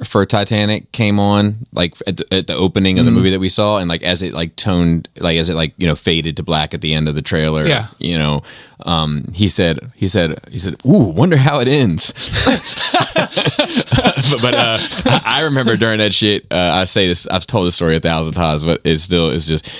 [SPEAKER 1] for Titanic came on like at the, at the opening
[SPEAKER 2] Mm-hmm.
[SPEAKER 1] of the movie that we saw, and like as it like toned, like as it like you know faded to black at the end of the trailer.
[SPEAKER 3] Yeah.
[SPEAKER 1] you know, um, he said, he said, he said, "Ooh, wonder how it ends." (laughs) but but uh, I, I remember during that shit. Uh, I say this. I've told this story a thousand times, but it's still. It's just.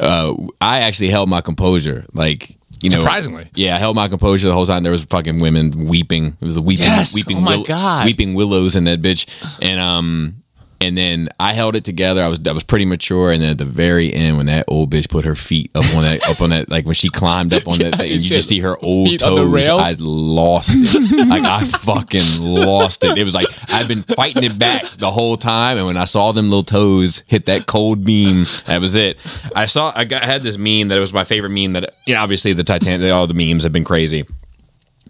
[SPEAKER 1] Uh, I actually held my composure. Like you know,
[SPEAKER 3] Surprisingly.
[SPEAKER 1] yeah, I held my composure the whole time. There was fucking women weeping. It was a weeping,
[SPEAKER 3] Yes!
[SPEAKER 1] weeping,
[SPEAKER 3] Oh my God.
[SPEAKER 1] weeping willows in that bitch. And um, and then I held it together. I was I was pretty mature. And then at the very end, when that old bitch put her feet up on that up on that like when she climbed up
[SPEAKER 3] (laughs)
[SPEAKER 1] on that, thing, and you just see her old
[SPEAKER 3] Feet on
[SPEAKER 1] toes.
[SPEAKER 3] the rails?
[SPEAKER 1] I lost
[SPEAKER 3] (laughs)
[SPEAKER 1] it. like I fucking lost it. It was like I've been fighting it back the whole time, and when I saw them little toes hit that cold beam, that was it. I saw I, got, I had this meme that it was my favorite meme that you know, obviously the Titanic, all the memes have been crazy.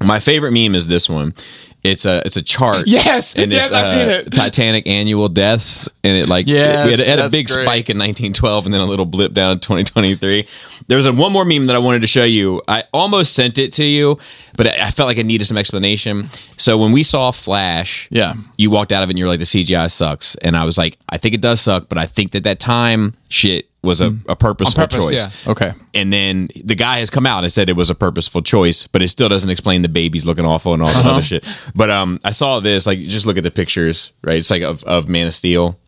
[SPEAKER 1] My favorite meme is this one. It's a it's a chart.
[SPEAKER 3] Yes,
[SPEAKER 1] and
[SPEAKER 3] yes,
[SPEAKER 1] it's, uh,
[SPEAKER 3] I've seen it. (laughs)
[SPEAKER 1] Titanic annual deaths, and it like
[SPEAKER 2] Yes,
[SPEAKER 1] we had, it had a
[SPEAKER 2] that's
[SPEAKER 1] big
[SPEAKER 2] great.
[SPEAKER 1] spike in 1912, and then a little blip down in 2023. There's a, one more meme that I wanted to show you. I almost sent it to you, but I, I felt like it needed some explanation. So when we saw Flash,
[SPEAKER 2] Yeah.
[SPEAKER 1] you walked out of it and you were like, the CGI sucks, and I was like, I think it does suck, but I think that that time shit was a,
[SPEAKER 2] Mm.
[SPEAKER 1] a purposeful
[SPEAKER 3] purpose,
[SPEAKER 1] choice.
[SPEAKER 3] yeah.
[SPEAKER 2] Okay.
[SPEAKER 1] And then the guy has come out and said it was a purposeful choice, but it still doesn't explain the babies looking awful and all that other shit. But um, I saw this like just look at the pictures, right? It's like of, of Man of Steel,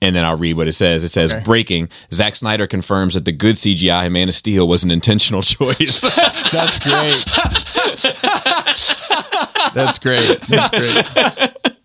[SPEAKER 1] and then I'll read what it says. It says breaking: Zack Snyder confirms that the good CGI in Man of Steel was an intentional (laughs) choice.
[SPEAKER 2] That's great. That's great. That's great.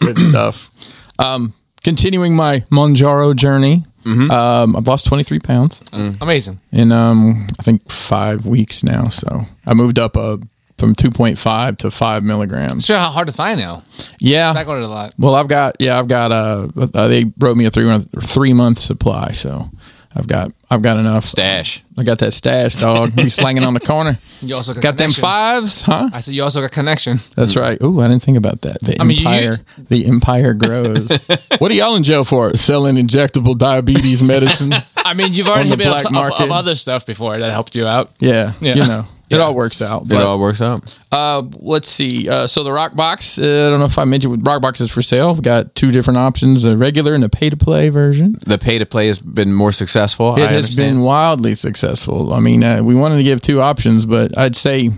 [SPEAKER 2] Good stuff. Um, continuing my Monjaro journey, um, I've lost 23 pounds
[SPEAKER 3] Amazing.
[SPEAKER 2] in, um, I think, five weeks now. So I moved up uh, from 2.5 to 5 milligrams.
[SPEAKER 3] Sure, how hard to find now.
[SPEAKER 2] Yeah.
[SPEAKER 3] Back ordered a lot.
[SPEAKER 2] Well, I've got yeah, I've got uh, uh they wrote me a three month three month supply, so I've got I've got enough
[SPEAKER 1] Stash.
[SPEAKER 2] I got that stash, dog. Be slanging on the corner.
[SPEAKER 3] (laughs) You also got,
[SPEAKER 2] Got them
[SPEAKER 3] connection.
[SPEAKER 2] fives, huh?
[SPEAKER 3] I said you also
[SPEAKER 2] (laughs)
[SPEAKER 3] got connection.
[SPEAKER 2] That's right. Ooh, I didn't think about that. The
[SPEAKER 3] mean, you-
[SPEAKER 2] empire, the empire grows.
[SPEAKER 1] (laughs)
[SPEAKER 2] what are y'all in jail for? Selling injectable diabetes medicine.
[SPEAKER 3] (laughs) I mean, you've already
[SPEAKER 2] the
[SPEAKER 3] hit me up
[SPEAKER 2] black
[SPEAKER 3] of, of,
[SPEAKER 2] market.
[SPEAKER 3] other stuff before that helped you out.
[SPEAKER 2] Yeah,
[SPEAKER 3] Yeah.
[SPEAKER 2] you know. It all works out.
[SPEAKER 1] It
[SPEAKER 2] but-
[SPEAKER 1] all works out.
[SPEAKER 2] Uh, let's see. Uh, so the Rock Box. Uh, I don't know if I mentioned Rock Box is for sale. We've got two different options: a regular and a pay-to-play version.
[SPEAKER 1] The pay to play has been more successful.
[SPEAKER 2] It has been wildly successful. I mean, uh, we wanted to give two options, but I'd say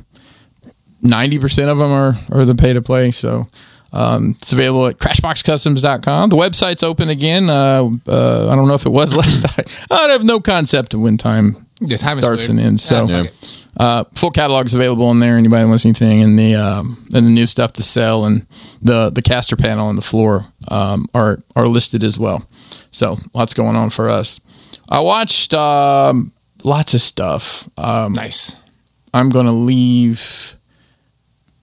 [SPEAKER 2] ninety percent of them are are the pay-to-play. So. Um, it's available at crashboxcustoms.com. The website's open again. Uh, uh, I don't know if it was (laughs) last time. I have no concept of when time
[SPEAKER 3] The time is
[SPEAKER 2] starts
[SPEAKER 3] weird.
[SPEAKER 2] and
[SPEAKER 3] Ah,
[SPEAKER 2] ends. So,
[SPEAKER 1] Yeah.
[SPEAKER 2] uh, full catalog's available on there. Anybody wants anything, and the um, and the new stuff to sell, and the the caster panel and the floor um, are are listed as well. So lots going on for us. I watched um, lots of stuff. Um,
[SPEAKER 3] Nice.
[SPEAKER 2] I'm gonna leave.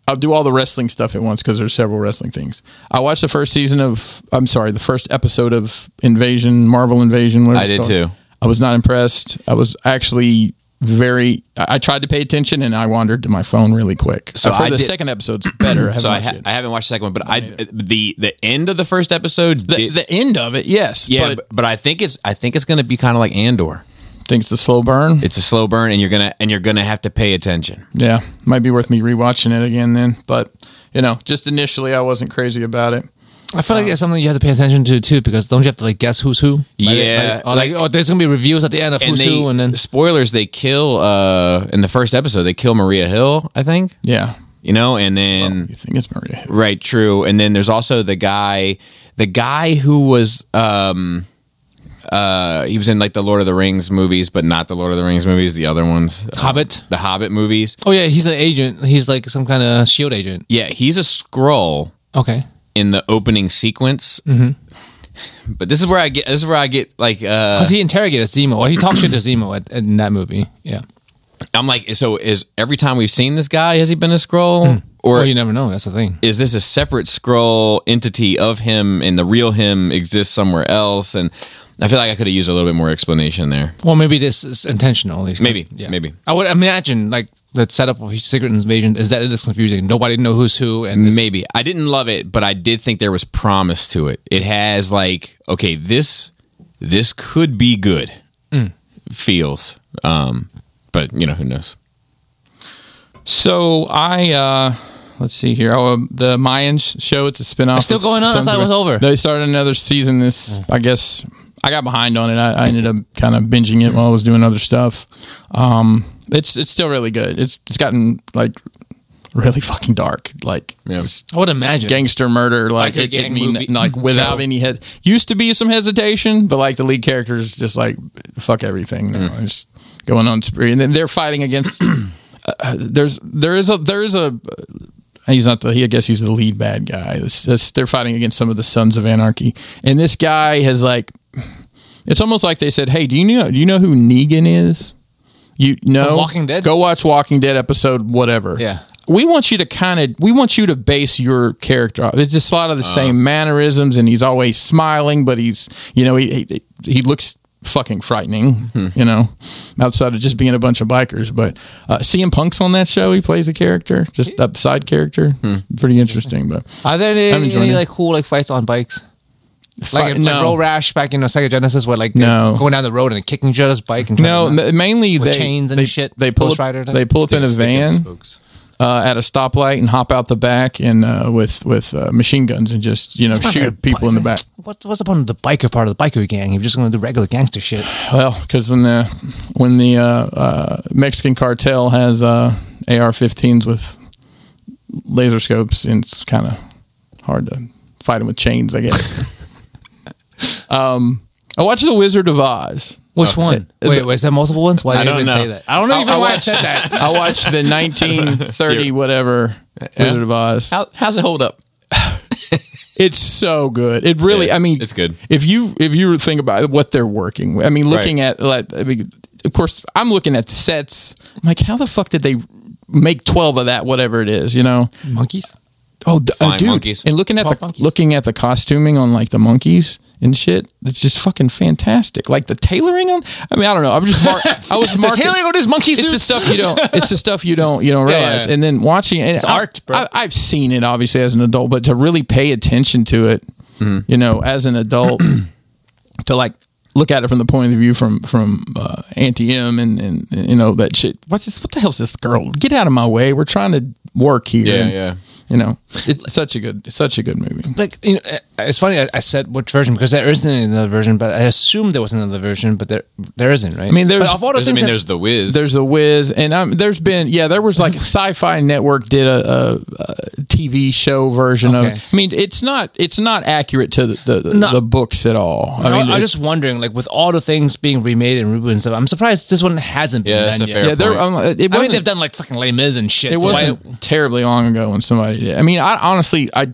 [SPEAKER 2] I'll do all the wrestling stuff at once because there's several wrestling things. I watched the first season of. I'm sorry, the first episode of Invasion, Marvel Invasion. whatever
[SPEAKER 1] I
[SPEAKER 2] it's
[SPEAKER 1] did
[SPEAKER 2] called.
[SPEAKER 1] too.
[SPEAKER 2] I was not impressed. I was actually very. I I tried to pay attention and I wandered to my phone really quick. So
[SPEAKER 1] I
[SPEAKER 2] the
[SPEAKER 1] did-
[SPEAKER 2] second episode's (clears throat) better. I
[SPEAKER 1] So I,
[SPEAKER 2] haven't watched
[SPEAKER 1] ha-
[SPEAKER 2] it.
[SPEAKER 1] I haven't watched the second one, but I the the end of the first episode.
[SPEAKER 2] the,
[SPEAKER 1] did-
[SPEAKER 2] the end of it, yes.
[SPEAKER 1] yeah,
[SPEAKER 2] but
[SPEAKER 1] but, but I think it's I think it's going to be kind of like Andor.
[SPEAKER 2] I think it's a slow burn.
[SPEAKER 1] It's a slow burn, and you're gonna and you're gonna have to pay attention.
[SPEAKER 2] Yeah, might be worth me rewatching it again then. But you know, just initially, I wasn't crazy about it.
[SPEAKER 3] I feel like it's something you have to pay attention to too, because don't you have to like guess who's who? Like,
[SPEAKER 1] Yeah,
[SPEAKER 3] like, or like, oh, there's gonna be reviews at the end of
[SPEAKER 1] And
[SPEAKER 3] who's
[SPEAKER 1] they,
[SPEAKER 3] who, and then
[SPEAKER 1] spoilers. They kill uh in the first episode. They kill Maria Hill, I think.
[SPEAKER 2] Yeah,
[SPEAKER 1] You know, and then
[SPEAKER 2] you think it's Maria? Hill.
[SPEAKER 1] Right, true. And then there's also the guy, the guy who was, um, uh, he was in like the Lord of the Rings movies, but not the Lord of the Rings movies. The other ones, uh,
[SPEAKER 3] Hobbit.
[SPEAKER 1] the Hobbit movies.
[SPEAKER 3] Oh yeah, he's an agent. He's like some kind of shield agent.
[SPEAKER 1] Yeah, he's a scroll
[SPEAKER 3] Okay.
[SPEAKER 1] in the opening sequence.
[SPEAKER 3] Mm-hmm.
[SPEAKER 1] But this is where I get. This is where I get like. Uh,
[SPEAKER 3] Because he interrogated Zemo, or he talked shit to Zemo at, in that movie. Yeah.
[SPEAKER 1] I'm like, so is every time we've seen this guy, has he been a scroll, or
[SPEAKER 3] Hmm. Well, you never know. That's the thing.
[SPEAKER 1] is this a separate scroll entity of him, and the real him exists somewhere else? And I feel like I could have used a little bit more explanation there.
[SPEAKER 3] Well, maybe this is intentional. these-
[SPEAKER 1] Maybe, maybe.
[SPEAKER 3] I would imagine like the setup of Secret Invasion is that it is confusing. Nobody know who's who, and it's-
[SPEAKER 1] Maybe. I didn't love it, but I did think there was promise to it. It has like, okay, this this could be good.
[SPEAKER 3] Hmm.
[SPEAKER 1] Feels. Um but you know, who knows?
[SPEAKER 2] So I uh let's see here. Oh, um, the Mayans show. It's a spinoff. It's
[SPEAKER 3] still going on? I thought it was over. Mm.
[SPEAKER 2] They started another season. This I guess I got behind on it. I, I ended up kind of binging it while I was doing other stuff. Um, it's it's still really good. It's it's gotten like really (laughs) fucking dark. Like
[SPEAKER 1] Yeah.
[SPEAKER 2] just
[SPEAKER 3] I would imagine.
[SPEAKER 2] gangster murder. Like
[SPEAKER 3] a
[SPEAKER 2] it, it
[SPEAKER 3] gang
[SPEAKER 2] mean-
[SPEAKER 3] movie.
[SPEAKER 2] like
[SPEAKER 3] (laughs)
[SPEAKER 2] without any head. Used to be some hesitation, but like the lead characters just like fuck everything. now.
[SPEAKER 3] Mm.
[SPEAKER 2] It's going on spree, and then they're fighting
[SPEAKER 3] (clears throat)
[SPEAKER 2] against. uh, there's there is a there is a. He's not the. He, I guess he's the lead bad guy. This this they're fighting against some of the Sons of Anarchy, and this guy has like. It's almost like they said, "Hey, do you know do you know who Negan is? You know,
[SPEAKER 3] Walking Dead?
[SPEAKER 2] Go watch Walking Dead episode whatever.
[SPEAKER 3] Yeah.
[SPEAKER 2] we want you to kind of we want you to base your character. off. It's just a lot of the
[SPEAKER 3] Uh-huh.
[SPEAKER 2] same mannerisms, and he's always smiling, but he's you know he he, he looks fucking frightening.
[SPEAKER 3] Mm-hmm.
[SPEAKER 2] You know, outside of just being a bunch of bikers, but uh, CM Punk's on that show. He plays a character, just a side character.
[SPEAKER 3] Hmm.
[SPEAKER 2] Pretty interesting, but
[SPEAKER 3] Are there
[SPEAKER 2] I'm
[SPEAKER 3] any,
[SPEAKER 2] enjoying
[SPEAKER 3] any
[SPEAKER 2] it.
[SPEAKER 3] like cool like fights on bikes?
[SPEAKER 2] Fi-
[SPEAKER 3] Like, in- like
[SPEAKER 2] no.
[SPEAKER 3] Road Rash back in the Sega Genesis, where like they're
[SPEAKER 2] No.
[SPEAKER 3] going down the road and kicking each other's bike and
[SPEAKER 2] No,
[SPEAKER 3] trying
[SPEAKER 2] ma-
[SPEAKER 3] to-
[SPEAKER 2] mainly
[SPEAKER 3] with
[SPEAKER 2] they,
[SPEAKER 3] chains and
[SPEAKER 2] they,
[SPEAKER 3] shit,
[SPEAKER 2] They pull
[SPEAKER 3] Ghost
[SPEAKER 2] up,
[SPEAKER 3] Rider type?
[SPEAKER 2] they pull up in a van uh, at a stoplight and hop out the back and uh, with with uh, machine guns and just you know
[SPEAKER 3] not very
[SPEAKER 2] shoot people in the back.
[SPEAKER 3] What, what's up on the biker part of the biker gang? You're just going to do regular gangster shit.
[SPEAKER 2] Well, because when the when the uh, uh, Mexican cartel has uh, AR-15s with laser scopes, and it's kind of hard to fight them with chains. I
[SPEAKER 3] (laughs)
[SPEAKER 2] guess. um, I watched The Wizard of Oz.
[SPEAKER 3] Which one? Wait, wait, is there multiple ones? Why
[SPEAKER 1] I
[SPEAKER 3] did you
[SPEAKER 1] don't
[SPEAKER 3] even
[SPEAKER 1] know.
[SPEAKER 3] say that? I don't know even why Oh, I said
[SPEAKER 2] (laughs)
[SPEAKER 3] that.
[SPEAKER 2] I watched the
[SPEAKER 3] (laughs)
[SPEAKER 2] 1930 whatever Wizard of Oz.
[SPEAKER 1] How, how's it hold up?
[SPEAKER 2] It's so good. It really.
[SPEAKER 1] Yeah,
[SPEAKER 2] I mean,
[SPEAKER 1] it's good.
[SPEAKER 2] If you if you think about what they're working with, I mean, looking at like, I mean, of course, I'm looking at the sets. I'm like, how the fuck did they make twelve of that? Whatever it is, you know.
[SPEAKER 3] Monkeys?
[SPEAKER 2] Oh, d- oh,
[SPEAKER 1] Flying
[SPEAKER 2] dude!
[SPEAKER 1] monkeys.
[SPEAKER 2] And looking at the
[SPEAKER 3] monkeys.
[SPEAKER 2] looking at the costuming on like the monkeys and shit, it's just fucking fantastic. Like the tailoring on. I mean, I don't know. I'm just.
[SPEAKER 1] (laughs)
[SPEAKER 2] Mar- I was marking.
[SPEAKER 3] tailoring on his monkey
[SPEAKER 2] It's the
[SPEAKER 3] suits?
[SPEAKER 2] stuff you don't. It's the stuff you don't. You don't
[SPEAKER 3] yeah,
[SPEAKER 2] realize.
[SPEAKER 3] yeah.
[SPEAKER 2] And then watching and it's
[SPEAKER 3] art, bro.
[SPEAKER 2] I, I've seen it obviously as an adult,
[SPEAKER 1] Mm-hmm.
[SPEAKER 2] but (clears throat) to really pay attention to it, you know, as an adult, to like look at it from the point of view from from uh, Auntie M and, and and, you know that shit. What's this? What the hell's this girl? Get out of my way. We're trying to work here.
[SPEAKER 1] Yeah,
[SPEAKER 2] And,
[SPEAKER 1] yeah.
[SPEAKER 2] You know, it's such a good, it's such a good movie.
[SPEAKER 3] like you know, uh, it's funny. I, I said which version because there isn't another version, but I assume there was another version, but there there isn't, right? I
[SPEAKER 2] mean, there's-
[SPEAKER 3] but of all the
[SPEAKER 1] I
[SPEAKER 3] things
[SPEAKER 1] mean,
[SPEAKER 3] that-
[SPEAKER 1] there's the Wiz.
[SPEAKER 2] There's the Wiz, and um, there's been yeah, there was like Sci-Fi Network did a, a, a TV show version of.
[SPEAKER 3] Okay.
[SPEAKER 2] it. I mean, it's not it's not accurate to the the,
[SPEAKER 3] No.
[SPEAKER 2] the books at all. I
[SPEAKER 3] I
[SPEAKER 2] mean,
[SPEAKER 3] I
[SPEAKER 2] it-
[SPEAKER 3] was just wondering, like with all the things being remade and rebooted and stuff, I'm surprised this one hasn't been
[SPEAKER 1] Yeah, that's
[SPEAKER 3] done
[SPEAKER 1] a
[SPEAKER 3] yet.
[SPEAKER 1] fair
[SPEAKER 2] yeah, there.
[SPEAKER 1] point.
[SPEAKER 2] Um, it
[SPEAKER 3] I mean,
[SPEAKER 2] wasn't-
[SPEAKER 3] they've done like fucking Les Mis and shit.
[SPEAKER 2] It
[SPEAKER 3] so why-
[SPEAKER 2] wasn't terribly long ago when somebody did. I mean, I honestly, I,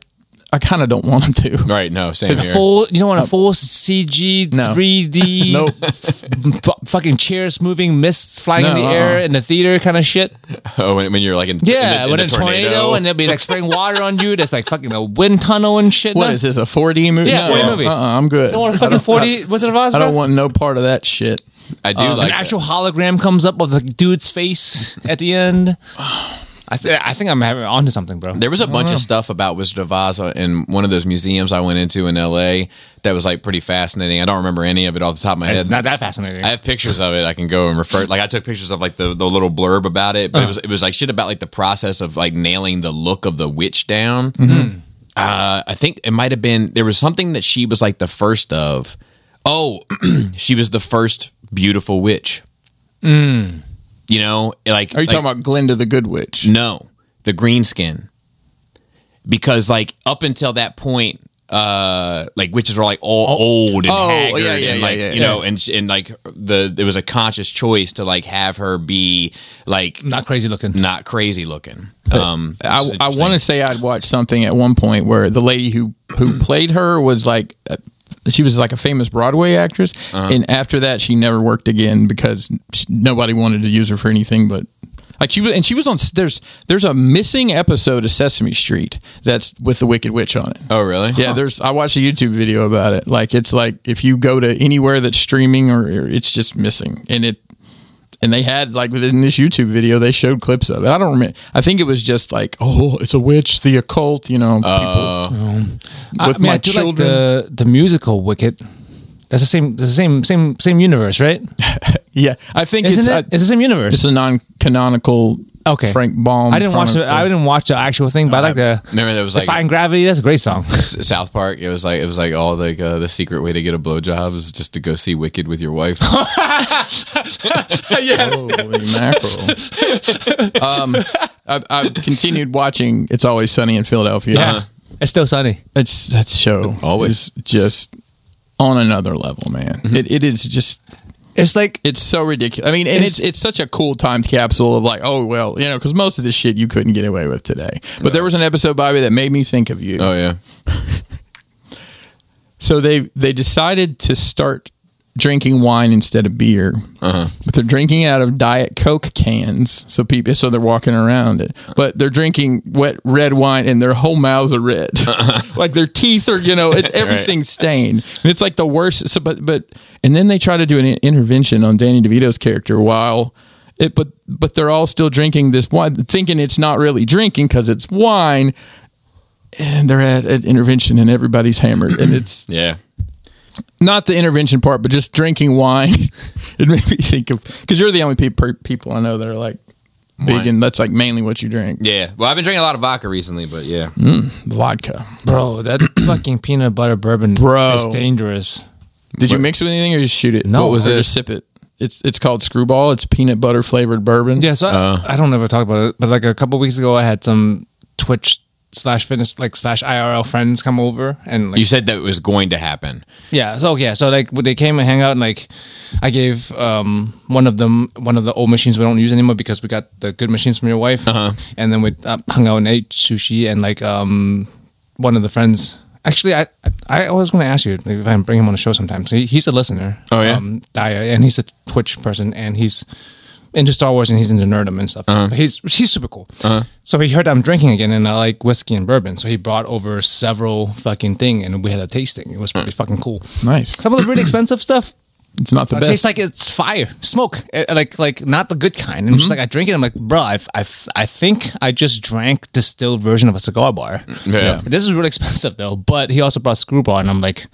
[SPEAKER 2] I kind of don't want them
[SPEAKER 3] (laughs)
[SPEAKER 2] to.
[SPEAKER 1] right? No, same here.
[SPEAKER 3] full. You don't want a full CG,
[SPEAKER 2] No.
[SPEAKER 3] 3D,
[SPEAKER 2] Nope.
[SPEAKER 3] f- fucking chairs moving, mists flying in
[SPEAKER 2] No,
[SPEAKER 3] the
[SPEAKER 2] uh-uh.
[SPEAKER 3] air in the theater kind of shit.
[SPEAKER 1] (laughs) oh, when, when you're like in,
[SPEAKER 3] Yeah,
[SPEAKER 1] in the, in
[SPEAKER 3] when
[SPEAKER 1] the
[SPEAKER 3] a tornado, and there'll be like spraying water on you. There's like fucking a wind tunnel and shit.
[SPEAKER 2] What
[SPEAKER 3] No.
[SPEAKER 2] is this? A 4D movie?
[SPEAKER 3] Yeah, 4D movie.
[SPEAKER 2] Uh, uh I'm good.
[SPEAKER 3] I don't want a fucking forty. Wizard of Oz?
[SPEAKER 2] I don't
[SPEAKER 3] bro?
[SPEAKER 2] want no part of that shit.
[SPEAKER 1] I do
[SPEAKER 3] Um,
[SPEAKER 1] like
[SPEAKER 3] an actual hologram comes up of the dude's face at the end. I, th- I think I'm having onto something, bro.
[SPEAKER 1] There was a bunch of stuff about Wizard of Oz in one of those museums I went into in L.A. that was like pretty fascinating. I don't remember any of it off the top of my
[SPEAKER 3] it's
[SPEAKER 1] head.
[SPEAKER 3] not that fascinating.
[SPEAKER 1] I have pictures of it. I can go and refer. Like I took pictures of like the, the little blurb about it, but it was it was like shit about like the process of like nailing the look of the witch down.
[SPEAKER 2] Mm-hmm.
[SPEAKER 1] Uh, I think it might have been there was something that she was like the first of. Oh, (clears throat) she was the first beautiful witch. You know, like
[SPEAKER 2] Mm. Are you
[SPEAKER 1] like-
[SPEAKER 2] talking about Glinda the Good Witch?
[SPEAKER 1] no, the green skin. Because like up until that point, uh, like witches were like all old and
[SPEAKER 2] Oh,
[SPEAKER 1] haggard,
[SPEAKER 2] yeah, yeah,
[SPEAKER 1] and
[SPEAKER 2] yeah,
[SPEAKER 1] like
[SPEAKER 2] yeah,
[SPEAKER 1] you know, and sh- and like the there was a conscious choice to like have her be like
[SPEAKER 3] not crazy looking.
[SPEAKER 1] not crazy looking. Um,
[SPEAKER 2] I, I want to say I'd watched something at one point where the lady who who played her was like uh, she was like a famous Broadway actress, and after that she never worked again because she- nobody wanted to use her for anything but. Like she was, and she was on. There's, there's a missing episode of Sesame Street that's with the Wicked Witch on it.
[SPEAKER 1] Oh really?
[SPEAKER 2] Yeah, there's. I watched a YouTube video about it. Like it's like if you go to anywhere that's streaming, or, or it's just missing, and it. And they had like within this YouTube video, they showed clips of it. I don't remember. I think it was just like, oh, it's a witch, the occult, you know. people
[SPEAKER 3] Um, I,
[SPEAKER 2] with
[SPEAKER 3] I mean,
[SPEAKER 2] my
[SPEAKER 3] I do like
[SPEAKER 2] children,
[SPEAKER 3] the the musical Wicked. That's the same. That's the same same same universe, right?
[SPEAKER 2] yeah. I think
[SPEAKER 3] Isn't
[SPEAKER 2] it's
[SPEAKER 3] it?
[SPEAKER 2] a,
[SPEAKER 3] it's the same universe.
[SPEAKER 2] it's a non-canonical.
[SPEAKER 3] okay.
[SPEAKER 2] Frank Baum.
[SPEAKER 3] I didn't watch the. I
[SPEAKER 2] chronicle.
[SPEAKER 3] didn't watch the actual thing, but I like the.
[SPEAKER 1] Remember there was like Uh-huh.
[SPEAKER 3] Defying Gravity. That's a great song.
[SPEAKER 1] S- (laughs) South Park. It was like it was like all like uh, the secret way to get a blowjob is just to go see Wicked with your
[SPEAKER 2] (laughs)
[SPEAKER 1] wife. Oh,
[SPEAKER 2] Holy mackerel!
[SPEAKER 3] (laughs)
[SPEAKER 2] um, I've, I've continued watching. It's always sunny in Philadelphia.
[SPEAKER 3] yeah, it's still sunny.
[SPEAKER 2] It's that show
[SPEAKER 1] Always.
[SPEAKER 2] is just on another level, man. It, it is just
[SPEAKER 3] It's like
[SPEAKER 2] it's so ridiculous. I mean, and it's, it's such a cool time capsule of like, oh well, you know, because most of this shit you couldn't get away with today. But there was an episode, Bobby, that made me think of you.
[SPEAKER 1] oh yeah.
[SPEAKER 2] So they they decided to start drinking wine instead of beer, but they're drinking out of Diet Coke cans. So people, so they're walking around it, but they're drinking wet red wine, and their whole mouths are red, (laughs) like their teeth are, you know, it's, everything's stained, and it's like the worst. So, but but and then they try to do an intervention on Danny DeVito's character while. It, but but they're all still drinking this wine, thinking it's not really drinking because it's wine, and they're at an intervention and everybody's hammered, and it's
[SPEAKER 1] Yeah.
[SPEAKER 2] not the intervention part, but just drinking wine. (laughs) it made me think of because you're the only peop people I know that are like big,
[SPEAKER 1] Wine.
[SPEAKER 2] and that's like mainly what you drink.
[SPEAKER 1] Yeah. Well, I've been drinking a lot of vodka recently, but yeah.
[SPEAKER 2] Mm. Vodka,
[SPEAKER 3] Bro,
[SPEAKER 1] (clears throat)
[SPEAKER 3] that fucking peanut butter bourbon
[SPEAKER 2] Bro.
[SPEAKER 3] is dangerous.
[SPEAKER 2] Did you mix it with anything or just shoot it?
[SPEAKER 3] No,
[SPEAKER 2] What was
[SPEAKER 3] I
[SPEAKER 2] it? Just
[SPEAKER 3] just-
[SPEAKER 2] sip it. It's it's called Screwball. It's peanut butter flavored bourbon.
[SPEAKER 3] Yeah, so I-
[SPEAKER 1] Uh.
[SPEAKER 3] I, don't ever talk about it, but like a couple weeks ago, I had some Twitch slash fitness like slash IRL friends come over and like
[SPEAKER 1] You said that it was going to happen.
[SPEAKER 3] yeah, so yeah, so like when they came and hang out and like I gave um one of them one of the old machines we don't use anymore because we got the good machines from your wife,
[SPEAKER 1] Uh-huh.
[SPEAKER 3] and then we uh, hung out and ate sushi and like um one of the friends. Actually, I I was going to ask you if I can bring him on the show sometime. So he, he's a listener.
[SPEAKER 1] Oh, yeah?
[SPEAKER 3] um, Daya, and he's a Twitch person, and he's into Star Wars and he's into nerdum and stuff.
[SPEAKER 2] Uh-huh.
[SPEAKER 3] But he's he's super cool. So he heard I'm drinking again, and I like whiskey and bourbon. So he brought over several fucking thing, and we had a tasting. It was pretty fucking cool.
[SPEAKER 2] nice.
[SPEAKER 3] Some of the
[SPEAKER 2] (clears throat)
[SPEAKER 3] really expensive stuff
[SPEAKER 2] It's not the
[SPEAKER 3] it
[SPEAKER 2] best.
[SPEAKER 3] tastes like it's fire, smoke, Uh, like like not the good kind. And I'm just
[SPEAKER 2] Mm-hmm.
[SPEAKER 3] like I drink it. I'm like, bro, I, I, I think I just drank distilled version of a cigar bar.
[SPEAKER 2] Mm,
[SPEAKER 1] Yeah.
[SPEAKER 3] This is really expensive though. But he also brought screwball, and I'm like,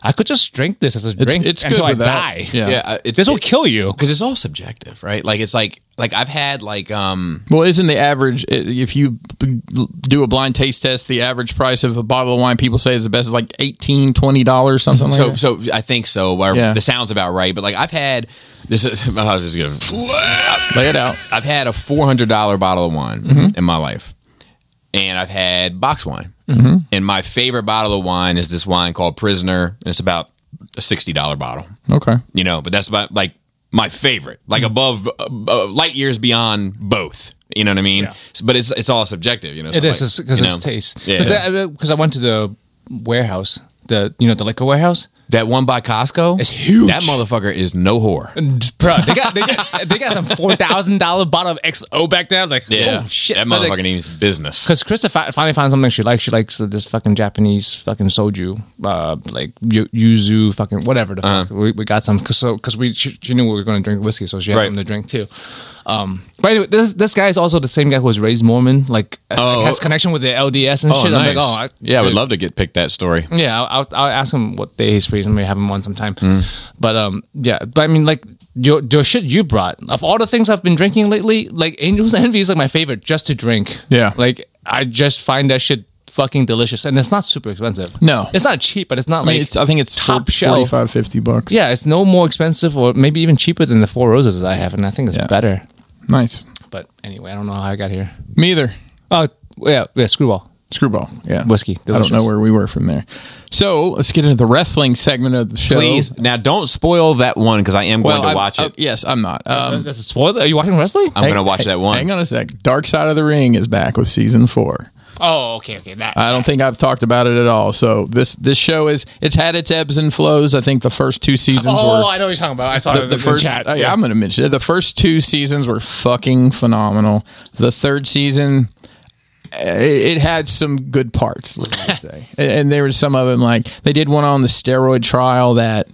[SPEAKER 3] I could just drink this as a drink
[SPEAKER 2] it's good
[SPEAKER 3] until I
[SPEAKER 2] with that.
[SPEAKER 3] die.
[SPEAKER 2] Yeah.
[SPEAKER 1] Yeah, uh, it's,
[SPEAKER 3] This will kill you.
[SPEAKER 1] because it's all subjective, right? Like it's like like I've had like um
[SPEAKER 2] Well, isn't the average i- if you b- do a blind taste test, the average price of a bottle of wine people say is the best is like 18 dollars something like
[SPEAKER 1] so
[SPEAKER 2] that.
[SPEAKER 1] so I think so. Or
[SPEAKER 2] Yeah.
[SPEAKER 1] The sounds about right, but like I've had this. Is, (laughs) I was just gonna.
[SPEAKER 2] Lay it out.
[SPEAKER 1] I've had a four hundred dollar bottle of wine
[SPEAKER 3] Mm-hmm.
[SPEAKER 1] in my life, and I've had box wine.
[SPEAKER 3] Mm-hmm.
[SPEAKER 1] And my favorite bottle of wine is this wine called Prisoner, and it's about a sixty dollar bottle.
[SPEAKER 2] Okay.
[SPEAKER 1] You know, but that's about like my favorite, like
[SPEAKER 3] Mm-hmm.
[SPEAKER 1] above uh, uh, light years beyond both. You know what I mean? But it's it's all subjective. You know,
[SPEAKER 3] It is because it's taste.
[SPEAKER 1] Yeah.
[SPEAKER 3] Because I went to the warehouse, the you know the liquor warehouse.
[SPEAKER 1] That one by Costco
[SPEAKER 3] It's huge.
[SPEAKER 1] That motherfucker is no whore.
[SPEAKER 3] Bro, they got they got (laughs) they got some four thousand dollar bottle of XO back there. I'm like,
[SPEAKER 1] Yeah,
[SPEAKER 3] oh shit,
[SPEAKER 1] That
[SPEAKER 3] But, like,
[SPEAKER 1] motherfucker needs business.
[SPEAKER 3] Because Krista fi- finally found something she likes. She likes this fucking Japanese fucking soju, uh, like yu- yuzu, fucking whatever the
[SPEAKER 1] Uh-huh.
[SPEAKER 3] fuck. We, we got some because we she, she knew we were going to drink whiskey, so she had
[SPEAKER 1] Right.
[SPEAKER 3] something to drink too. Um, but anyway, this this guy is also the same guy who was raised Mormon, like,
[SPEAKER 1] Oh.
[SPEAKER 3] like, has connection with the LDS and shit. I'm like, oh, I,
[SPEAKER 1] yeah, I would love to get picked that story.
[SPEAKER 3] yeah, I'll, I'll I'll ask him what day he's free. and Maybe have him on sometime.
[SPEAKER 2] Mm.
[SPEAKER 3] But um, yeah. But I mean, like your your shit you brought of all the things I've been drinking lately, like Angel's Envy is like my favorite just to drink.
[SPEAKER 2] Yeah.
[SPEAKER 3] like I just find that shit fucking delicious, and it's not super expensive.
[SPEAKER 2] No.
[SPEAKER 3] it's not cheap, but it's
[SPEAKER 2] I,
[SPEAKER 3] not like
[SPEAKER 2] mean, it's, I think it's
[SPEAKER 3] top
[SPEAKER 2] top
[SPEAKER 3] shelf.
[SPEAKER 2] 45 50 bucks.
[SPEAKER 3] yeah, it's no more expensive or maybe even cheaper than the Four Roses I have, and I think it's
[SPEAKER 2] Yeah.
[SPEAKER 3] better.
[SPEAKER 2] Nice.
[SPEAKER 3] But anyway, I don't know how I got here.
[SPEAKER 2] Me either.
[SPEAKER 3] Oh yeah, yeah, screwball.
[SPEAKER 2] Screwball. Yeah.
[SPEAKER 3] Whiskey.
[SPEAKER 2] I don't
[SPEAKER 3] Delicious.
[SPEAKER 2] know where we were from there. So let's get into the wrestling segment of the show.
[SPEAKER 1] Please now don't spoil that one because I am going
[SPEAKER 2] Well,
[SPEAKER 1] to
[SPEAKER 2] I-
[SPEAKER 1] watch
[SPEAKER 2] uh,
[SPEAKER 1] it.
[SPEAKER 2] yes, I'm not. Um,
[SPEAKER 3] That's a spoiler. Are you watching wrestling?
[SPEAKER 1] I'm going to watch
[SPEAKER 2] hey,
[SPEAKER 1] that one.
[SPEAKER 2] Hang on a sec. Dark Side of the Ring is back with season four.
[SPEAKER 3] oh, okay, okay. That
[SPEAKER 2] I don't think I've talked about it at all. So this this show is it's had its ebbs and flows. I think the first two seasons
[SPEAKER 3] Oh,
[SPEAKER 2] were
[SPEAKER 3] I know what you're talking about. I saw it
[SPEAKER 2] the,
[SPEAKER 3] in
[SPEAKER 2] the first.
[SPEAKER 3] chat.
[SPEAKER 2] I, I'm going to mention it. The first two seasons were fucking phenomenal. The third season, eh, it, it had some good parts. Let's
[SPEAKER 3] (laughs)
[SPEAKER 2] just say, and, and there was some of them like they did one on the steroid trial that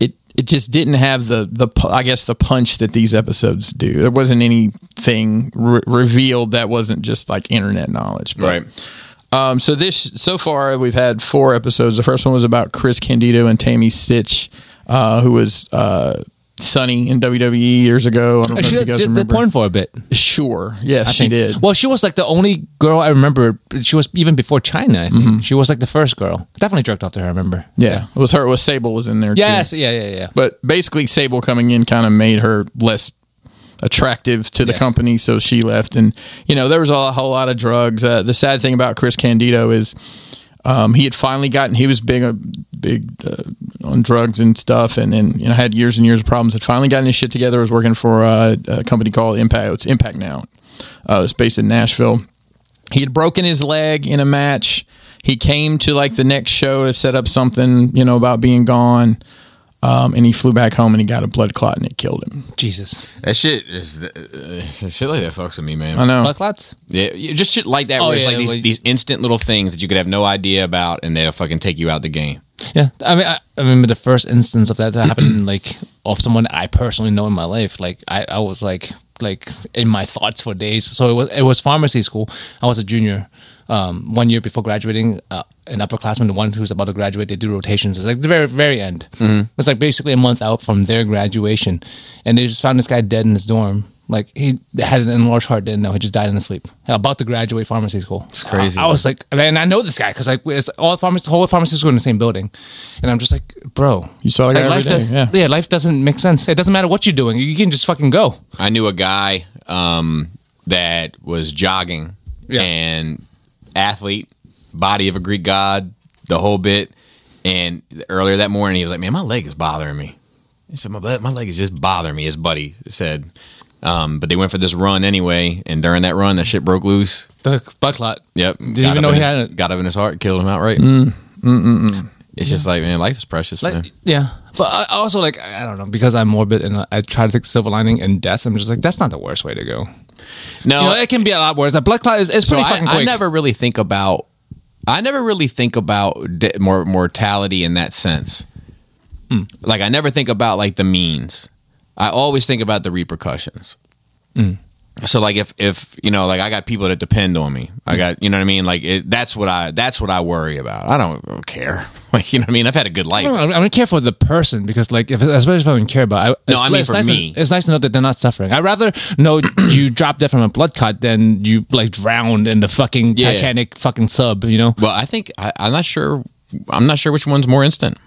[SPEAKER 2] it it just didn't have the the pu- I guess the punch that these episodes do. There wasn't anything re- revealed that wasn't just like internet knowledge, But,
[SPEAKER 1] Right.
[SPEAKER 2] um, so this so far we've had four episodes. The first one was about Chris Candido and Tammy Stitch, uh, who was uh, Sunny in WWE years ago. I don't know if
[SPEAKER 3] She
[SPEAKER 2] you
[SPEAKER 3] did
[SPEAKER 2] guys
[SPEAKER 3] the
[SPEAKER 2] remember.
[SPEAKER 3] porn for a bit.
[SPEAKER 2] Sure, yes, she
[SPEAKER 3] think.
[SPEAKER 2] did.
[SPEAKER 3] Well, she was like the only girl I remember. She was even before China. I
[SPEAKER 2] Mm-hmm.
[SPEAKER 3] think she was like the first girl. Definitely jerked off to her. I remember.
[SPEAKER 2] yeah. it was her. It was Sable was in there.
[SPEAKER 3] Yes.
[SPEAKER 2] too.
[SPEAKER 3] Yeah. Yeah. Yeah.
[SPEAKER 2] but basically Sable coming in kind of made her less attractive to the
[SPEAKER 3] Yes.
[SPEAKER 2] company, so she left. And you know there was a whole lot of drugs. Uh, the sad thing about Chris Candido is um, he had finally gotten he was big uh, big uh, on drugs and stuff and and you know had years and years of problems had finally gotten his shit together was working for uh, a company called impact it's impact now uh, it's based in nashville he had broken his leg in a match he came to like the next show to set up something you know about being gone um, and he flew back home and he got a blood clot and it killed him
[SPEAKER 3] Jesus.
[SPEAKER 1] That shit is uh, uh, shit like that fucks with me, man.
[SPEAKER 2] i know
[SPEAKER 3] Blood clots.
[SPEAKER 1] Yeah, you- just shit like that.
[SPEAKER 3] Oh,
[SPEAKER 1] where it's
[SPEAKER 3] yeah,
[SPEAKER 1] like these,
[SPEAKER 3] like-
[SPEAKER 1] these instant little things that you could have no idea about, and they'll fucking take you out the game.
[SPEAKER 3] Yeah. I mean, I, I remember the first instance of that that happened, like (clears throat) of someone I personally know in my life. Like I, I was like like in my thoughts for days. So it was it was pharmacy school. I was a junior, um, one year before graduating. Uh, an upperclassman, the one who's about to graduate, they do rotations. It's like the very very end. It's like basically a month out from their graduation, and they just found this guy dead in his dorm. Like he had an enlarged heart, didn't know. He just died in his sleep. About to graduate pharmacy school. It's
[SPEAKER 1] crazy.
[SPEAKER 3] I, I was was like, and I know this guy because like it's all pharmacists, whole pharmacists were in the same building, and I'm just like, bro,
[SPEAKER 2] You saw the
[SPEAKER 3] like,
[SPEAKER 2] guy
[SPEAKER 3] life
[SPEAKER 2] every day,
[SPEAKER 3] does-
[SPEAKER 2] yeah.
[SPEAKER 3] life doesn't make sense. It doesn't matter what you're doing, you can just fucking go.
[SPEAKER 1] I knew a guy um, that was jogging
[SPEAKER 3] Yeah.
[SPEAKER 1] and athlete, body of a Greek god, the whole bit. And earlier that morning, he was like, "Man, my leg is bothering me." He said, "My leg- my leg is just bothering me." His buddy said, um, but they went for this run anyway, and during that run, that shit broke loose.
[SPEAKER 3] The butt clot.
[SPEAKER 1] Yep,
[SPEAKER 3] Didn't
[SPEAKER 1] got
[SPEAKER 3] even
[SPEAKER 1] up
[SPEAKER 3] know
[SPEAKER 1] in
[SPEAKER 3] he
[SPEAKER 1] his-
[SPEAKER 3] had Mm. it.
[SPEAKER 1] Got up in his heart, killed him outright. It's just like man, life is precious. man.
[SPEAKER 3] Like, yeah, but I I also like I I don't know because I'm morbid and I- I try to take silver lining in death. I'm just like that's not the worst way to go.
[SPEAKER 1] No,
[SPEAKER 3] You know, it can be a lot worse. A blood clot is it's
[SPEAKER 1] Oh. so
[SPEAKER 3] pretty
[SPEAKER 1] I,
[SPEAKER 3] fucking
[SPEAKER 1] I
[SPEAKER 3] quick.
[SPEAKER 1] never really think about. I never really think about de- mor- mortality in that sense.
[SPEAKER 3] Hmm.
[SPEAKER 1] Like
[SPEAKER 3] Hmm.
[SPEAKER 1] I never think about like the means. I always think about the repercussions. so like if if you know like I got people that depend on me. I got you know what I mean. Like it, that's what I that's what I worry about. I don't care. (laughs) Like you know what I mean. I've had a good life.
[SPEAKER 3] I don't care for the person because, like, if, especially if I don't care about. I, it's,
[SPEAKER 1] I mean
[SPEAKER 3] it's
[SPEAKER 1] for
[SPEAKER 3] nice
[SPEAKER 1] me.
[SPEAKER 3] To, it's nice to know that they're not suffering. I'd rather know (clears throat) you drop dead from a blood cut than you like drowned in the fucking
[SPEAKER 1] Yeah.
[SPEAKER 3] Titanic fucking sub. You know,
[SPEAKER 1] Well, I think I, I'm not sure. I'm not sure which one's more instant.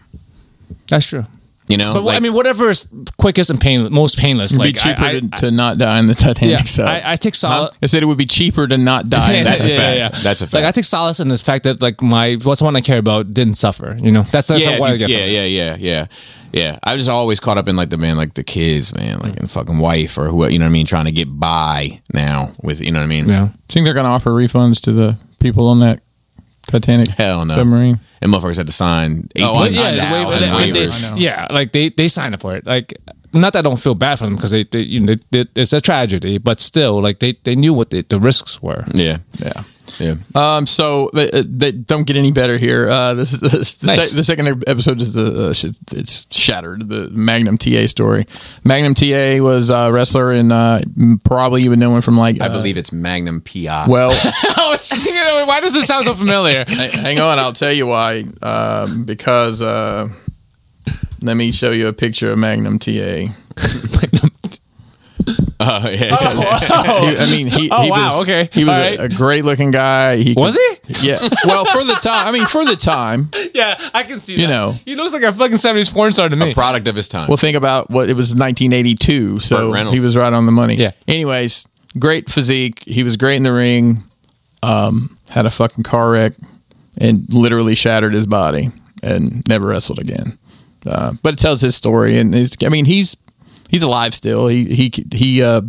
[SPEAKER 3] that's true.
[SPEAKER 1] You know,
[SPEAKER 3] But what
[SPEAKER 1] Like,
[SPEAKER 3] I mean, whatever is quickest and pain, most painless.
[SPEAKER 2] It'd
[SPEAKER 3] like
[SPEAKER 2] be cheaper
[SPEAKER 3] I, I,
[SPEAKER 2] to, to not die in the Titanic
[SPEAKER 3] yeah,
[SPEAKER 2] sub.
[SPEAKER 3] I, I take solace.
[SPEAKER 2] I said it would be cheaper to (laughs) not die. in
[SPEAKER 1] That's
[SPEAKER 2] that.
[SPEAKER 1] a fact. That's a
[SPEAKER 3] Like
[SPEAKER 1] fact.
[SPEAKER 3] I take solace in this fact that like my what someone I care about didn't suffer. You know, that's that's
[SPEAKER 1] yeah, if
[SPEAKER 3] what I
[SPEAKER 1] you-
[SPEAKER 3] get.
[SPEAKER 1] yeah, yeah, yeah, yeah, yeah. I was just always caught up in like the man, like the kids, man, like and fucking wife or who, you know what I mean, trying to get by now with you know what I mean.
[SPEAKER 3] From it. yeah.
[SPEAKER 2] think they're going to offer refunds to the people on that Titanic
[SPEAKER 1] Hell no.
[SPEAKER 2] submarine.
[SPEAKER 1] And motherfuckers had to sign eighteen
[SPEAKER 3] But
[SPEAKER 1] thousand
[SPEAKER 3] yeah, the way- but
[SPEAKER 2] Oh, I
[SPEAKER 3] they-
[SPEAKER 2] know,
[SPEAKER 1] waivers.
[SPEAKER 2] I know.
[SPEAKER 3] yeah, like they they signed up for it. Like, not that I don't feel bad for them because they, they you know they, they- it's a tragedy, but still, like they they knew what the, the risks were.
[SPEAKER 1] Yeah,
[SPEAKER 2] Yeah.
[SPEAKER 1] yeah.
[SPEAKER 2] Um, so they, uh, they don't get any better here. Uh, this is (laughs) this, the,
[SPEAKER 1] Nice.
[SPEAKER 2] sec- the second episode is the uh, sh- it's shattered the Magnum TA story. Magnum TA was a wrestler and uh, m- probably even known from like
[SPEAKER 1] I
[SPEAKER 2] uh,
[SPEAKER 1] believe it's Magnum PI.
[SPEAKER 2] Well, (laughs)
[SPEAKER 3] I was thinking, why does this sound so familiar? (laughs)
[SPEAKER 2] h- hang on, I'll tell you why. Um, because uh, let me show you a picture of Magnum TA.
[SPEAKER 3] (laughs)
[SPEAKER 2] He-
[SPEAKER 1] oh yeah,
[SPEAKER 2] I mean, he,
[SPEAKER 3] Oh,
[SPEAKER 2] he
[SPEAKER 3] wow,
[SPEAKER 2] was
[SPEAKER 3] okay.
[SPEAKER 2] he was
[SPEAKER 3] All
[SPEAKER 2] a,
[SPEAKER 3] right.
[SPEAKER 2] great looking guy. He
[SPEAKER 3] Was he?
[SPEAKER 2] Yeah. Well, for the time, I mean, for the time,
[SPEAKER 3] Yeah, I can see.
[SPEAKER 2] You
[SPEAKER 3] that.
[SPEAKER 2] know.
[SPEAKER 3] he looks like a fucking seventies porn star to me.
[SPEAKER 1] product of his time.
[SPEAKER 2] Well, think about what it was 1982, so
[SPEAKER 1] Burt Reynolds.
[SPEAKER 2] he was right on the money.
[SPEAKER 3] Yeah.
[SPEAKER 2] Anyways, great physique. He was great in the ring. Um, had a fucking car wreck and literally shattered his body and never wrestled again. Uh, but it tells his story, and it's, I mean, he's he's alive still. He he he uh,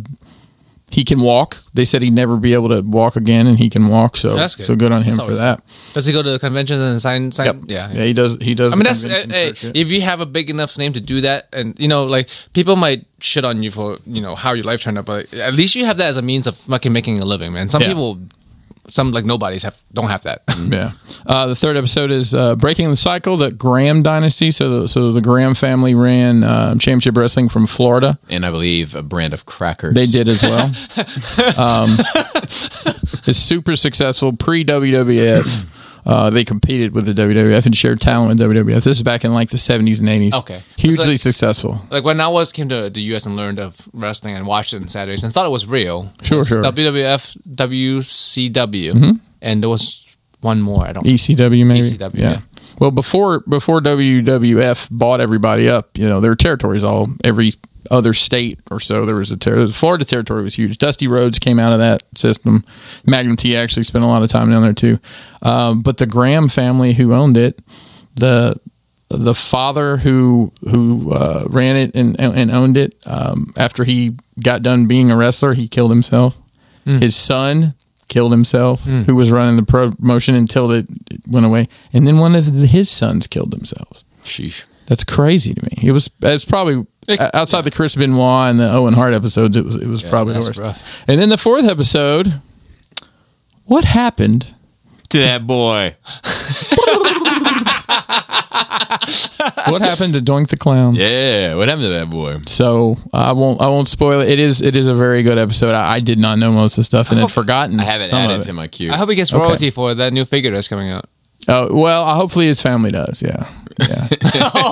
[SPEAKER 2] he can walk. They said he'd never be able to walk again, and he can walk. So
[SPEAKER 3] That's good.
[SPEAKER 2] so good on him
[SPEAKER 3] That's
[SPEAKER 2] for
[SPEAKER 3] always-
[SPEAKER 2] that.
[SPEAKER 3] Does he go to conventions and sign? sign? Yeah,
[SPEAKER 2] yeah, he does. He does.
[SPEAKER 3] I mean, that's uh, hey, if you have a big enough name to do that, and you know, like people might shit on you for you know how your life turned out, but at least you have that as a means of fucking making a living, man. Some
[SPEAKER 2] Yeah.
[SPEAKER 3] people, some like nobodies have don't have that.
[SPEAKER 2] Yeah. Uh, the third episode is uh, breaking the cycle, the Graham dynasty. So, so the Graham family ran um, championship wrestling from Florida.
[SPEAKER 1] and I believe a brand of crackers.
[SPEAKER 2] They did as
[SPEAKER 3] (laughs)
[SPEAKER 2] well. um, (laughs) it's super successful pre WWF. Uh, they competed with the WWF and shared talent with WWF. This is back in like the 70s and 80s.
[SPEAKER 3] Okay.
[SPEAKER 2] Hugely
[SPEAKER 3] So, like-
[SPEAKER 2] successful.
[SPEAKER 3] (laughs) like when I was came to the U.S. and learned of wrestling and watched it on Saturdays and thought it was real.
[SPEAKER 2] Sure,
[SPEAKER 3] It was
[SPEAKER 2] sure. Mm-hmm.
[SPEAKER 3] WWF, WCW, and there was one more. I don't.
[SPEAKER 2] E- ECW maybe.
[SPEAKER 3] ECW, yeah.
[SPEAKER 2] Well, before before WWF bought everybody up, you know, there were territories all every other state or so. There was a ter- the Florida territory was huge. Dusty Rhodes came out of that system. Magnum T actually spent a lot of time down there too. Um, but the Graham family who owned it, the the father who who uh, ran it and and owned it, um, after he got done being a wrestler, he killed himself.
[SPEAKER 3] Hmm.
[SPEAKER 2] His son killed himself, who was running the promotion until it it went away, and then one of the, his sons killed themselves.
[SPEAKER 1] Sheesh.
[SPEAKER 2] That's crazy to me. It was it's probably o- outside the Chris Benoit and the Owen Hart episodes. It was it was probably the
[SPEAKER 3] that's
[SPEAKER 2] worst.
[SPEAKER 3] rough.
[SPEAKER 2] And then the fourth episode, what
[SPEAKER 3] (laughs)
[SPEAKER 2] happened?
[SPEAKER 1] To that boy.
[SPEAKER 2] What happened to Doink the Clown?
[SPEAKER 1] Yeah. What happened to that boy?
[SPEAKER 2] So uh, I won't I won't spoil it. It is it is a very good episode. I, I did not know most of the stuff and had forgotten.
[SPEAKER 1] I have it
[SPEAKER 2] some of
[SPEAKER 1] added
[SPEAKER 2] it.
[SPEAKER 1] to my queue.
[SPEAKER 3] I hope he gets royalty for that new figure that's coming out.
[SPEAKER 2] Oh well, uh, hopefully his family does. Yeah, yeah.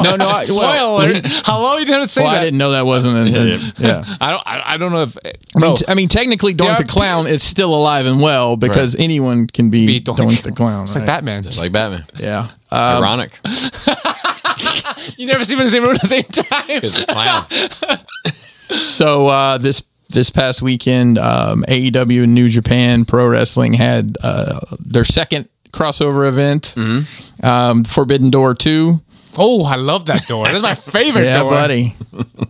[SPEAKER 2] no, no. I, well,
[SPEAKER 3] Spoiler! (laughs) How long you didn't say
[SPEAKER 2] well, I
[SPEAKER 3] that?
[SPEAKER 2] didn't know that wasn't. in yeah.
[SPEAKER 3] I don't. I, I don't know if.
[SPEAKER 2] I mean, t- I mean, technically, Doink
[SPEAKER 3] Yeah,
[SPEAKER 2] the Clown is still alive and well because anyone can be,
[SPEAKER 3] Be
[SPEAKER 2] Doink,
[SPEAKER 3] Doink.
[SPEAKER 2] the Clown.
[SPEAKER 3] It's like
[SPEAKER 2] right?
[SPEAKER 3] Batman.
[SPEAKER 1] like Batman.
[SPEAKER 2] Yeah. Uh,
[SPEAKER 1] Ironic.
[SPEAKER 3] You never see him in the same room at the same time.
[SPEAKER 1] He's a clown.
[SPEAKER 2] (laughs) so uh, this this past weekend, um, AEW and New Japan Pro Wrestling had uh, their second crossover event, um, Forbidden Door Two.
[SPEAKER 3] Oh, I love that door. That's my favorite
[SPEAKER 2] Yeah,
[SPEAKER 3] door.
[SPEAKER 2] buddy.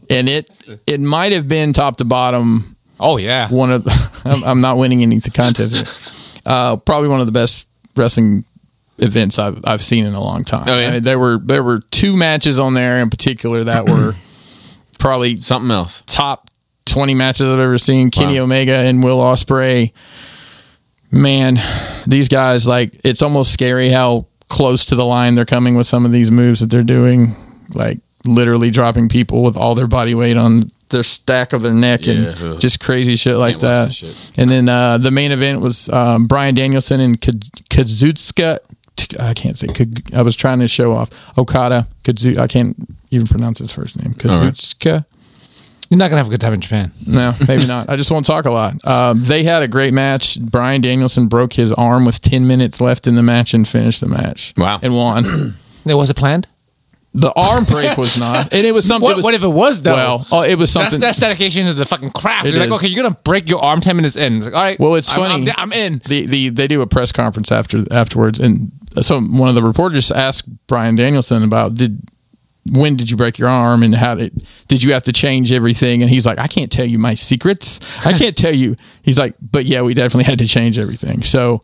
[SPEAKER 2] and it it might have been top to bottom
[SPEAKER 3] Oh yeah.
[SPEAKER 2] one of (laughs) I'm, I'm not winning any of the contests. here. Uh, probably one of the best wrestling events I've I've seen in a long time.
[SPEAKER 1] Oh, yeah?
[SPEAKER 2] I mean, there were there were two matches on there in particular that were (clears throat) probably
[SPEAKER 1] Something else.
[SPEAKER 2] top twenty matches I've ever seen. Kenny Omega and Will Ospreay. Man, these guys like it's almost scary how close to the line they're coming with some of these moves that they're doing. Like literally dropping people with all their body weight on their stack of their neck
[SPEAKER 1] Yeah.
[SPEAKER 2] and just crazy shit like
[SPEAKER 1] Can't watch
[SPEAKER 2] that.
[SPEAKER 1] that shit.
[SPEAKER 2] And then uh, the main event was um, Brian Danielson and Ka- Kazuchika. T- I can't say. Ka- I was trying to show off Okada. Kazu. I can't even pronounce his first name.
[SPEAKER 1] right.
[SPEAKER 2] Kazuchika.
[SPEAKER 3] You're not gonna have a good time in Japan.
[SPEAKER 2] No, maybe not. I just won't talk a lot. Um, they had a great match. Brian Danielson broke his arm with 10 minutes left in the match and finished the match.
[SPEAKER 1] Wow.
[SPEAKER 2] And won.
[SPEAKER 3] There was it planned.
[SPEAKER 2] The arm break was not. And it was something.
[SPEAKER 3] What,
[SPEAKER 2] it was-
[SPEAKER 3] what if it was though?
[SPEAKER 2] Well, oh, it was
[SPEAKER 3] that's
[SPEAKER 2] something.
[SPEAKER 3] that's dedication to the fucking craft.
[SPEAKER 2] It
[SPEAKER 3] You're
[SPEAKER 2] is.
[SPEAKER 3] like, okay, you're gonna break your arm ten minutes in. It's like, all right.
[SPEAKER 2] Well, it's
[SPEAKER 3] I'm- I'm
[SPEAKER 2] funny.
[SPEAKER 3] di- I'm, in.
[SPEAKER 2] The, the, they do a press conference after afterwards. And so one of the reporters asked Brian Danielson about did when did you break your arm and how did did you have to change everything and he's like i can't tell you my secrets i can't tell you (laughs) he's like but yeah we definitely had to change everything so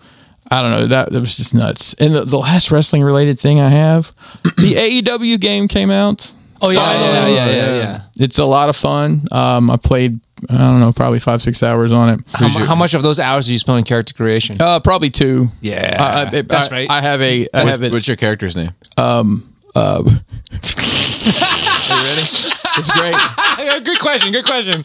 [SPEAKER 2] i don't know that, that was just nuts and the, the last wrestling related thing i have (clears throat) the aew game came out
[SPEAKER 3] Oh yeah, yeah, yeah, yeah, yeah.
[SPEAKER 2] it's a lot of fun um i played i don't know probably five six hours on it
[SPEAKER 3] How, mu- how much of those hours are you spending character (laughs) creation?
[SPEAKER 2] uh probably two
[SPEAKER 3] Yeah,
[SPEAKER 2] I- I-
[SPEAKER 3] that's
[SPEAKER 2] I-
[SPEAKER 3] right.
[SPEAKER 2] i have a i have it
[SPEAKER 1] What's your character's name?
[SPEAKER 2] it's great
[SPEAKER 3] good question. Good question.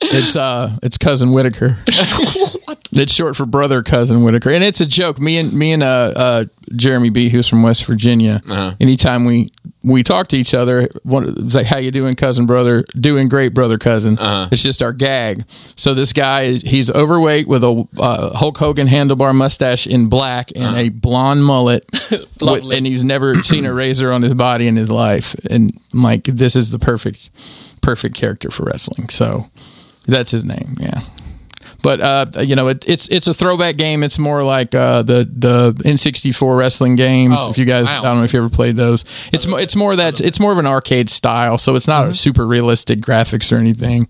[SPEAKER 2] It's uh, it's cousin Whitaker. (laughs) It's short for brother cousin Whitaker, and it's a joke. Me and me and uh, uh Jeremy B, who's from West Virginia. Anytime we we talk to each other, one it's like, "How you doing, cousin brother? Doing great, brother cousin." It's just our gag. So this guy is he's overweight with a uh, Hulk Hogan handlebar mustache in black and a blonde mullet, with, and he's never seen a razor on his body in his life. And I'm like, this is the perfect perfect character for wrestling. So. That's his name. Yeah. But uh, you know, it, it's it's a throwback game. It's more like uh, the the N64 wrestling games.
[SPEAKER 3] Oh,
[SPEAKER 2] if you guys,
[SPEAKER 3] wow.
[SPEAKER 2] I don't know if you ever played those. It's mo- it's more that it's more of an arcade style, so it's
[SPEAKER 3] Mm-hmm.
[SPEAKER 2] not super realistic graphics or anything.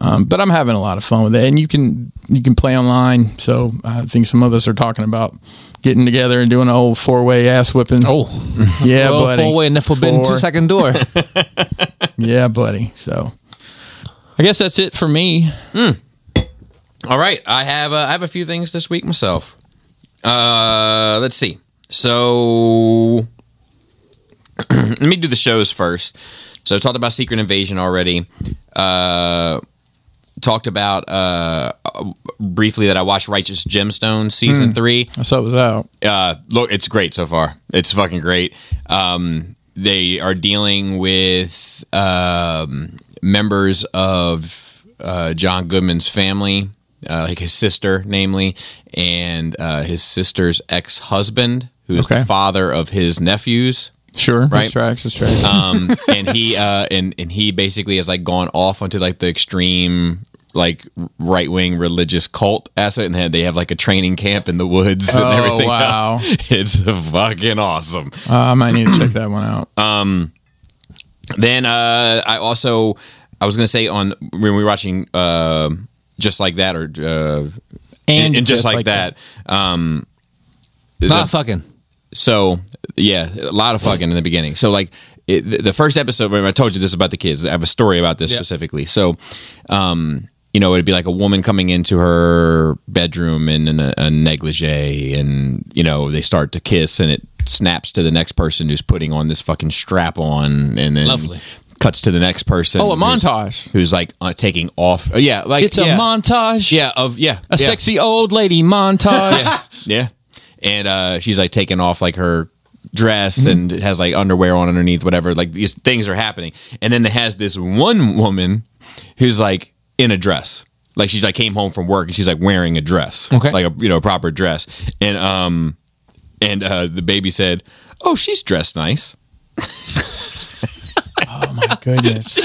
[SPEAKER 2] Um, but I'm having a lot of fun with it, and you can you can play online. So uh, I think some of us are talking about getting together and doing an old four way ass whipping.
[SPEAKER 3] Oh,
[SPEAKER 2] (laughs) yeah,
[SPEAKER 3] well,
[SPEAKER 2] buddy.
[SPEAKER 3] four way in the forbidden
[SPEAKER 2] Four.
[SPEAKER 3] two
[SPEAKER 2] (laughs)
[SPEAKER 3] second door.
[SPEAKER 2] Yeah, buddy. So I guess that's it for me.
[SPEAKER 1] All right, I have uh, I have a few things this week myself. Uh, let's see. So (clears throat) let me do the shows first. So I talked about Secret Invasion already. Uh, talked about uh, briefly that I watched Righteous Gemstones season three.
[SPEAKER 2] So it was out.
[SPEAKER 1] Uh, look, it's great so far. It's fucking great. Um, they are dealing with um, members of uh, John Goodman's family, uh, like his sister, namely, and uh, his sister's ex husband, who is
[SPEAKER 2] Okay.
[SPEAKER 1] the father of his nephews
[SPEAKER 2] Sure.
[SPEAKER 1] Right.
[SPEAKER 2] Tracks. This
[SPEAKER 1] (laughs)
[SPEAKER 2] tracks.
[SPEAKER 1] um, and he uh, and and he basically has like gone off onto like the extreme like right wing religious cult aspect, and they have, they have like a training camp in the woods and
[SPEAKER 2] Oh,
[SPEAKER 1] everything.
[SPEAKER 2] wow.
[SPEAKER 1] else. (laughs) it's fucking awesome.
[SPEAKER 2] Uh, I might need to check that one out.
[SPEAKER 1] Uh, Then uh, I also I was gonna say on when we were watching uh, just like that or uh, and, and just, like, that. Um, the-
[SPEAKER 3] Not fucking.
[SPEAKER 1] So yeah, a lot of fucking in the beginning. So like it, the- the first episode, remember I told you this about the kids. I have a story about this specifically. So, um, you know, it'd be like a woman coming into her bedroom in a, a negligee, and you know they start to kiss, and it snaps to the next person who's putting on this fucking strap on, and then
[SPEAKER 3] Lovely.
[SPEAKER 1] cuts to the next person.
[SPEAKER 2] Oh, a
[SPEAKER 1] who's-
[SPEAKER 2] montage.
[SPEAKER 1] Who's like uh, taking off? Oh, yeah, like
[SPEAKER 2] It's a
[SPEAKER 1] yeah.
[SPEAKER 2] montage.
[SPEAKER 1] Yeah, of yeah, yeah.
[SPEAKER 2] A sexy old lady
[SPEAKER 1] (laughs)
[SPEAKER 2] montage.
[SPEAKER 1] Yeah. And uh, she's like taking off like her dress and has like underwear on underneath, whatever. Like these things are happening. And then it has this one woman who's like in a dress. Like she's like came home from work and she's like wearing a dress.
[SPEAKER 3] Okay.
[SPEAKER 1] Like a you know, a proper dress. And um and uh the baby said, Oh, she's dressed nice.
[SPEAKER 2] Oh my
[SPEAKER 1] (laughs)
[SPEAKER 2] (laughs) goodness.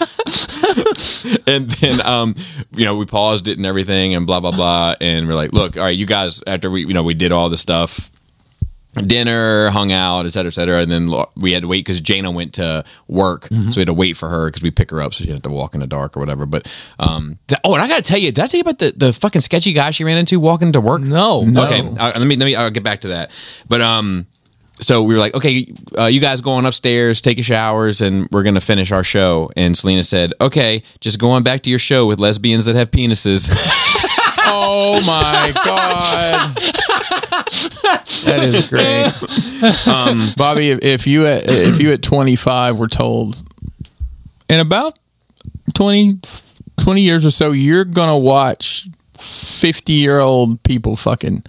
[SPEAKER 1] (laughs) and then um, you know we paused it and everything and blah blah blah and we're like look all right you guys after we you know we did all the stuff dinner hung out et cetera et cetera and then lo- we had to wait because jana went to work so we had to wait for her because we pick her up so she didn't have to walk in the dark or whatever but um th- oh and i gotta tell you did i tell you about the, the fucking sketchy guy she ran into walking to work
[SPEAKER 3] No.
[SPEAKER 1] okay I, let me let me i'll get back to that but um so we were like, okay, uh, you guys go on upstairs, take your showers, and we're gonna finish our show. And Selena said, okay, just go on back to your show with lesbians that have
[SPEAKER 2] (laughs)
[SPEAKER 1] penises.
[SPEAKER 2] Oh my god. That is
[SPEAKER 1] (laughs)
[SPEAKER 2] great.
[SPEAKER 1] Um,
[SPEAKER 2] Bobby, if, if you at, if you at 25 were told in about 20, 20 years or so, you're gonna watch fifty year old
[SPEAKER 1] (laughs)
[SPEAKER 2] people fucking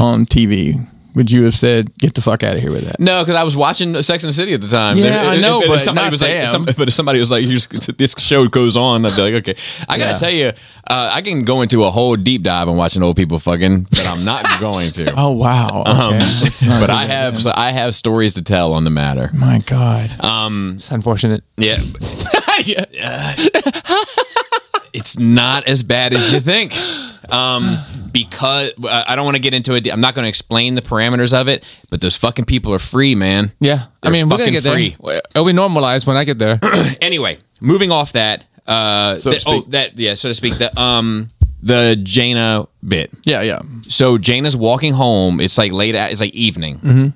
[SPEAKER 2] on TV. Would you have said, "Get the fuck out of here with that"?
[SPEAKER 1] No, because I was watching Sex and the City at the time.
[SPEAKER 2] Yeah,
[SPEAKER 1] If-
[SPEAKER 2] I
[SPEAKER 1] if-
[SPEAKER 2] know,
[SPEAKER 1] if- if
[SPEAKER 2] but
[SPEAKER 1] somebody
[SPEAKER 2] not
[SPEAKER 1] was like,
[SPEAKER 2] them.
[SPEAKER 1] some- but if somebody was like, "Here's- "This show goes on," I'd be like, "Okay." I gotta
[SPEAKER 2] Yeah.
[SPEAKER 1] tell you, uh, I can go into a whole deep dive on watching old people fucking, but I'm not (laughs) going to.
[SPEAKER 2] Oh wow!
[SPEAKER 1] (laughs)
[SPEAKER 2] Okay. Let's not
[SPEAKER 1] Um, but
[SPEAKER 2] do
[SPEAKER 1] I
[SPEAKER 2] that.
[SPEAKER 1] have, so I have stories to tell on the matter.
[SPEAKER 2] My God.
[SPEAKER 1] uh,
[SPEAKER 3] It's (laughs) unfortunate.
[SPEAKER 1] Yeah. it's not as bad as you think. Um, because uh, I I don't want to get into it. I'm not going to explain the parameters of it, but those fucking people are free, man.
[SPEAKER 3] Yeah, I
[SPEAKER 1] They're
[SPEAKER 3] mean, we're gonna
[SPEAKER 1] fucking
[SPEAKER 3] get
[SPEAKER 1] free.
[SPEAKER 3] there. It'll be normalized when I get (coughs) there.
[SPEAKER 1] anyway, moving off that. Uh, the- oh, that yeah, so to speak. The um, the Jaina bit.
[SPEAKER 2] Yeah, yeah.
[SPEAKER 1] So Jaina's walking home. It's like late. At, it's like evening. Mm-hmm.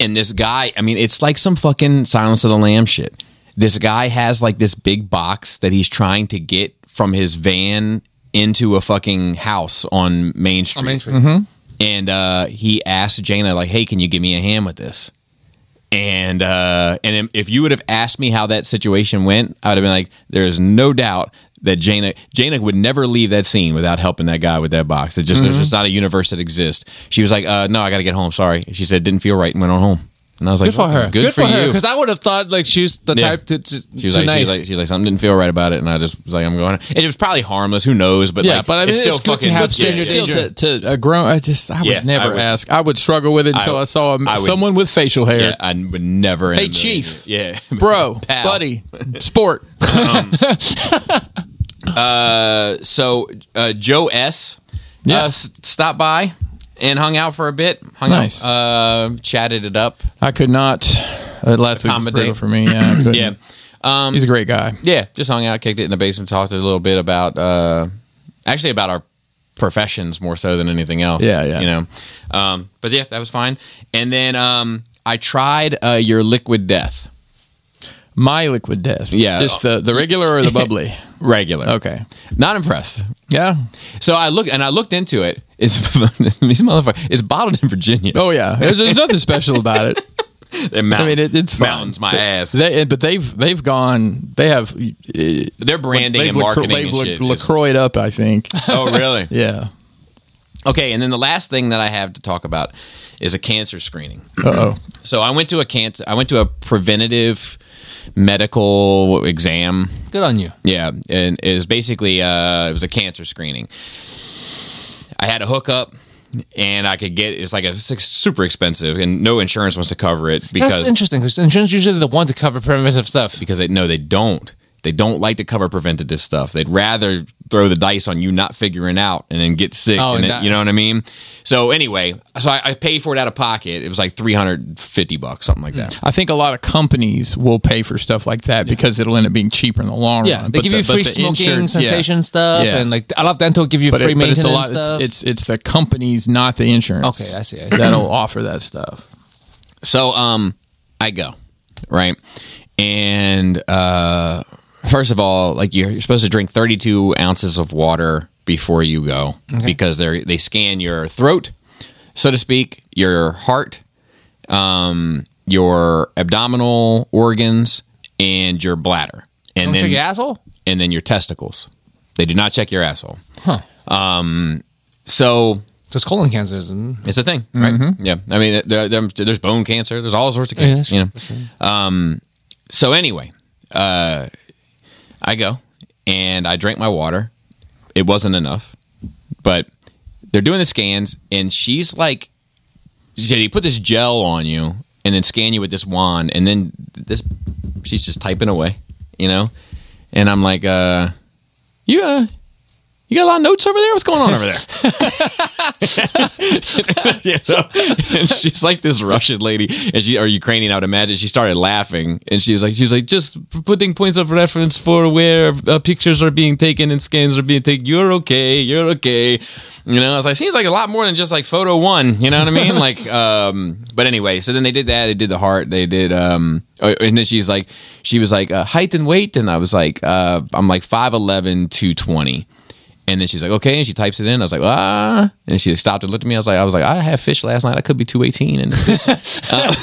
[SPEAKER 1] And this guy. I mean, it's like some fucking Silence of the Lamb shit. This guy has like this big box that he's trying to get from his van into a fucking house on Main Street.
[SPEAKER 3] Main Street.
[SPEAKER 1] And uh, he asked Jaina like, "Hey, can you give me a hand with this?" And uh, and if you would have asked me how that situation went, I would have been like, "There is no doubt that Jaina Jaina would never leave that scene without helping that guy with that box. It just there's
[SPEAKER 3] Mm-hmm.
[SPEAKER 1] just not a universe that exists." She was like, uh, "No, I got to get home. Sorry." She said, "Didn't feel right," and went on home. And I was like,
[SPEAKER 3] Good for her.
[SPEAKER 1] Good, for, you."
[SPEAKER 3] Because I would have thought like she was the
[SPEAKER 1] Yeah.
[SPEAKER 3] type to, to
[SPEAKER 1] She was like,
[SPEAKER 3] to
[SPEAKER 1] she
[SPEAKER 3] nice.
[SPEAKER 1] was like, she was like, something didn't feel right about it, and I just was like, I'm going. It was probably harmless. Who knows? But
[SPEAKER 3] Yeah,
[SPEAKER 1] like,
[SPEAKER 3] but I mean,
[SPEAKER 1] it's still
[SPEAKER 3] it's good to
[SPEAKER 1] fucking
[SPEAKER 3] have
[SPEAKER 1] yeah,
[SPEAKER 3] standard
[SPEAKER 1] yeah.
[SPEAKER 2] Still to, to a grown, I just I would
[SPEAKER 1] Yeah,
[SPEAKER 2] never
[SPEAKER 1] I would-
[SPEAKER 2] ask. I would struggle with it until I,
[SPEAKER 1] I-
[SPEAKER 2] saw a,
[SPEAKER 1] I would-
[SPEAKER 2] someone with facial hair.
[SPEAKER 1] Yeah, I would never. in
[SPEAKER 2] Hey,
[SPEAKER 1] a million
[SPEAKER 2] Chief.
[SPEAKER 1] years- Yeah, (laughs)
[SPEAKER 2] Bro,
[SPEAKER 1] Pal.
[SPEAKER 2] buddy, sport.
[SPEAKER 1] So uh, Joe S.
[SPEAKER 2] Yeah.
[SPEAKER 1] Uh, s- stopped by and hung out for a bit. Hung
[SPEAKER 2] Nice.
[SPEAKER 1] out, uh, chatted it up.
[SPEAKER 2] I could not. Uh, last week was
[SPEAKER 1] Accommodate.
[SPEAKER 2] brutal for me. Yeah, I couldn't.
[SPEAKER 1] Yeah, um,
[SPEAKER 2] he's a great guy.
[SPEAKER 1] yeah. Just hung out, kicked it in the basement, talked a little bit about, uh, actually about our professions more so than anything else.
[SPEAKER 2] Yeah, yeah.
[SPEAKER 1] You know, um, but yeah, that was fine. And then um, I tried uh, your liquid death
[SPEAKER 2] My liquid death.
[SPEAKER 1] Yeah.
[SPEAKER 2] just the the regular or
[SPEAKER 1] (laughs)
[SPEAKER 2] the bubbly.
[SPEAKER 1] regular.
[SPEAKER 2] Okay.
[SPEAKER 1] not impressed.
[SPEAKER 2] Yeah.
[SPEAKER 1] So I look and I looked into it. It's (laughs) these motherfuckers. It's bottled in Virginia.
[SPEAKER 2] Oh yeah. There's, there's nothing special about it.
[SPEAKER 1] They're mountain-
[SPEAKER 2] I mean, it, it's fine.
[SPEAKER 1] mountains. My ass.
[SPEAKER 2] They, but they've they've gone. They have uh,
[SPEAKER 1] Their branding
[SPEAKER 2] they've
[SPEAKER 1] and
[SPEAKER 2] Lacro-
[SPEAKER 1] marketing
[SPEAKER 2] They've
[SPEAKER 1] and
[SPEAKER 2] Lac-
[SPEAKER 1] shit. is-
[SPEAKER 2] Lacroixed up. I think.
[SPEAKER 1] oh,
[SPEAKER 2] (laughs)
[SPEAKER 1] really?
[SPEAKER 2] Yeah.
[SPEAKER 1] Okay, and then the last thing that I have to talk about is a cancer screening.
[SPEAKER 2] Uh oh.
[SPEAKER 1] So I went to a cancer. I went to a preventative medical exam.
[SPEAKER 3] Good on you.
[SPEAKER 1] Yeah, and it was basically uh, it was a cancer screening. I had a hookup. And I could get it's like a it's super expensive, and no insurance wants to cover it because
[SPEAKER 3] That's interesting because insurance usually the one to cover primitive stuff.
[SPEAKER 1] because they no they don't they don't like to cover preventative stuff they'd rather throw the dice on you not figuring out and then get sick and
[SPEAKER 3] Oh, and
[SPEAKER 1] then-
[SPEAKER 3] that-
[SPEAKER 1] you know what i mean so anyway so I, I paid for it out of pocket it was like 350 bucks something like that
[SPEAKER 2] I think a lot of companies will pay for stuff like that because it'll end up being cheaper in the long
[SPEAKER 3] Yeah,
[SPEAKER 2] run.
[SPEAKER 3] they
[SPEAKER 2] But
[SPEAKER 3] give
[SPEAKER 2] the-
[SPEAKER 3] you
[SPEAKER 2] but
[SPEAKER 3] free
[SPEAKER 2] the
[SPEAKER 3] smoking
[SPEAKER 2] insurance- yeah.
[SPEAKER 3] sensation stuff,
[SPEAKER 2] Yeah.
[SPEAKER 3] and like a lot of dental give you
[SPEAKER 2] But,
[SPEAKER 3] free
[SPEAKER 2] it, but
[SPEAKER 3] maintenance
[SPEAKER 2] it's a lot. It's,
[SPEAKER 3] stuff.
[SPEAKER 2] it's it's the companies, not the insurance.
[SPEAKER 3] Okay, I see, I see.
[SPEAKER 2] That'll offer that stuff.
[SPEAKER 1] so um i go right and uh first of all like you're, you're supposed to drink 32 ounces of water before you go because they are they scan your throat so to speak your heart um, your abdominal organs and your bladder, and
[SPEAKER 3] Don't
[SPEAKER 1] then
[SPEAKER 3] check your asshole?
[SPEAKER 1] and then your testicles. They do not check your asshole. Um,
[SPEAKER 3] Huh.
[SPEAKER 1] So
[SPEAKER 3] Because colon cancer is
[SPEAKER 1] it's a thing, right? Yeah, I mean, there, there- there's bone cancer. There's all sorts of
[SPEAKER 3] Yeah,
[SPEAKER 1] cancer. you know. Um, so anyway, uh, I go and I drink my water. It wasn't enough, but they're doing the scans, and she's like, she said, "You put this gel on you, and then scan you with this wand, and then this." She's just typing away, you know, and I'm like, uh, "You, uh, you got a lot of notes over there. What's going on over there?" (laughs) yeah, so, and she's like this Russian lady, and she or Ukrainian, I would imagine. She started laughing, and she was like, she was like, just putting points of reference for where uh, pictures are being taken and scans are being taken. You're okay, you're okay. You know, I was like, seems like a lot more than just like photo one. You know what I mean? like, um, but anyway, so then they did that. They did the heart. They did, um, oh, and then she was like, she was like uh, height and weight, and I was like, uh, I'm like 5'11", 220. And then she's like, okay. And she types it in. I was like, ah. And she stopped and looked at me. I was like, I was like, I had fish last night. I could be two eighteen. And uh,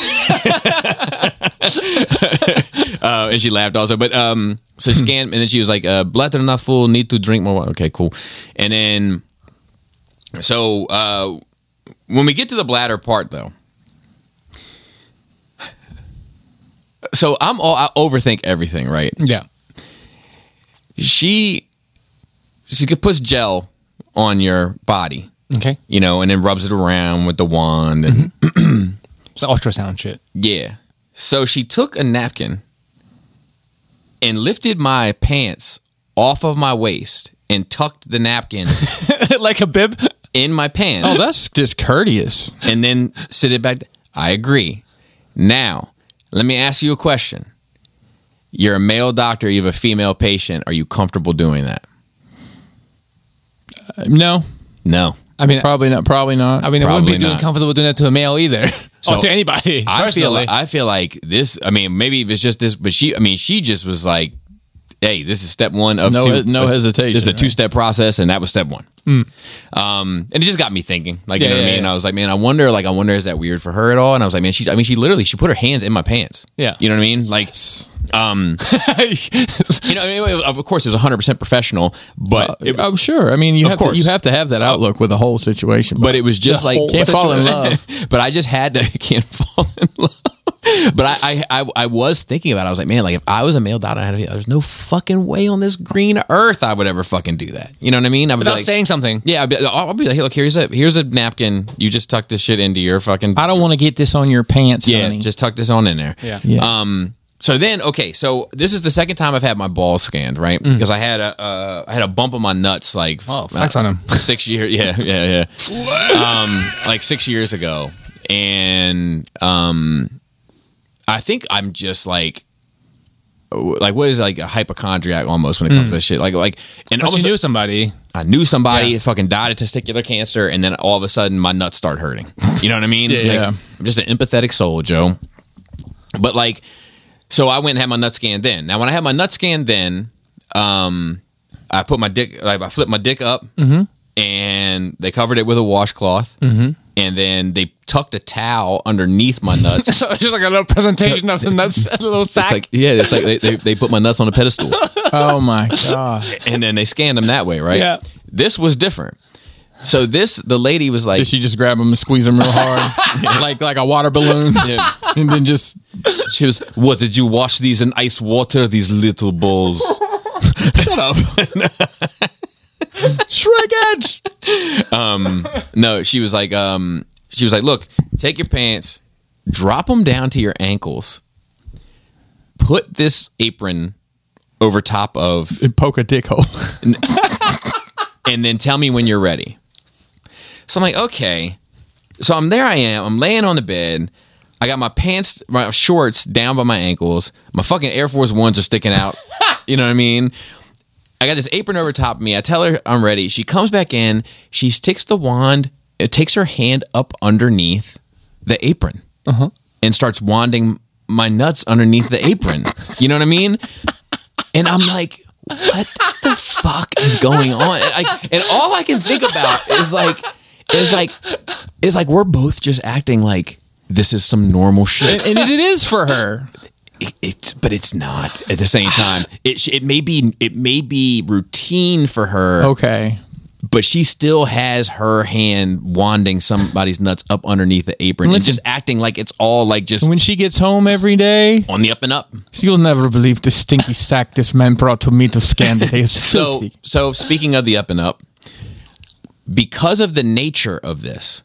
[SPEAKER 1] (laughs) Uh, and she laughed also. But um, so she scanned, and then she was like, uh, "Bladder not full. Need to drink more water." Okay, cool. And then, so uh, when we get to the bladder part, though, so I'm all I overthink everything, right?
[SPEAKER 3] Yeah.
[SPEAKER 1] She she puts gel on your body,
[SPEAKER 3] Okay.
[SPEAKER 1] you know, and then rubs it around with the wand and.
[SPEAKER 2] Mm-hmm.
[SPEAKER 3] It's ultrasound shit.
[SPEAKER 1] Yeah. So she took a napkin and lifted my pants off of my waist and tucked the
[SPEAKER 2] (laughs)
[SPEAKER 1] napkin
[SPEAKER 3] (laughs) like a bib.
[SPEAKER 1] in my pants
[SPEAKER 2] Oh, that's discourteous.
[SPEAKER 1] and then sit it back. I agree. Now, let me ask you a question. You're a male doctor, you have a female patient. Are you comfortable doing that?
[SPEAKER 2] No,
[SPEAKER 1] No.
[SPEAKER 3] I mean,
[SPEAKER 2] probably not. Probably not.
[SPEAKER 3] I mean, I wouldn't
[SPEAKER 1] Probably
[SPEAKER 3] be doing
[SPEAKER 1] not.
[SPEAKER 3] comfortable doing that to a male either, (laughs)
[SPEAKER 1] So,
[SPEAKER 3] or to anybody.
[SPEAKER 1] I feel
[SPEAKER 3] personally.
[SPEAKER 1] like, I feel like this I mean, maybe if it's just this, but she I mean, she just was like, Hey, this is step one of
[SPEAKER 2] no,
[SPEAKER 1] two.
[SPEAKER 2] no
[SPEAKER 1] Uh,
[SPEAKER 2] hesitation.
[SPEAKER 1] It's a
[SPEAKER 2] right?
[SPEAKER 1] two step process, and that was step one. Um, and it just got me thinking, like you
[SPEAKER 3] Mm.
[SPEAKER 1] know
[SPEAKER 3] Yeah,
[SPEAKER 1] what
[SPEAKER 3] yeah,
[SPEAKER 1] I mean.
[SPEAKER 3] yeah.
[SPEAKER 1] I was like, man, I wonder, like, I wonder is that weird for her at all? And I was like, man, she, I mean, she literally, she put her hands in my pants.
[SPEAKER 3] Yeah.
[SPEAKER 1] you know what I mean. Like,
[SPEAKER 3] (laughs)
[SPEAKER 1] um, you know, I mean, of course, it was hundred percent professional, but it,
[SPEAKER 2] I'm oh, sure. I mean, you
[SPEAKER 1] Of
[SPEAKER 2] have to,
[SPEAKER 1] course.
[SPEAKER 2] you have to have
[SPEAKER 3] Uh,
[SPEAKER 2] that outlook with the whole situation.
[SPEAKER 1] but it was just
[SPEAKER 2] The
[SPEAKER 1] like
[SPEAKER 2] whole- Can't fall in love.
[SPEAKER 1] but I just had to (laughs) can't fall in love. But I, I, I, I was thinking about. it. I was like, man, like if I was a male daughter, I had to be- there's no fucking way on this green earth I would ever fucking do that. You know what I mean? I was
[SPEAKER 3] without
[SPEAKER 1] like,
[SPEAKER 3] saying something.
[SPEAKER 1] Yeah, I'll be, I'll I'll be like, hey, look, here's a here's a napkin. You just tuck this shit into your fucking.
[SPEAKER 2] I don't want to get this on your pants,
[SPEAKER 1] yeah,
[SPEAKER 2] honey.
[SPEAKER 1] just tuck this on in there.
[SPEAKER 3] Yeah.
[SPEAKER 2] Yeah.
[SPEAKER 1] Um. So then, okay, so this is the second time I've had my balls scanned, right? Because I had a uh, I had a bump on my nuts like
[SPEAKER 3] Oh, flex on 'em.
[SPEAKER 1] (laughs) six years. Yeah, yeah, yeah. um, like six years ago, and um, I think I'm just like. Like what is it, like a hypochondriac almost when it comes to this shit? Like like and
[SPEAKER 3] But
[SPEAKER 1] almost
[SPEAKER 3] she knew somebody.
[SPEAKER 1] I knew somebody fucking died of testicular cancer, and then all of a sudden my nuts start hurting. You know what I mean? Like,
[SPEAKER 2] yeah.
[SPEAKER 1] I'm just an empathetic soul, Joe. But like, so I went and had my nut scan then. Now, when I had my nut scan then, um, I put my dick, like, I flipped my dick up,
[SPEAKER 2] Mm-hmm.
[SPEAKER 1] and they covered it with a washcloth, and then they tucked a towel underneath my
[SPEAKER 2] (laughs)
[SPEAKER 1] nuts.
[SPEAKER 3] (laughs) So it's just like a little presentation of the nuts, a little
[SPEAKER 1] It's
[SPEAKER 3] sack.
[SPEAKER 1] like, yeah, it's like they, they, they put my nuts on a pedestal.
[SPEAKER 2] (laughs) oh my
[SPEAKER 3] (laughs)
[SPEAKER 2] god!
[SPEAKER 1] and then they scanned them that way, right?
[SPEAKER 2] Yeah.
[SPEAKER 1] This was different. So this, the lady was like,
[SPEAKER 2] Did she just grab them and squeeze them real (laughs) hard, like like a water (laughs) balloon, and then just
[SPEAKER 1] she was, what did you wash these in ice water? These little balls. (laughs) Shut up. (laughs)
[SPEAKER 2] shrinkage?
[SPEAKER 1] Um, No, she was like, um, she was like, look, take your pants, drop them down to your ankles, put this apron over top of
[SPEAKER 2] And poke a dick hole.
[SPEAKER 1] and then tell me when you're ready. So I'm like, okay. So I'm there. I am. I'm laying on the bed. I got my pants, my shorts down by my ankles. My fucking Air Force Ones are sticking out. you know what I mean? I got this apron over top of me. I tell her I'm ready. She comes back in. She sticks the wand. It takes her hand up underneath the apron and starts wanding my nuts underneath the apron. you know what I mean? And I'm like, what the fuck is going on? And, like, and all I can think about is like, is like, is like we're both just acting like this is some normal shit.
[SPEAKER 2] and it is for her.
[SPEAKER 1] It- it's but it's not at the same time. It sh- it may be it may be routine for her,
[SPEAKER 2] Okay.
[SPEAKER 1] but she still has her hand wanding somebody's nuts up underneath the apron and
[SPEAKER 2] Listen.
[SPEAKER 1] just acting like it's all like just
[SPEAKER 2] When she gets home every day,
[SPEAKER 1] on the up and up.
[SPEAKER 2] you'll never believe the stinky sack this man brought to me to scan today. It's
[SPEAKER 1] So,
[SPEAKER 2] filthy.
[SPEAKER 1] so speaking of the up and up, because of the nature of this,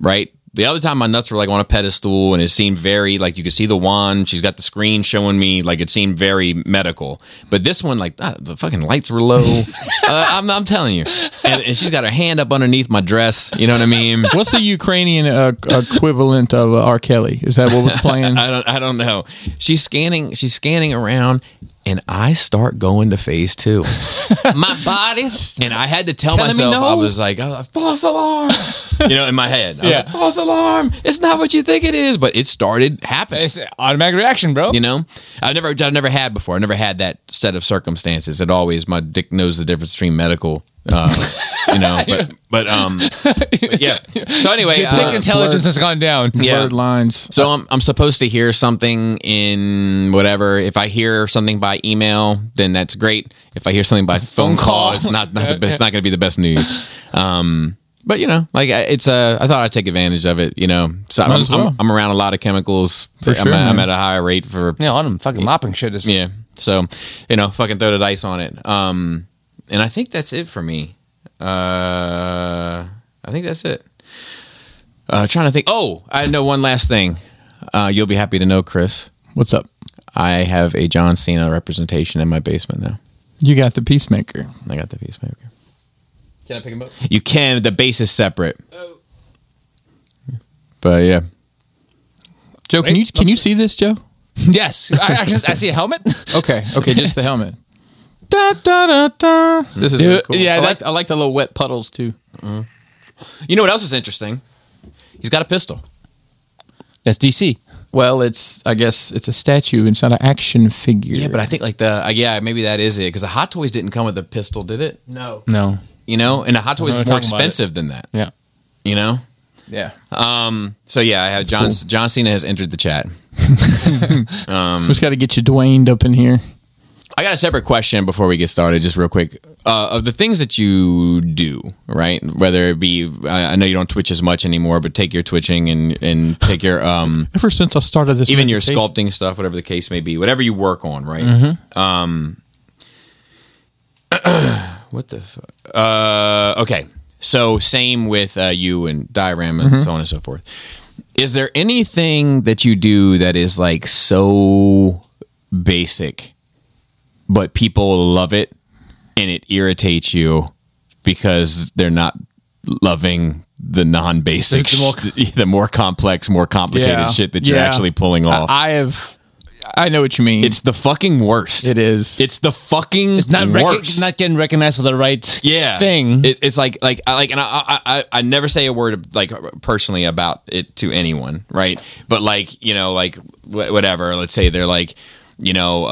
[SPEAKER 1] right? The other time my nuts were like on a pedestal and it seemed very like you could see the wand. She's got the screen showing me like it seemed very medical. But this one, like ah, the fucking lights were low. uh, I'm, I'm telling you, and, and she's got her hand up underneath my dress. You know what I mean?
[SPEAKER 2] What's the Ukrainian uh, equivalent of uh, R. Kelly? Is that (laughs) what was playing?
[SPEAKER 1] I don't I don't know. She's scanning she's scanning around and I start going to phase
[SPEAKER 2] (laughs)
[SPEAKER 1] two. My body's and I had to tell
[SPEAKER 2] Telling me
[SPEAKER 1] myself I
[SPEAKER 2] no?
[SPEAKER 1] was like oh, false
[SPEAKER 2] (laughs)
[SPEAKER 1] alarm. you know, in my head. I was
[SPEAKER 2] Yeah.
[SPEAKER 1] like, false alarm. It's not what you think it is, but it started happening.
[SPEAKER 3] It's an automatic reaction, bro.
[SPEAKER 1] You know, I've never I've never had before. I never had that set of circumstances. It always my dick knows the difference between medical Uh, you
[SPEAKER 2] (laughs)
[SPEAKER 1] know, but but um, but yeah. So anyway, uh,
[SPEAKER 3] Dick intelligence has gone down.
[SPEAKER 1] yeah.
[SPEAKER 2] Blurred lines.
[SPEAKER 1] So I'm I'm supposed to hear something in whatever. If I hear something by email, then that's great. If I hear something
[SPEAKER 2] (laughs)
[SPEAKER 1] by phone call, it's not not the best. It's not going to be the best news. Um, but you know, like I- it's uh, I thought I'd take advantage of it. You know, so I'm,
[SPEAKER 2] as
[SPEAKER 1] I'm-
[SPEAKER 2] well.
[SPEAKER 1] I'm, around a lot of chemicals.
[SPEAKER 2] For
[SPEAKER 1] I'm,
[SPEAKER 2] sure,
[SPEAKER 1] at, I'm at
[SPEAKER 2] man.
[SPEAKER 1] a higher rate for
[SPEAKER 3] Yeah, on them fucking mopping shit is
[SPEAKER 1] yeah. So you know, fucking throw the dice on it. Um, and I think that's it for me. Uh, I think that's it. Uh, trying to think. Oh, I know one last thing. Uh, you'll be happy to know, Chris.
[SPEAKER 2] What's up?
[SPEAKER 1] I have a John Cena representation in my basement now.
[SPEAKER 2] You got the peacemaker.
[SPEAKER 1] I got the peacemaker. Can I pick him up? You can. The base is separate. But yeah,
[SPEAKER 2] Joe, can you can you see this, Joe?
[SPEAKER 3] Yes, I, I, just, I see a helmet.
[SPEAKER 2] Okay, okay, just the helmet. (laughs) Da, da, da, da. This is really cool.
[SPEAKER 3] yeah,
[SPEAKER 2] I
[SPEAKER 3] that-
[SPEAKER 2] like I like the little wet puddles too.
[SPEAKER 1] you know what else is interesting? He's got a pistol.
[SPEAKER 3] That's DC.
[SPEAKER 2] Well, it's I guess it's a statue. It's not an action figure.
[SPEAKER 1] Yeah, but I think like the uh, yeah maybe that is it because the Hot Toys didn't come with a pistol, did it?
[SPEAKER 2] no.
[SPEAKER 3] (laughs) No.
[SPEAKER 1] you know, and a Hot Toys
[SPEAKER 3] know
[SPEAKER 1] is
[SPEAKER 3] what
[SPEAKER 1] more
[SPEAKER 3] you're talking about.
[SPEAKER 1] expensive than that,
[SPEAKER 3] Yeah.
[SPEAKER 1] you know.
[SPEAKER 2] Yeah,
[SPEAKER 1] So yeah, I have John John Cena has entered the chat. Um,
[SPEAKER 2] we just got to get you Dwayne up in here.
[SPEAKER 1] I got a separate question before we get started, just real quick. Uh, of the things that you do, right? Whether it be, I I know you don't twitch as much anymore, but take your twitching and and take your um
[SPEAKER 2] Ever since I started this,
[SPEAKER 1] even your
[SPEAKER 2] meditation-
[SPEAKER 1] sculpting stuff, whatever the case may be, whatever you work on, right?
[SPEAKER 2] Mm-hmm.
[SPEAKER 1] Um, (clears throat) what the fuck? Uh, okay, so same with uh, you and dioramas
[SPEAKER 2] Mm-hmm.
[SPEAKER 1] and so on and so forth. Is there anything that you do that is like so basic, but people love it and it irritates you because they're not loving the non-basic, (laughs) the more, complex, more complicated
[SPEAKER 2] Yeah.
[SPEAKER 1] shit that you're
[SPEAKER 2] Yeah.
[SPEAKER 1] actually pulling off.
[SPEAKER 2] I, I have. I know what you mean.
[SPEAKER 1] it's the fucking worst.
[SPEAKER 2] It is.
[SPEAKER 1] It's the fucking
[SPEAKER 3] It's not rec-
[SPEAKER 1] worst.
[SPEAKER 3] not getting recognized for the right
[SPEAKER 1] yeah,
[SPEAKER 3] thing.
[SPEAKER 1] It, it's like like I like, and I, I I I never say a word like personally about it to anyone, right? But like you know, like wh- whatever. Let's say they're like, you know,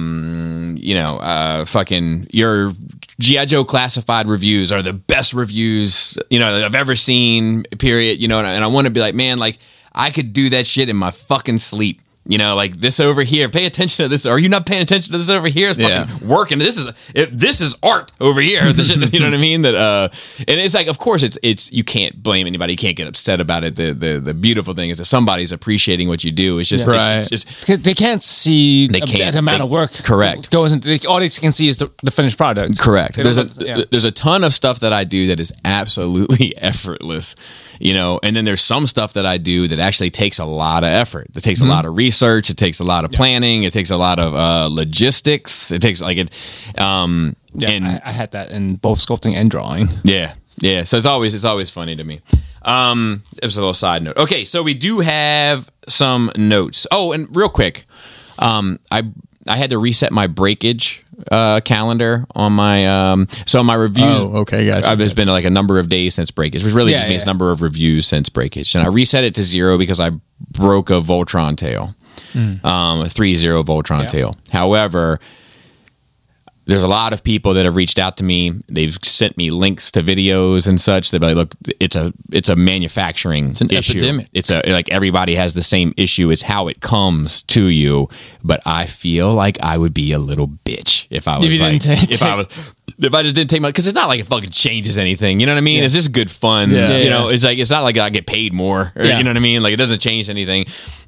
[SPEAKER 1] um, you know, uh, fucking your GI Joe classified reviews are the best reviews you know that I've ever seen. Period. You know, and I, and I want to be like, man, like I could do that shit in my fucking sleep. You know, like this over here. Pay attention to this. Are you not paying attention to this over here? It's
[SPEAKER 2] Yeah.
[SPEAKER 1] fucking working. This is if this is art over here. The shit, you know what I mean? That uh, and it's like, of course, it's it's you can't blame anybody. You can't get upset about it. The the the beautiful thing is that somebody's appreciating what you do. It's just it's- it's,
[SPEAKER 2] Right.
[SPEAKER 1] just
[SPEAKER 3] 'Cause They can't see
[SPEAKER 1] They
[SPEAKER 3] the-
[SPEAKER 1] can't.
[SPEAKER 3] the amount
[SPEAKER 1] They-
[SPEAKER 3] of work.
[SPEAKER 1] correct.
[SPEAKER 3] Goes into, they, all they can see is the, the finished product.
[SPEAKER 1] Correct.
[SPEAKER 3] They
[SPEAKER 1] There's a
[SPEAKER 3] don't- yeah.
[SPEAKER 1] th- there's a ton of stuff that I do that is absolutely (laughs) effortless, you know. And then there's some stuff that I do that actually takes a lot of effort. It
[SPEAKER 3] Mm-hmm.
[SPEAKER 1] takes a lot of research. It takes a lot of planning. It takes a lot of uh, logistics. It takes like it. Um,
[SPEAKER 3] Yeah,
[SPEAKER 1] and
[SPEAKER 3] I, I had that in both sculpting and drawing.
[SPEAKER 1] yeah, yeah. So it's always it's always funny to me. Um, it was a little side note. Okay, so we do have some notes. Oh, and real quick, um, I I had to reset my breakage uh calendar on my um so my reviews
[SPEAKER 2] Oh, okay, gotcha.
[SPEAKER 1] I've- there's been like a number of days since breakage which really
[SPEAKER 3] Yeah,
[SPEAKER 1] just
[SPEAKER 3] yeah,
[SPEAKER 1] means
[SPEAKER 3] yeah.
[SPEAKER 1] number of reviews since breakage and I reset it to zero because I broke a Voltron tail
[SPEAKER 2] Hmm.
[SPEAKER 1] um a three zero Voltron tail however there's a lot of people that have reached out to me. They've sent me links to videos and such. They're like, look, it's a it's a manufacturing it's
[SPEAKER 2] an
[SPEAKER 1] issue.
[SPEAKER 2] epidemic.
[SPEAKER 1] It's a like everybody has the same issue. It's how it comes to you. But I feel like I would be a little bitch if I was
[SPEAKER 3] you
[SPEAKER 1] like,
[SPEAKER 3] didn't take-
[SPEAKER 1] if I was if I just didn't take my because it's not like it fucking changes anything. You know what I mean? It's just good fun.
[SPEAKER 2] Yeah.
[SPEAKER 1] You know, it's like it's not like I get paid more. Or,
[SPEAKER 3] Yeah.
[SPEAKER 1] You know what I mean? Like it doesn't change anything.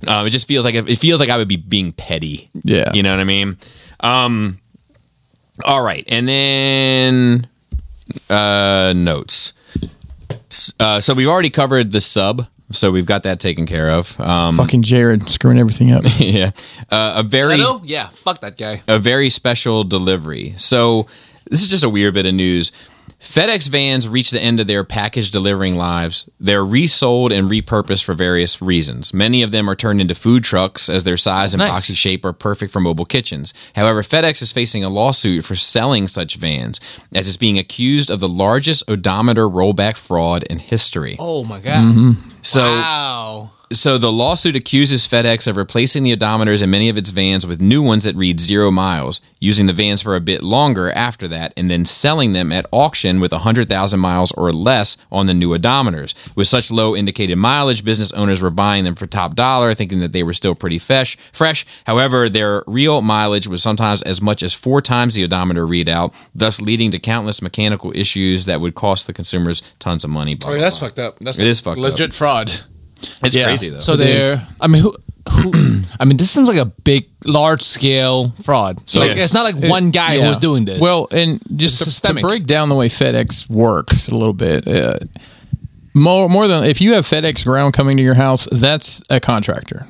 [SPEAKER 1] Um, it just feels like it feels like I would be being petty.
[SPEAKER 2] Yeah.
[SPEAKER 1] You know what I mean? Um, All right, and then uh, notes. S- Uh, so we've already covered the sub, so we've got that taken care of. Um,
[SPEAKER 2] fucking Jared screwing everything up.
[SPEAKER 1] (laughs) yeah, uh, a very
[SPEAKER 3] Yeah, fuck that guy.
[SPEAKER 1] a very special delivery. So this is just a weird bit of news. FedEx vans reach the end of their package delivering lives. They're resold and repurposed for various reasons. Many of them are turned into food trucks as their size and
[SPEAKER 3] Nice.
[SPEAKER 1] boxy shape are perfect for mobile kitchens. However, FedEx is facing a lawsuit for selling such vans as it's being accused of the largest odometer rollback fraud in history.
[SPEAKER 3] Oh my god.
[SPEAKER 1] so
[SPEAKER 3] Oh, Wow.
[SPEAKER 1] So the lawsuit accuses FedEx of replacing the odometers in many of its vans with new ones that read zero miles, using the vans for a bit longer after that, and then selling them at auction with 100,000 miles or less on the new odometers. With such low indicated mileage, business owners were buying them for top dollar, thinking that they were still pretty fresh. fresh. However, their real mileage was sometimes as much as four times the odometer readout, thus leading to countless mechanical issues that would cost the consumers tons of money. Blah,
[SPEAKER 3] I mean,
[SPEAKER 1] blah,
[SPEAKER 3] Oh, that's
[SPEAKER 1] blah.
[SPEAKER 3] fucked up. That's
[SPEAKER 1] It is fucked up.
[SPEAKER 3] legit fraud.
[SPEAKER 1] It's crazy, though.
[SPEAKER 3] So they're. I mean, who?
[SPEAKER 2] (clears throat)
[SPEAKER 3] who I mean, this seems like a big, large scale fraud. So like,
[SPEAKER 1] Yes.
[SPEAKER 3] it's not like one guy
[SPEAKER 2] Yeah.
[SPEAKER 3] who's doing this.
[SPEAKER 2] Well, and just
[SPEAKER 3] It's
[SPEAKER 2] to- to,
[SPEAKER 3] systemic.
[SPEAKER 2] break down the way FedEx works a little bit, uh, more more than if you have FedEx ground coming to your house, that's a contractor,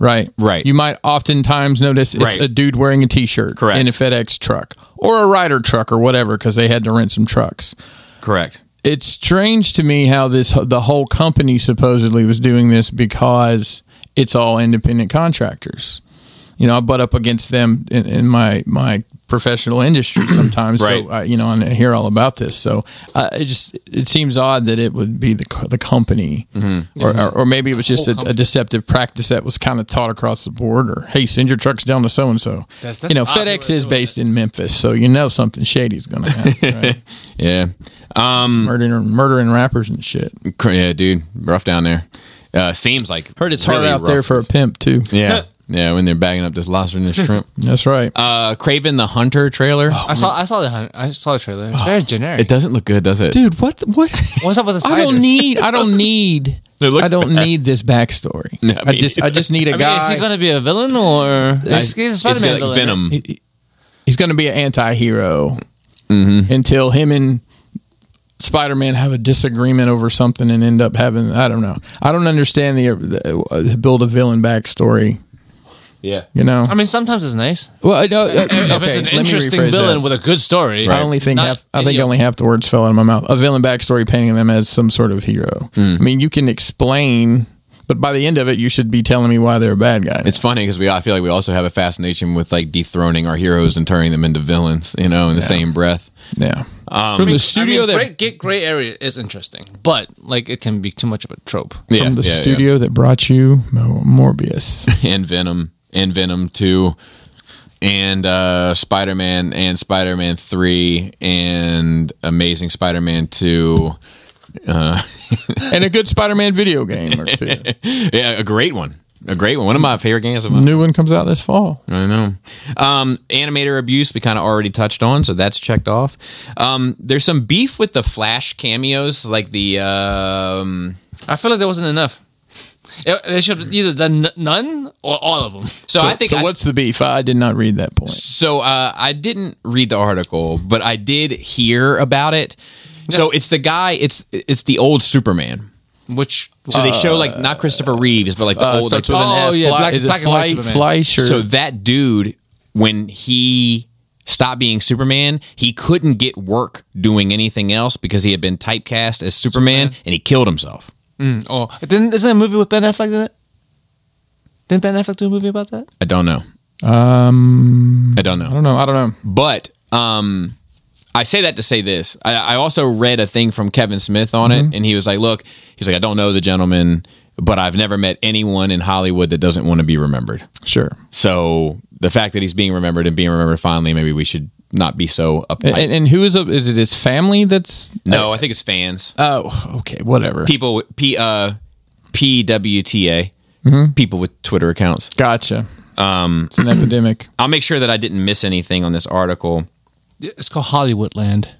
[SPEAKER 2] right?
[SPEAKER 1] Right.
[SPEAKER 2] You might oftentimes notice it's
[SPEAKER 1] Right.
[SPEAKER 2] a dude wearing a T-shirt
[SPEAKER 1] Correct.
[SPEAKER 2] in a FedEx truck or a rider truck or whatever because they had to rent some trucks.
[SPEAKER 1] Correct.
[SPEAKER 2] It's strange to me how this the whole company supposedly was doing this because it's all independent contractors. You know, I butt up against them in, in my my professional industry sometimes.
[SPEAKER 1] Right.
[SPEAKER 2] So I, you know, and I hear all about this. So uh, it just it seems odd that it would be the co- the company, or, or or maybe it was just a, a deceptive practice that was kind of taught across the board. Or hey, send your trucks down to so and so.
[SPEAKER 3] That's- that's
[SPEAKER 2] You know,
[SPEAKER 3] odd they
[SPEAKER 2] FedEx
[SPEAKER 3] were
[SPEAKER 2] is
[SPEAKER 3] doing
[SPEAKER 2] based in Memphis, so you know something shady's going to happen. Right?
[SPEAKER 1] Yeah.
[SPEAKER 2] murdering murdering rappers and shit.
[SPEAKER 1] Cr- Yeah, dude, rough down there. Uh, seems like
[SPEAKER 2] Heard it's
[SPEAKER 1] really
[SPEAKER 2] hard out
[SPEAKER 1] rough.
[SPEAKER 2] there for a pimp too.
[SPEAKER 1] yeah, yeah. When they're bagging up this lobster and this shrimp.
[SPEAKER 2] That's right.
[SPEAKER 1] Uh, Craven the Hunter trailer.
[SPEAKER 3] I saw. I saw the. hun- I saw the trailer.
[SPEAKER 2] (sighs)
[SPEAKER 3] It's very generic.
[SPEAKER 1] It doesn't look good, does it?
[SPEAKER 2] Dude, what the- what?
[SPEAKER 3] What's up with the
[SPEAKER 2] (laughs) I
[SPEAKER 3] spiders?
[SPEAKER 2] don't need. I don't need.
[SPEAKER 1] It looks
[SPEAKER 2] I don't need this backstory.
[SPEAKER 1] No,
[SPEAKER 2] I
[SPEAKER 1] me
[SPEAKER 2] just I just need a
[SPEAKER 3] I mean, is
[SPEAKER 2] guy.
[SPEAKER 3] he going to be a villain or he's, he's a Spider-Man
[SPEAKER 1] it's like
[SPEAKER 3] villain?
[SPEAKER 1] Venom.
[SPEAKER 2] He's going to be an anti-hero until him and Spider-Man have a disagreement over something and end up having I don't know. I don't understand the, the uh, build a villain backstory.
[SPEAKER 1] Yeah.
[SPEAKER 2] You know.
[SPEAKER 3] I mean, sometimes it's
[SPEAKER 2] (clears throat)
[SPEAKER 3] nice.
[SPEAKER 2] well, I (coughs) know.
[SPEAKER 3] if it's an interesting villain with a good story.
[SPEAKER 2] I only think
[SPEAKER 3] Not-
[SPEAKER 2] half, I think
[SPEAKER 3] yeah.
[SPEAKER 2] only half the words fell out of my mouth. A villain backstory painting them as some sort of hero. I mean, you can explain, but by the end of it, you should be telling me why they're a bad guy.
[SPEAKER 1] It's funny because we I feel like we also have a fascination with like dethroning our heroes and turning them into villains. You know, in the same breath.
[SPEAKER 2] yeah. from the studio
[SPEAKER 3] I mean,
[SPEAKER 2] that
[SPEAKER 3] great, gray, gray area is interesting, but like it can be too much of a trope.
[SPEAKER 1] Yeah,
[SPEAKER 2] from the
[SPEAKER 1] yeah, yeah.
[SPEAKER 2] studio that brought you Mo- Morbius.
[SPEAKER 1] and Venom and Venom Two and uh, Spider Man and Spider Man Three and Amazing Spider Man Two.
[SPEAKER 2] and a good Spider-Man video game or two.
[SPEAKER 1] Yeah, a great one. A great one. One of my favorite games of my
[SPEAKER 2] New one comes out this fall.
[SPEAKER 1] I know. Um, animator abuse we kind of already touched on, so that's checked off. Um, there's some beef with the Flash cameos, like the um,
[SPEAKER 3] I feel like there wasn't enough. It- they should have either done n- none or all of them.
[SPEAKER 1] so, I think
[SPEAKER 2] so
[SPEAKER 1] I-
[SPEAKER 2] what's the beef? I did not read that point.
[SPEAKER 1] so uh, I didn't read the article, but I did hear about it. So it's the guy. It's it's the old Superman.
[SPEAKER 3] Which
[SPEAKER 1] So they show like not Christopher Reeves, but like the
[SPEAKER 2] Uh,
[SPEAKER 1] old.
[SPEAKER 2] starts
[SPEAKER 1] like-
[SPEAKER 2] with an
[SPEAKER 3] Oh,
[SPEAKER 2] F.
[SPEAKER 3] yeah,
[SPEAKER 2] Fly-
[SPEAKER 3] Black-
[SPEAKER 2] is it
[SPEAKER 3] Black and White
[SPEAKER 2] Fly-
[SPEAKER 3] Superman.
[SPEAKER 2] Fleischer?
[SPEAKER 1] So that dude, when he stopped being Superman, he couldn't get work doing anything else because he had been typecast as Superman, and he killed himself.
[SPEAKER 3] oh, didn't isn't a movie with Ben Affleck in it? Didn't Ben Affleck do a movie about that?
[SPEAKER 1] I don't know.
[SPEAKER 2] um,
[SPEAKER 1] I don't
[SPEAKER 2] I
[SPEAKER 1] know.
[SPEAKER 2] don't know. I don't know.
[SPEAKER 1] But um, I say that to say this. I, I also read a thing from Kevin Smith on it, and he was like, "Look, he's like, I don't know the gentleman, but I've never met anyone in Hollywood that doesn't want to be remembered.
[SPEAKER 2] Sure.
[SPEAKER 1] So the fact that he's being remembered and being remembered finally, maybe we should not be so uptight.
[SPEAKER 2] And, and, and who is a, is it his family that's
[SPEAKER 1] no, I think it's fans.
[SPEAKER 2] oh okay whatever
[SPEAKER 1] people with P uh PWTA people with Twitter accounts.
[SPEAKER 2] gotcha um it's an
[SPEAKER 3] (clears throat)
[SPEAKER 2] epidemic
[SPEAKER 1] I'll make sure that I didn't miss anything on this article.
[SPEAKER 3] It's called Hollywoodland.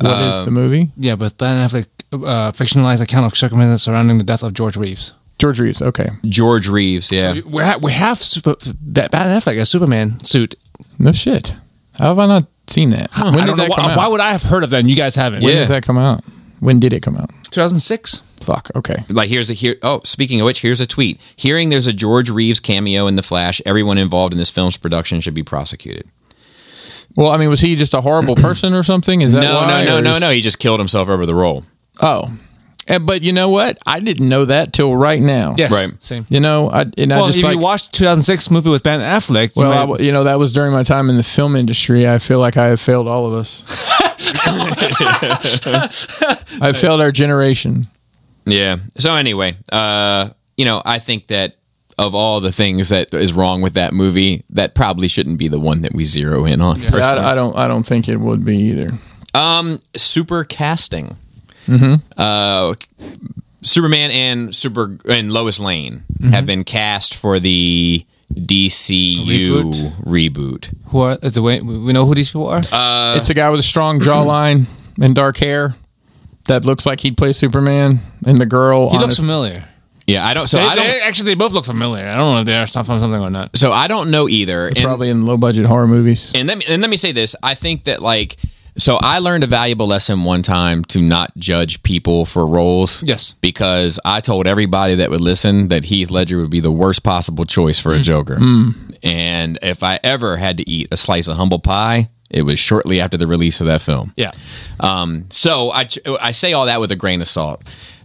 [SPEAKER 2] What is
[SPEAKER 3] Um,
[SPEAKER 2] the movie
[SPEAKER 3] Yeah, but Ben Affleck uh, fictionalized account of circumstances surrounding the death of George Reeves.
[SPEAKER 2] George Reeves okay
[SPEAKER 1] George Reeves, yeah.
[SPEAKER 3] We- We have, we have super, that Ben Affleck a Superman suit.
[SPEAKER 2] no shit how have I not seen that when
[SPEAKER 3] Hmm, I
[SPEAKER 2] did
[SPEAKER 3] don't know
[SPEAKER 2] that
[SPEAKER 3] why-
[SPEAKER 2] come out
[SPEAKER 3] why would I have heard of that? And you guys haven't.
[SPEAKER 2] when
[SPEAKER 1] Yeah.
[SPEAKER 2] did that come out when did it come out
[SPEAKER 3] 2006.
[SPEAKER 2] fuck okay
[SPEAKER 1] like here's a here oh speaking of which here's a tweet hearing there's a george reeves cameo in the flash everyone involved in this film's production should be prosecuted
[SPEAKER 2] well I mean was he just a horrible
[SPEAKER 3] (clears throat)
[SPEAKER 2] person or something is that
[SPEAKER 1] no
[SPEAKER 2] why,
[SPEAKER 1] no no
[SPEAKER 2] or
[SPEAKER 1] no
[SPEAKER 2] is-
[SPEAKER 1] no he just killed himself over the role
[SPEAKER 2] oh and, but you know what I didn't know that till right now
[SPEAKER 3] Yes.
[SPEAKER 1] Right.
[SPEAKER 3] Same.
[SPEAKER 2] you know I and I
[SPEAKER 3] Well,
[SPEAKER 2] just
[SPEAKER 3] if
[SPEAKER 2] like
[SPEAKER 3] you watched 2006 movie with Ben Affleck,
[SPEAKER 2] well,
[SPEAKER 3] you
[SPEAKER 2] I
[SPEAKER 3] might-
[SPEAKER 2] w you know that was during my time in the film industry. I feel like I have failed all of
[SPEAKER 3] (laughs)
[SPEAKER 2] us. I failed our generation.
[SPEAKER 1] yeah so anyway uh you know, I think that of all the things that is wrong with that movie, that probably shouldn't be the one that we zero in on. personally.
[SPEAKER 2] I, I don't. I don't think it would be either.
[SPEAKER 1] super casting. Uh, Superman and Super and Lois Lane have been cast for the DCU reboot.
[SPEAKER 3] Who are uh, the way we know who these people are?
[SPEAKER 1] Uh,
[SPEAKER 2] it's a guy with a strong jawline and dark hair that looks like he'd play Superman, and the girl.
[SPEAKER 3] he looks familiar.
[SPEAKER 1] Yeah, I don't. So
[SPEAKER 3] They-
[SPEAKER 1] I don't.
[SPEAKER 3] they- actually, they both look familiar. I don't know if they are some- from something or not.
[SPEAKER 1] so I don't know either. And,
[SPEAKER 2] probably in low budget horror movies.
[SPEAKER 1] and let me and let me say this. I think that like. So I learned a valuable lesson one time to not judge people for roles.
[SPEAKER 3] Yes.
[SPEAKER 1] because I told everybody that would listen that Heath Ledger would be the worst possible choice
[SPEAKER 3] Mm.
[SPEAKER 1] for a Joker. And if I ever had to eat a slice of humble pie, it was shortly after the release of that film.
[SPEAKER 3] Yeah.
[SPEAKER 1] Um, so I, I say all that with a grain of salt,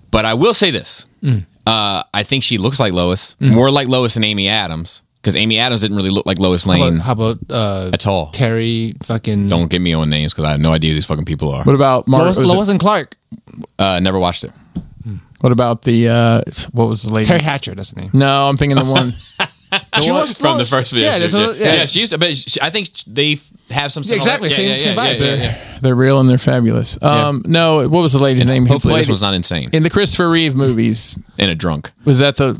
[SPEAKER 1] but I will say this:
[SPEAKER 3] Mm.
[SPEAKER 1] uh, I think she looks like Lois, more like Lois and Amy Adams, because Amy Adams didn't really look like Lois
[SPEAKER 3] How
[SPEAKER 1] Lane
[SPEAKER 3] about, how about uh,
[SPEAKER 1] at all.
[SPEAKER 3] Terry fucking
[SPEAKER 1] Don't get me on names because I have no idea who these fucking people are.
[SPEAKER 2] What about Mar-
[SPEAKER 3] Lois,
[SPEAKER 2] was it-
[SPEAKER 3] Lois and Clark?
[SPEAKER 1] Uh, never watched it.
[SPEAKER 2] What about the uh, what was the lady?
[SPEAKER 3] Terry Hatcher, that's the name.
[SPEAKER 2] No, I'm thinking the one.
[SPEAKER 1] The
[SPEAKER 3] She
[SPEAKER 1] one
[SPEAKER 3] was
[SPEAKER 1] from the
[SPEAKER 3] Lois.
[SPEAKER 1] first video.
[SPEAKER 3] Yeah,
[SPEAKER 1] she,
[SPEAKER 3] that's
[SPEAKER 1] was-
[SPEAKER 3] what-
[SPEAKER 1] yeah.
[SPEAKER 3] yeah.
[SPEAKER 1] yeah, she used to, but she, I think they f- have some. similar-
[SPEAKER 3] exactly,
[SPEAKER 1] yeah,
[SPEAKER 3] same-
[SPEAKER 1] yeah,
[SPEAKER 3] same
[SPEAKER 1] yeah, yeah, (laughs)
[SPEAKER 3] vibes.
[SPEAKER 1] yeah, yeah.
[SPEAKER 2] they're real and they're fabulous. Um, No, what was the lady's name? who
[SPEAKER 1] Hopefully,
[SPEAKER 2] played
[SPEAKER 1] this
[SPEAKER 2] it?
[SPEAKER 1] was not insane
[SPEAKER 2] in the Christopher Reeve movies.
[SPEAKER 1] and a drunk.
[SPEAKER 2] Was that the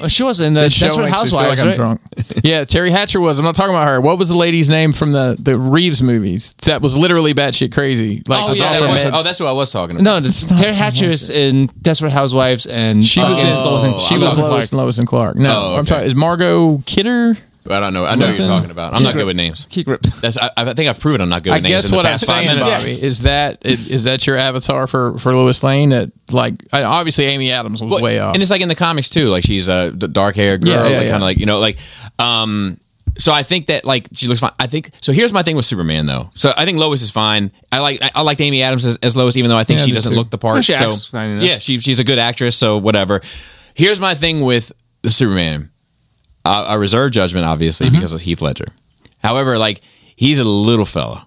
[SPEAKER 3] Oh, She was in the
[SPEAKER 2] show
[SPEAKER 3] Desperate
[SPEAKER 2] makes me feel
[SPEAKER 3] Housewives,
[SPEAKER 2] like I'm
[SPEAKER 3] right?
[SPEAKER 2] drunk. (laughs) yeah, Terry Hatcher was. I'm not talking about her. What was the lady's name from the the Reeves movies? That was literally batshit crazy. Like
[SPEAKER 3] Oh,
[SPEAKER 2] was
[SPEAKER 3] yeah,
[SPEAKER 2] off
[SPEAKER 1] That
[SPEAKER 2] her
[SPEAKER 1] was-
[SPEAKER 2] meds.
[SPEAKER 1] oh, that's what I was talking about.
[SPEAKER 3] No, that's Terry Hatcher is in Desperate Housewives, and
[SPEAKER 2] She was,
[SPEAKER 3] uh,
[SPEAKER 2] in,
[SPEAKER 3] Lois and-
[SPEAKER 2] she
[SPEAKER 1] I'm
[SPEAKER 2] was
[SPEAKER 1] talking
[SPEAKER 2] Lois and Lois and Clark. No,
[SPEAKER 1] Oh,
[SPEAKER 2] I'm
[SPEAKER 1] okay.
[SPEAKER 2] sorry. Is Margot Kidder?
[SPEAKER 1] I don't know. I know what you're talking about. I'm not good with names.
[SPEAKER 3] Key grip.
[SPEAKER 1] That's. I, I think I've proven I'm not good
[SPEAKER 2] I
[SPEAKER 1] with names.
[SPEAKER 2] guess
[SPEAKER 1] in the
[SPEAKER 2] what I'm
[SPEAKER 1] past five
[SPEAKER 2] saying,
[SPEAKER 1] minutes.
[SPEAKER 2] Bobby, is that is, is that your avatar for for Lois Lane? That like I, obviously Amy Adams was
[SPEAKER 1] Well,
[SPEAKER 2] way off.
[SPEAKER 1] And it's like in the comics too. Like she's a dark haired girl,
[SPEAKER 2] Yeah, yeah,
[SPEAKER 1] like,
[SPEAKER 2] yeah.
[SPEAKER 1] kind of like you know, like. um So I think that like she looks fine. I think so. Here's my thing with Superman though. So I think Lois is fine. I like I, I liked Amy Adams as, as Lois, even though I think
[SPEAKER 2] Yeah, I
[SPEAKER 1] she
[SPEAKER 2] do,
[SPEAKER 1] doesn't
[SPEAKER 2] too.
[SPEAKER 1] look the part.
[SPEAKER 3] she
[SPEAKER 1] so
[SPEAKER 3] acts fine enough.
[SPEAKER 1] yeah, she she's a good actress. So whatever. Here's my thing with the Superman. I, I reserve judgment obviously
[SPEAKER 2] Mm-hmm.
[SPEAKER 1] because of Heath Ledger. However, like he's a little fella.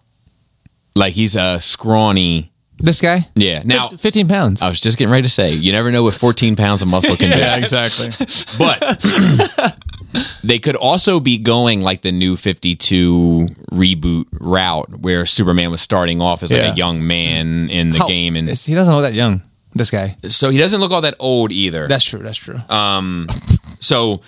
[SPEAKER 1] Like he's a scrawny.
[SPEAKER 3] This guy?
[SPEAKER 1] Yeah. Now
[SPEAKER 3] 15 pounds.
[SPEAKER 1] I was just getting ready to say, you never know what 14 pounds of muscle can do.
[SPEAKER 2] yeah, exactly.
[SPEAKER 1] (laughs) But (clears throat) they could also be going like the new 52 reboot route where Superman was starting off as like
[SPEAKER 2] Yeah.
[SPEAKER 1] a young man in the
[SPEAKER 3] How-
[SPEAKER 1] game. And
[SPEAKER 3] Is- He doesn't look that young, this guy.
[SPEAKER 1] so he doesn't look all that old either.
[SPEAKER 3] That's true, that's true.
[SPEAKER 1] Uh, so,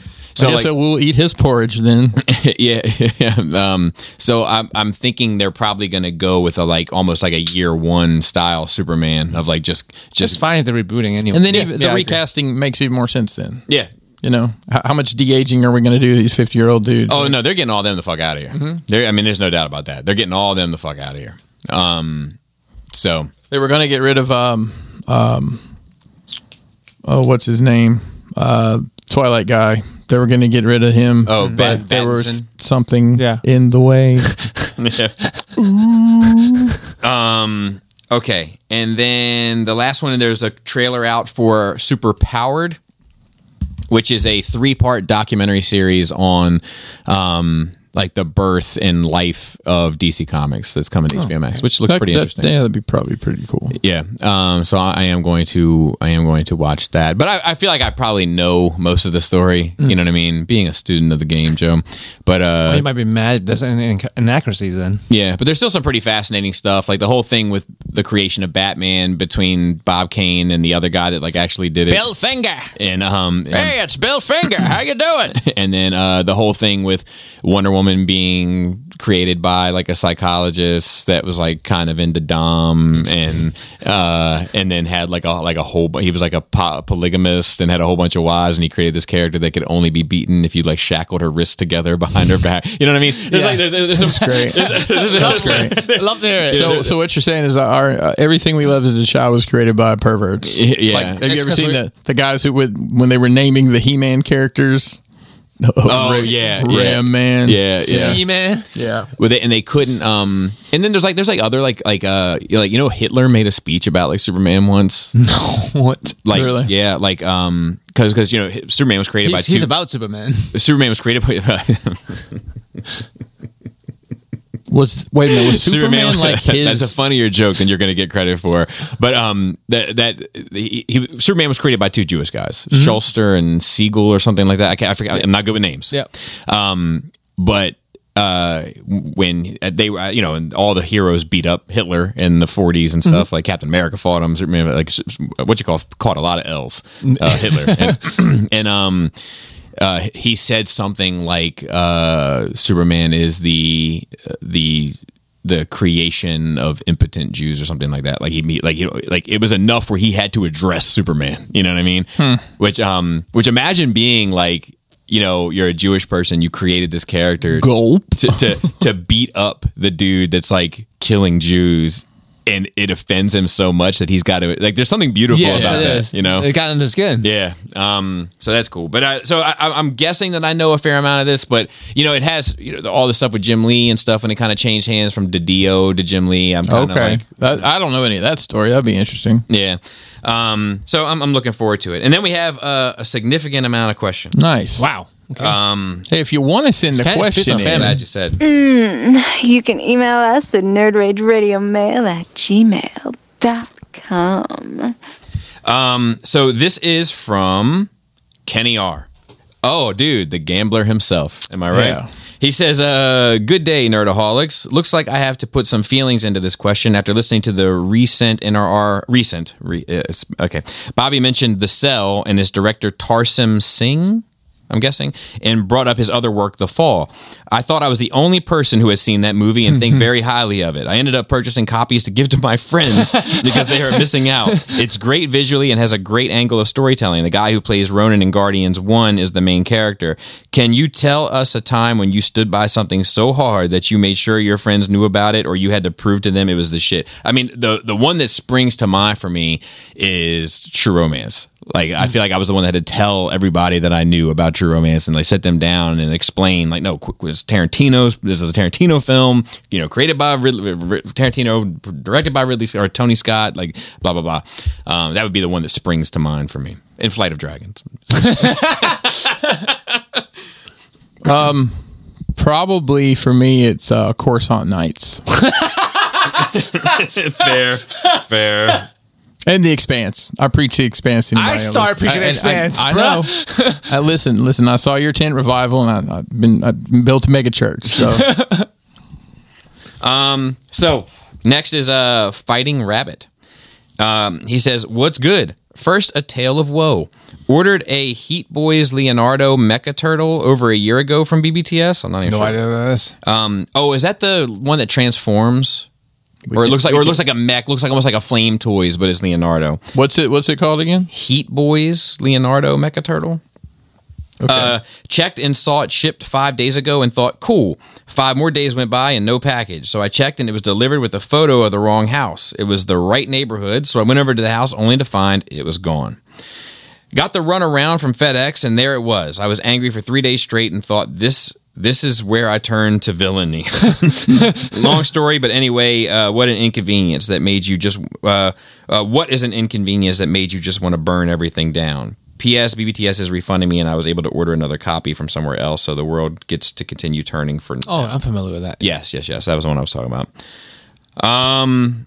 [SPEAKER 1] so
[SPEAKER 2] so
[SPEAKER 1] like,
[SPEAKER 2] we'll eat his porridge then.
[SPEAKER 1] yeah, yeah. Um, so I'm, I'm thinking they're probably going to go with a like almost like a year one style Superman of like just,
[SPEAKER 3] It's
[SPEAKER 1] (laughs) just,
[SPEAKER 3] fine if they're rebooting anyway.
[SPEAKER 2] And then
[SPEAKER 1] Yeah,
[SPEAKER 2] even
[SPEAKER 1] yeah, I
[SPEAKER 2] the
[SPEAKER 1] agree.
[SPEAKER 2] recasting makes even more sense then.
[SPEAKER 1] yeah.
[SPEAKER 2] You know, how, how much de aging are we going to do to these 50 year old dudes?
[SPEAKER 1] Oh no, they're getting all them the fuck out of here.
[SPEAKER 2] Mm-hmm.
[SPEAKER 1] They're, I mean, there's no doubt about that. They're getting all them the fuck out of here. Um,
[SPEAKER 2] (laughs)
[SPEAKER 1] so
[SPEAKER 2] They were going to get rid of, um, um, oh, what's his name? Uh, Twilight guy. They were going to get rid of him.
[SPEAKER 1] Oh,
[SPEAKER 2] but
[SPEAKER 1] Bat-
[SPEAKER 2] there was
[SPEAKER 1] Battinson?
[SPEAKER 2] something
[SPEAKER 3] Yeah.
[SPEAKER 2] in
[SPEAKER 1] (laughs)
[SPEAKER 2] the way.
[SPEAKER 1] Um, Okay, and then the last one, there's a trailer out for Super Powered, which is a three-part documentary series on, um, like the birth and life of DC Comics that's coming to HBO Max, which looks
[SPEAKER 2] Oh, That-
[SPEAKER 1] pretty
[SPEAKER 2] that-
[SPEAKER 1] interesting.
[SPEAKER 2] Yeah, that'd be probably pretty
[SPEAKER 1] (laughs)
[SPEAKER 2] cool.
[SPEAKER 1] Yeah. Um, so I I am going to I am going to watch that. But I, I feel like I probably know most of the story. You know what I mean? Being a student of the game, Joe. But uh,
[SPEAKER 3] he might be mad if there's any inc- inaccuracies then.
[SPEAKER 1] yeah, but there's still some pretty fascinating stuff, like the whole thing with the creation of Batman between Bob Kane and the other guy that like actually did it, Bill Finger. And um, hey, it's Bill Finger. How you doing? (laughs) and then uh, the whole thing with Wonder Woman being created by like a psychologist that was like kind of into Dom and uh, and then had like a like a whole bu- he was like a po- polygamist and had a whole bunch of wives and he created this character that could only be beaten if you like shackled her wrists together (laughs) behind her back. You know what I mean? There's like there's, there's some
[SPEAKER 2] (laughs)
[SPEAKER 1] (laughs)
[SPEAKER 2] Great.
[SPEAKER 1] that's great. (laughs)
[SPEAKER 3] Love to hear it.
[SPEAKER 2] So, so what you're saying is that our uh, everything we loved as a child was created by perverts. (laughs)
[SPEAKER 1] Yeah.
[SPEAKER 2] Like, have you
[SPEAKER 3] It's
[SPEAKER 2] ever
[SPEAKER 3] 'cause
[SPEAKER 2] seen
[SPEAKER 3] we-
[SPEAKER 2] the the guys who would when they were naming the He-Man characters? (laughs)
[SPEAKER 1] Oh yeah,
[SPEAKER 2] Ram
[SPEAKER 1] yeah,
[SPEAKER 2] Man.
[SPEAKER 1] yeah, yeah.
[SPEAKER 3] See, man.
[SPEAKER 1] (laughs)
[SPEAKER 2] yeah.
[SPEAKER 1] Well, they, and they couldn't. Um, and then there's like there's like other like like uh like you know Hitler made a speech about like Superman once.
[SPEAKER 3] What?
[SPEAKER 1] Like
[SPEAKER 2] Really?
[SPEAKER 1] yeah, like um because because you know Hit- Superman was created
[SPEAKER 3] He's,
[SPEAKER 1] by two. (laughs)
[SPEAKER 3] he's about Superman.
[SPEAKER 1] Superman was created by.
[SPEAKER 2] was
[SPEAKER 3] Wait a minute, was
[SPEAKER 2] Superman, like
[SPEAKER 1] (laughs)
[SPEAKER 2] his?
[SPEAKER 1] That's a funnier joke than you're going to get credit for. But um, that that he, he, Superman was created by two Jewish guys, Schulster and Siegel or something like that. I, can't, I forget. I'm not good with names.
[SPEAKER 3] (laughs) Yeah.
[SPEAKER 1] Um, but uh, when uh, they were, you know, and all the heroes beat up Hitler in the 40s and stuff, like Captain America fought him. Superman, like what you call caught a lot of L's. Uh, Hitler and, (clears throat) and um. Uh, he said something like uh, Superman is the the the creation of impotent Jews or something like that. Like he meet like you know, like it was enough where he had to address Superman. You know what I mean? Which um which imagine being like you know you're a Jewish person you created this character
[SPEAKER 2] Gulp.
[SPEAKER 1] to to, to beat up the dude that's like killing Jews. And it offends him so much that he's got to like. There's something beautiful
[SPEAKER 3] Yeah,
[SPEAKER 1] about
[SPEAKER 3] it
[SPEAKER 1] that,
[SPEAKER 3] is.
[SPEAKER 1] you know.
[SPEAKER 3] It got under the skin.
[SPEAKER 1] Yeah. Um, so that's cool. But I, so I, I'm guessing that I know a fair amount of this, but you know, it has you know, all the stuff with Jim Lee and stuff when it kind of changed hands from Didio to Jim Lee. I'm kind of
[SPEAKER 2] Okay,
[SPEAKER 1] like,
[SPEAKER 2] That- I don't know any of that story. That'd be interesting.
[SPEAKER 1] yeah. Um, so I'm, I'm looking forward to it. And then we have uh, a significant amount of questions.
[SPEAKER 2] Nice.
[SPEAKER 3] Wow.
[SPEAKER 2] Hey, if you want to send a
[SPEAKER 3] fan- it's
[SPEAKER 2] question
[SPEAKER 3] on
[SPEAKER 1] I'm
[SPEAKER 2] in,
[SPEAKER 3] fan-
[SPEAKER 1] glad you said.
[SPEAKER 6] (laughs) You can email us at nerdrageradiomail at gmail.com.
[SPEAKER 1] So this is from Kenny R. Oh, dude, the gambler himself. Am I right?
[SPEAKER 2] Yeah.
[SPEAKER 1] He says, uh, Good day, nerdaholics. Looks like I have to put some feelings into this question after listening to the recent NRR. Recent. Re, uh, s- okay. Bobby mentioned The Cell and his director, Tarsim Singh. I'm guessing, and brought up his other work, The Fall. I thought I was the only person who had seen that movie and think very highly of it. I ended up purchasing copies to give to my friends because they are missing out. It's great visually and has a great angle of storytelling. The guy who plays Ronan in Guardians 1 is the main character. Can you tell us a time when you stood by something so hard that you made sure your friends knew about it or you had to prove to them it was the shit? I mean, the the one that springs to mind for me is True Romance. Like I feel like I was the one that had to tell everybody that I knew about True Romance and like sit them down and explain like no, qu- it was Tarantino's. This is a Tarantino film, you know, created by Ridley, Rid- Tarantino, directed by Ridley or Tony Scott. Like blah blah blah. Um, that would be the one that springs to mind for me. In Flight of Dragons,
[SPEAKER 2] probably for me, it's uh, Coruscant
[SPEAKER 1] (laughs)
[SPEAKER 2] Nights
[SPEAKER 1] fair, fair.
[SPEAKER 2] and The Expanse. I preach The Expanse. to anybody
[SPEAKER 3] I
[SPEAKER 2] that listens.
[SPEAKER 3] start preaching
[SPEAKER 2] I- I-
[SPEAKER 3] Expanse,
[SPEAKER 2] I, I know. (laughs) I listen, listen. I saw your tent revival, and I, I've been I've been built to make a church. So
[SPEAKER 3] (laughs)
[SPEAKER 1] So next is uh, Fighting Rabbit. Um, he says, "What's good?" First, a tale of woe. Ordered a Heat Boys Leonardo Mecha Turtle over a year ago from BBTS. I'm not even
[SPEAKER 3] No
[SPEAKER 1] sure.
[SPEAKER 3] idea what that is.
[SPEAKER 1] Um, oh, is that the one that transforms? or it looks like, or it looks like a mech. Looks like almost like a Flame Toys, but it's Leonardo.
[SPEAKER 2] what's it? What's it called again?
[SPEAKER 1] Heat Boys Leonardo Mecha Turtle. Uh, checked and saw it shipped five days ago and thought, cool. Five more days went by and no package. So I checked and it was delivered with a photo of the wrong house. It was the right neighborhood. So I went over to the house only to find it was gone. Got the runaround from FedEx, and there it was. I was angry for three days straight and thought this this is where I turned to villainy. (laughs) Long story, but anyway, uh, what an inconvenience that made you just. Uh, uh, what is an inconvenience that made you just want to burn everything down? P.S. BBTS is refunding me, and I was able to order another copy from somewhere else, so the world gets to continue turning for.
[SPEAKER 3] Oh, I'm familiar with that.
[SPEAKER 1] Yes, yes, yes. That was the one I was talking about. Um,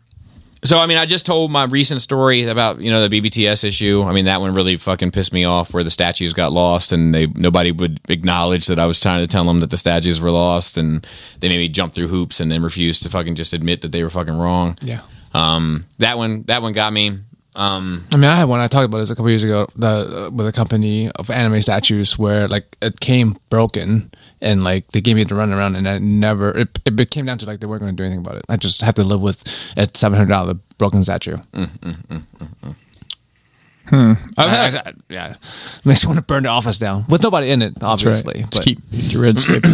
[SPEAKER 1] so I mean, I just told my recent story about you know the BBTS issue. I mean, that one really fucking pissed me off, where the statues got lost, and they nobody would acknowledge that I was trying to tell them that the statues were lost, and they made me jump through hoops and then refused to fucking just admit that they were fucking wrong.
[SPEAKER 3] Yeah.
[SPEAKER 1] Um, that one, that one got me.
[SPEAKER 3] I mean, I had one. I talked about this a couple years ago the, uh, with a company of anime statues where like it came broken and like they gave me the runaround and I never it, it came down to like they weren't going to do anything about it. I just have to live with a seven hundred dollar broken statue. mm, Hmm. I, I, I, yeah, makes you want to burn the office down with nobody in it, obviously.
[SPEAKER 2] Just keep your red stick.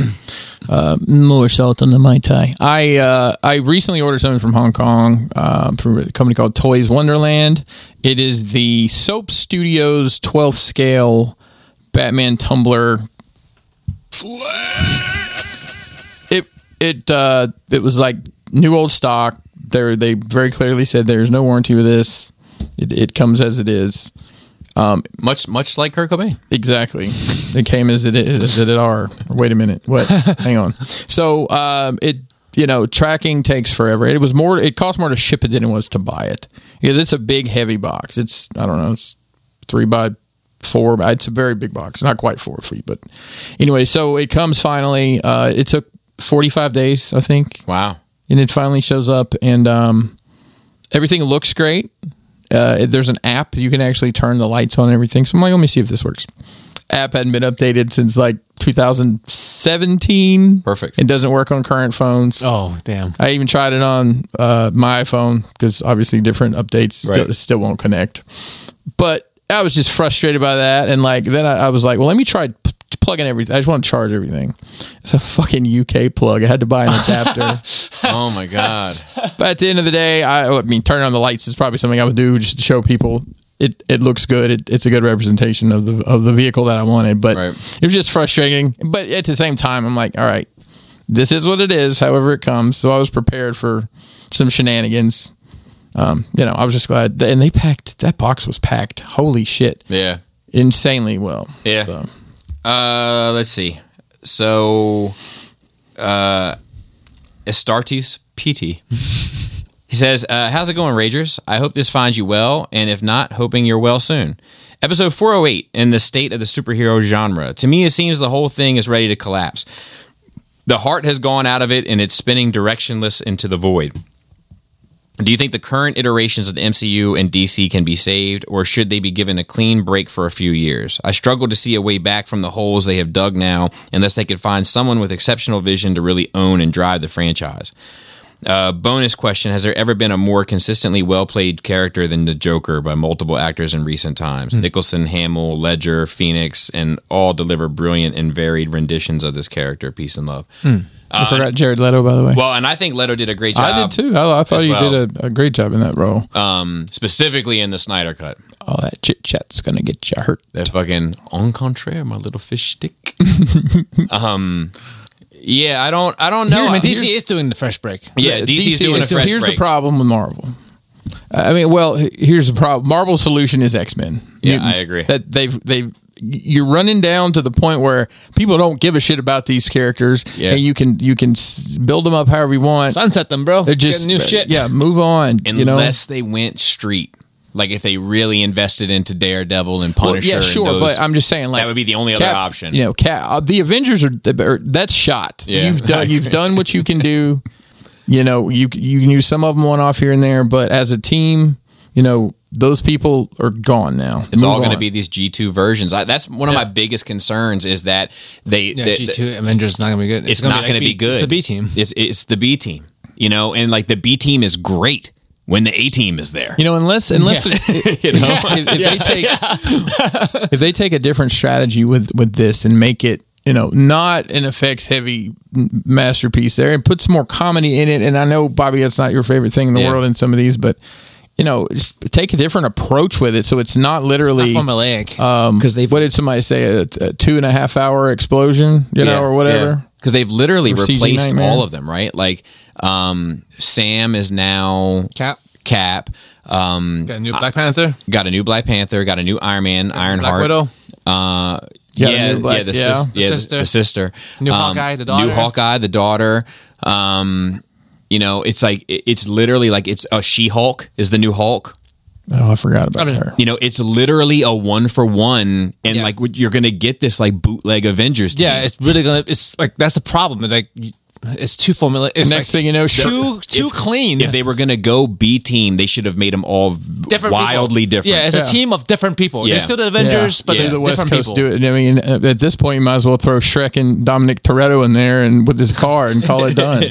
[SPEAKER 2] uh, more salt on the mai tai. I uh, I recently ordered something from Hong Kong um, from a company called Toys Wonderland. It is the Soap Studios 12th scale Batman tumbler. It it uh, it was like new old stock. There they very clearly said there's no warranty with this. It, it comes as it is.
[SPEAKER 1] Much, much like Kurt Cobain.
[SPEAKER 2] Exactly. It came as it is, as it are. Wait a minute. What? Hang on. So um, it you know, tracking takes forever. It was more. It cost more to ship it than it was to buy it because it's a big, heavy box. It's I don't know, it's three by four. Uh, It's a very big box, not quite four feet, but anyway. So it comes finally. Uh, it took forty five days, I think,
[SPEAKER 1] Wow.
[SPEAKER 2] and it finally shows up, and um, everything looks great. Uh, there's an app you can actually turn the lights on and everything. So I'm like, let me see if this works. App hadn't been updated since like 2017.
[SPEAKER 1] Perfect.
[SPEAKER 2] It doesn't work on current phones.
[SPEAKER 3] Oh damn!
[SPEAKER 2] I even tried it on uh, my iPhone because obviously different updates still,
[SPEAKER 1] Right.
[SPEAKER 2] still won't connect. But I was just frustrated by that, and like then I, I was like, well, let me try p- plugging everything. I just want to charge everything. It's a fucking UK plug. I had to buy
[SPEAKER 1] (laughs)
[SPEAKER 2] an adapter.
[SPEAKER 1] Oh my god.
[SPEAKER 2] but at the end of the day, I, I mean, turning on the lights is probably something I would do just to show people. It, it looks good. It, it's a good representation of the of the vehicle that I wanted, but
[SPEAKER 1] Right.
[SPEAKER 2] it was just frustrating. But at the same time, I'm like, all right, this is what it is. However it comes, so I was prepared for some shenanigans. Um, you know, I was just glad, and they packed that box was packed. Holy shit,
[SPEAKER 1] Yeah.
[SPEAKER 2] insanely well.
[SPEAKER 1] Yeah.
[SPEAKER 2] So,
[SPEAKER 1] Uh, let's see. So, uh, Astartes PT. (laughs) He says, uh, How's it going, Ragers? I hope this finds you well, and if not, hoping you're well soon. Episode 408 in the state of the superhero genre. To me, it seems the whole thing is ready to collapse. The heart has gone out of it, and it's spinning directionless into the void. Do you think the current iterations of the MCU and DC can be saved, or should they be given a clean break for a few years? I struggle to see a way back from the holes they have dug now, unless they could find someone with exceptional vision to really own and drive the franchise. Uh, bonus question Has there ever been a more consistently well played character than the Joker by multiple actors in recent times?
[SPEAKER 2] Hmm.
[SPEAKER 1] Nicholson, Hamill, Ledger, Phoenix, and all deliver brilliant and varied renditions of this character. Peace and love.
[SPEAKER 2] I forgot Jared Leto by the way.
[SPEAKER 1] Uh, Well, and I think Leto did a great job.
[SPEAKER 2] Hmm. I did too. I, I thought
[SPEAKER 1] as
[SPEAKER 2] you
[SPEAKER 1] well. Uh,
[SPEAKER 2] did a, a great job in that role.
[SPEAKER 1] Specifically in the Snyder Cut.
[SPEAKER 2] All that chit chat's gonna get you hurt.
[SPEAKER 1] They're fucking on contraire, my little fish stick. um, yeah, I don't, I don't know.
[SPEAKER 3] No, uh, I mean,
[SPEAKER 1] Here's-
[SPEAKER 3] DC is doing the fresh break.
[SPEAKER 1] yeah, DC is doing a
[SPEAKER 2] Uh, is-
[SPEAKER 1] fresh
[SPEAKER 2] Here's
[SPEAKER 1] break.
[SPEAKER 2] the problem with Marvel. I mean, well, h- here's the problem. Marvel's solution is X Men.
[SPEAKER 1] Yeah, I agree.
[SPEAKER 2] That they've they've you're running down to the point where people don't give a shit about these characters,
[SPEAKER 1] Yeah.
[SPEAKER 2] and you can you can s- build them up however you want.
[SPEAKER 3] Sunset them, bro.
[SPEAKER 2] They're just
[SPEAKER 3] Get new shit.
[SPEAKER 2] Yeah,
[SPEAKER 1] (laughs)
[SPEAKER 2] move on. you know,
[SPEAKER 1] Unless they went street, like if they really invested into Daredevil and
[SPEAKER 2] Well,
[SPEAKER 1] Punisher.
[SPEAKER 2] yeah,
[SPEAKER 1] and
[SPEAKER 2] sure,
[SPEAKER 1] those-
[SPEAKER 2] but I'm just saying, like
[SPEAKER 1] that would be the only other
[SPEAKER 2] Cap-
[SPEAKER 1] option.
[SPEAKER 2] You know, Cap, uh, the Avengers are, are that's shot.
[SPEAKER 1] Yeah.
[SPEAKER 2] You've
[SPEAKER 1] (laughs)
[SPEAKER 2] done you've done what you can do. You know, you you knew some of them went off here and there, but as a team, you know those people are gone now.
[SPEAKER 1] it's all going to be these G two versions. I, that's one of my biggest concerns is that they,
[SPEAKER 3] Yeah,
[SPEAKER 1] they-
[SPEAKER 3] G two Avengers is not gonna be good.
[SPEAKER 1] it's,
[SPEAKER 3] gonna
[SPEAKER 1] not
[SPEAKER 3] like
[SPEAKER 1] going to be,
[SPEAKER 3] B-
[SPEAKER 1] good.
[SPEAKER 3] It's the B team.
[SPEAKER 1] It's it's the B team. You know, and like the B team is great when the A team is there.
[SPEAKER 2] You know, unless unless it-
[SPEAKER 1] (laughs) You know?
[SPEAKER 2] if, if they take if they take a different strategy with with this and make it you know not an effects heavy masterpiece there and put some more comedy in it and i know bobby that's not your favorite thing in the
[SPEAKER 1] Yeah.
[SPEAKER 2] world in some of these but you know just take a different approach with it so it's not literally
[SPEAKER 3] Formulaic.
[SPEAKER 2] because they what did somebody say a, a two and a half hour explosion you know or whatever
[SPEAKER 1] Because they've literally
[SPEAKER 2] Or CG
[SPEAKER 1] replaced
[SPEAKER 2] Nightmare.
[SPEAKER 1] all of them, right? Like um, Sam is now
[SPEAKER 3] Cap.
[SPEAKER 1] Cap. Um,
[SPEAKER 3] Got a new Black Panther.
[SPEAKER 1] got a new Black Panther. Got a new Iron Man. Iron
[SPEAKER 3] Black
[SPEAKER 1] Heart.
[SPEAKER 3] Widow.
[SPEAKER 1] Uh,
[SPEAKER 2] Got a
[SPEAKER 1] yeah,
[SPEAKER 2] new Black-
[SPEAKER 1] yeah, the
[SPEAKER 2] yeah.
[SPEAKER 1] sis- yeah, the-
[SPEAKER 3] Sister.
[SPEAKER 1] the sister. Um,
[SPEAKER 3] New Hawkeye, the daughter.
[SPEAKER 1] New Hawkeye, the daughter. Um, you know, it's like it- it's literally like it's a She Hulk is the new Hulk.
[SPEAKER 2] oh i forgot about her
[SPEAKER 1] You know, it's literally a one for one, and
[SPEAKER 3] Yeah.
[SPEAKER 1] like you're gonna get this like bootleg Avengers. Team.
[SPEAKER 3] Yeah, it's really gonna. It's like that's the problem. Like it's too formulaic. It's
[SPEAKER 2] next
[SPEAKER 3] like
[SPEAKER 2] thing you know
[SPEAKER 3] too too clean.
[SPEAKER 1] if they were going to go B team, they should have made them all
[SPEAKER 3] Different people.
[SPEAKER 1] wildly different.
[SPEAKER 3] Yeah, it's
[SPEAKER 2] Yeah.
[SPEAKER 3] a team of different people.
[SPEAKER 1] Yeah.
[SPEAKER 3] They're still the Avengers,
[SPEAKER 2] Yeah.
[SPEAKER 3] but
[SPEAKER 1] Yeah.
[SPEAKER 3] there's
[SPEAKER 2] the West
[SPEAKER 3] different
[SPEAKER 2] Coast
[SPEAKER 3] people.
[SPEAKER 2] do it. I mean, uh, at this point, you might as well throw Shrek and Dominic Toretto in there and with his car and call
[SPEAKER 1] (laughs)
[SPEAKER 2] it done.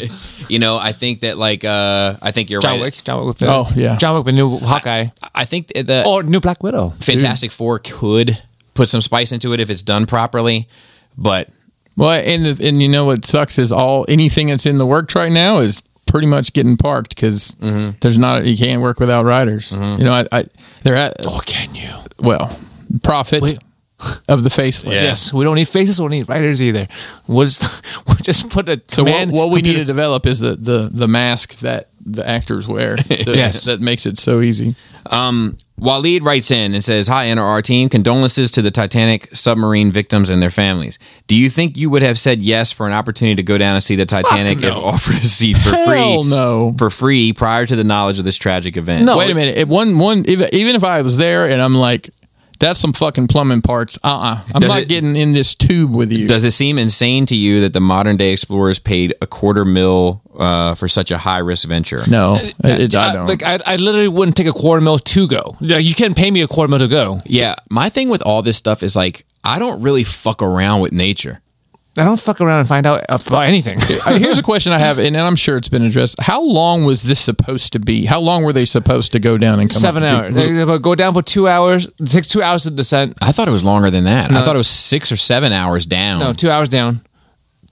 [SPEAKER 1] you know, I think that like uh, I think you're
[SPEAKER 3] John
[SPEAKER 1] right.
[SPEAKER 3] Wick. John Wick. With the,
[SPEAKER 2] Oh, yeah.
[SPEAKER 3] John Wick with new Hawkeye
[SPEAKER 1] I think that the
[SPEAKER 3] or new Black Widow.
[SPEAKER 1] Fantastic Four could put some spice into it if it's done properly, but
[SPEAKER 2] well, and the, and you know what sucks is all anything that's in the works right now is pretty much getting parked because
[SPEAKER 1] Mm-hmm.
[SPEAKER 2] there's not you can't work without writers. You know, I, I they're at
[SPEAKER 3] Oh, can you?
[SPEAKER 2] well profit
[SPEAKER 3] Wait.
[SPEAKER 2] of the facelift.
[SPEAKER 3] Yes, we don't need faces. We don't need writers either. We'll just, (laughs) we'll just put a
[SPEAKER 2] So
[SPEAKER 3] command.
[SPEAKER 2] what, what we need
[SPEAKER 3] computer-
[SPEAKER 2] to develop is the the the mask that the
[SPEAKER 1] (laughs)
[SPEAKER 2] actors wear. That,
[SPEAKER 4] Yes.
[SPEAKER 2] that makes it so easy.
[SPEAKER 1] Waleed writes in and says, Hi, NRR team. Condolences to the Titanic submarine victims and their families. Do you think you would have said yes for an opportunity to go down and see the Titanic if offered a seat for
[SPEAKER 2] Hell
[SPEAKER 1] free?
[SPEAKER 2] no.
[SPEAKER 1] For free prior to the knowledge of this tragic event.
[SPEAKER 2] Wait a minute. It, one one even, even if I was there and I'm like, that's some fucking plumbing parts. Uh uh-uh. uh. i am
[SPEAKER 1] Does
[SPEAKER 2] not
[SPEAKER 1] it-
[SPEAKER 2] getting in this tube with you.
[SPEAKER 1] Does it seem insane to you that the modern day explorers paid a quarter mil uh, for such a high risk venture?
[SPEAKER 2] no, it, it- I don't.
[SPEAKER 3] Like I, I literally wouldn't take a quarter mil to go. Like, you can't pay me a quarter mil to go.
[SPEAKER 1] Yeah, my thing with all this stuff is like, I don't really fuck around with nature.
[SPEAKER 3] I don't fuck around and find out about anything.
[SPEAKER 2] Uh, Here's a question I have, and I'm sure it's been addressed. How long was this supposed to be? How long were they supposed to go down and come
[SPEAKER 3] (laughs) Seven
[SPEAKER 2] up?
[SPEAKER 3] hours. They- they go down for two hours. It takes two hours to descent.
[SPEAKER 1] I thought it was longer than that. I thought it was six or seven hours down.
[SPEAKER 3] No, two hours down.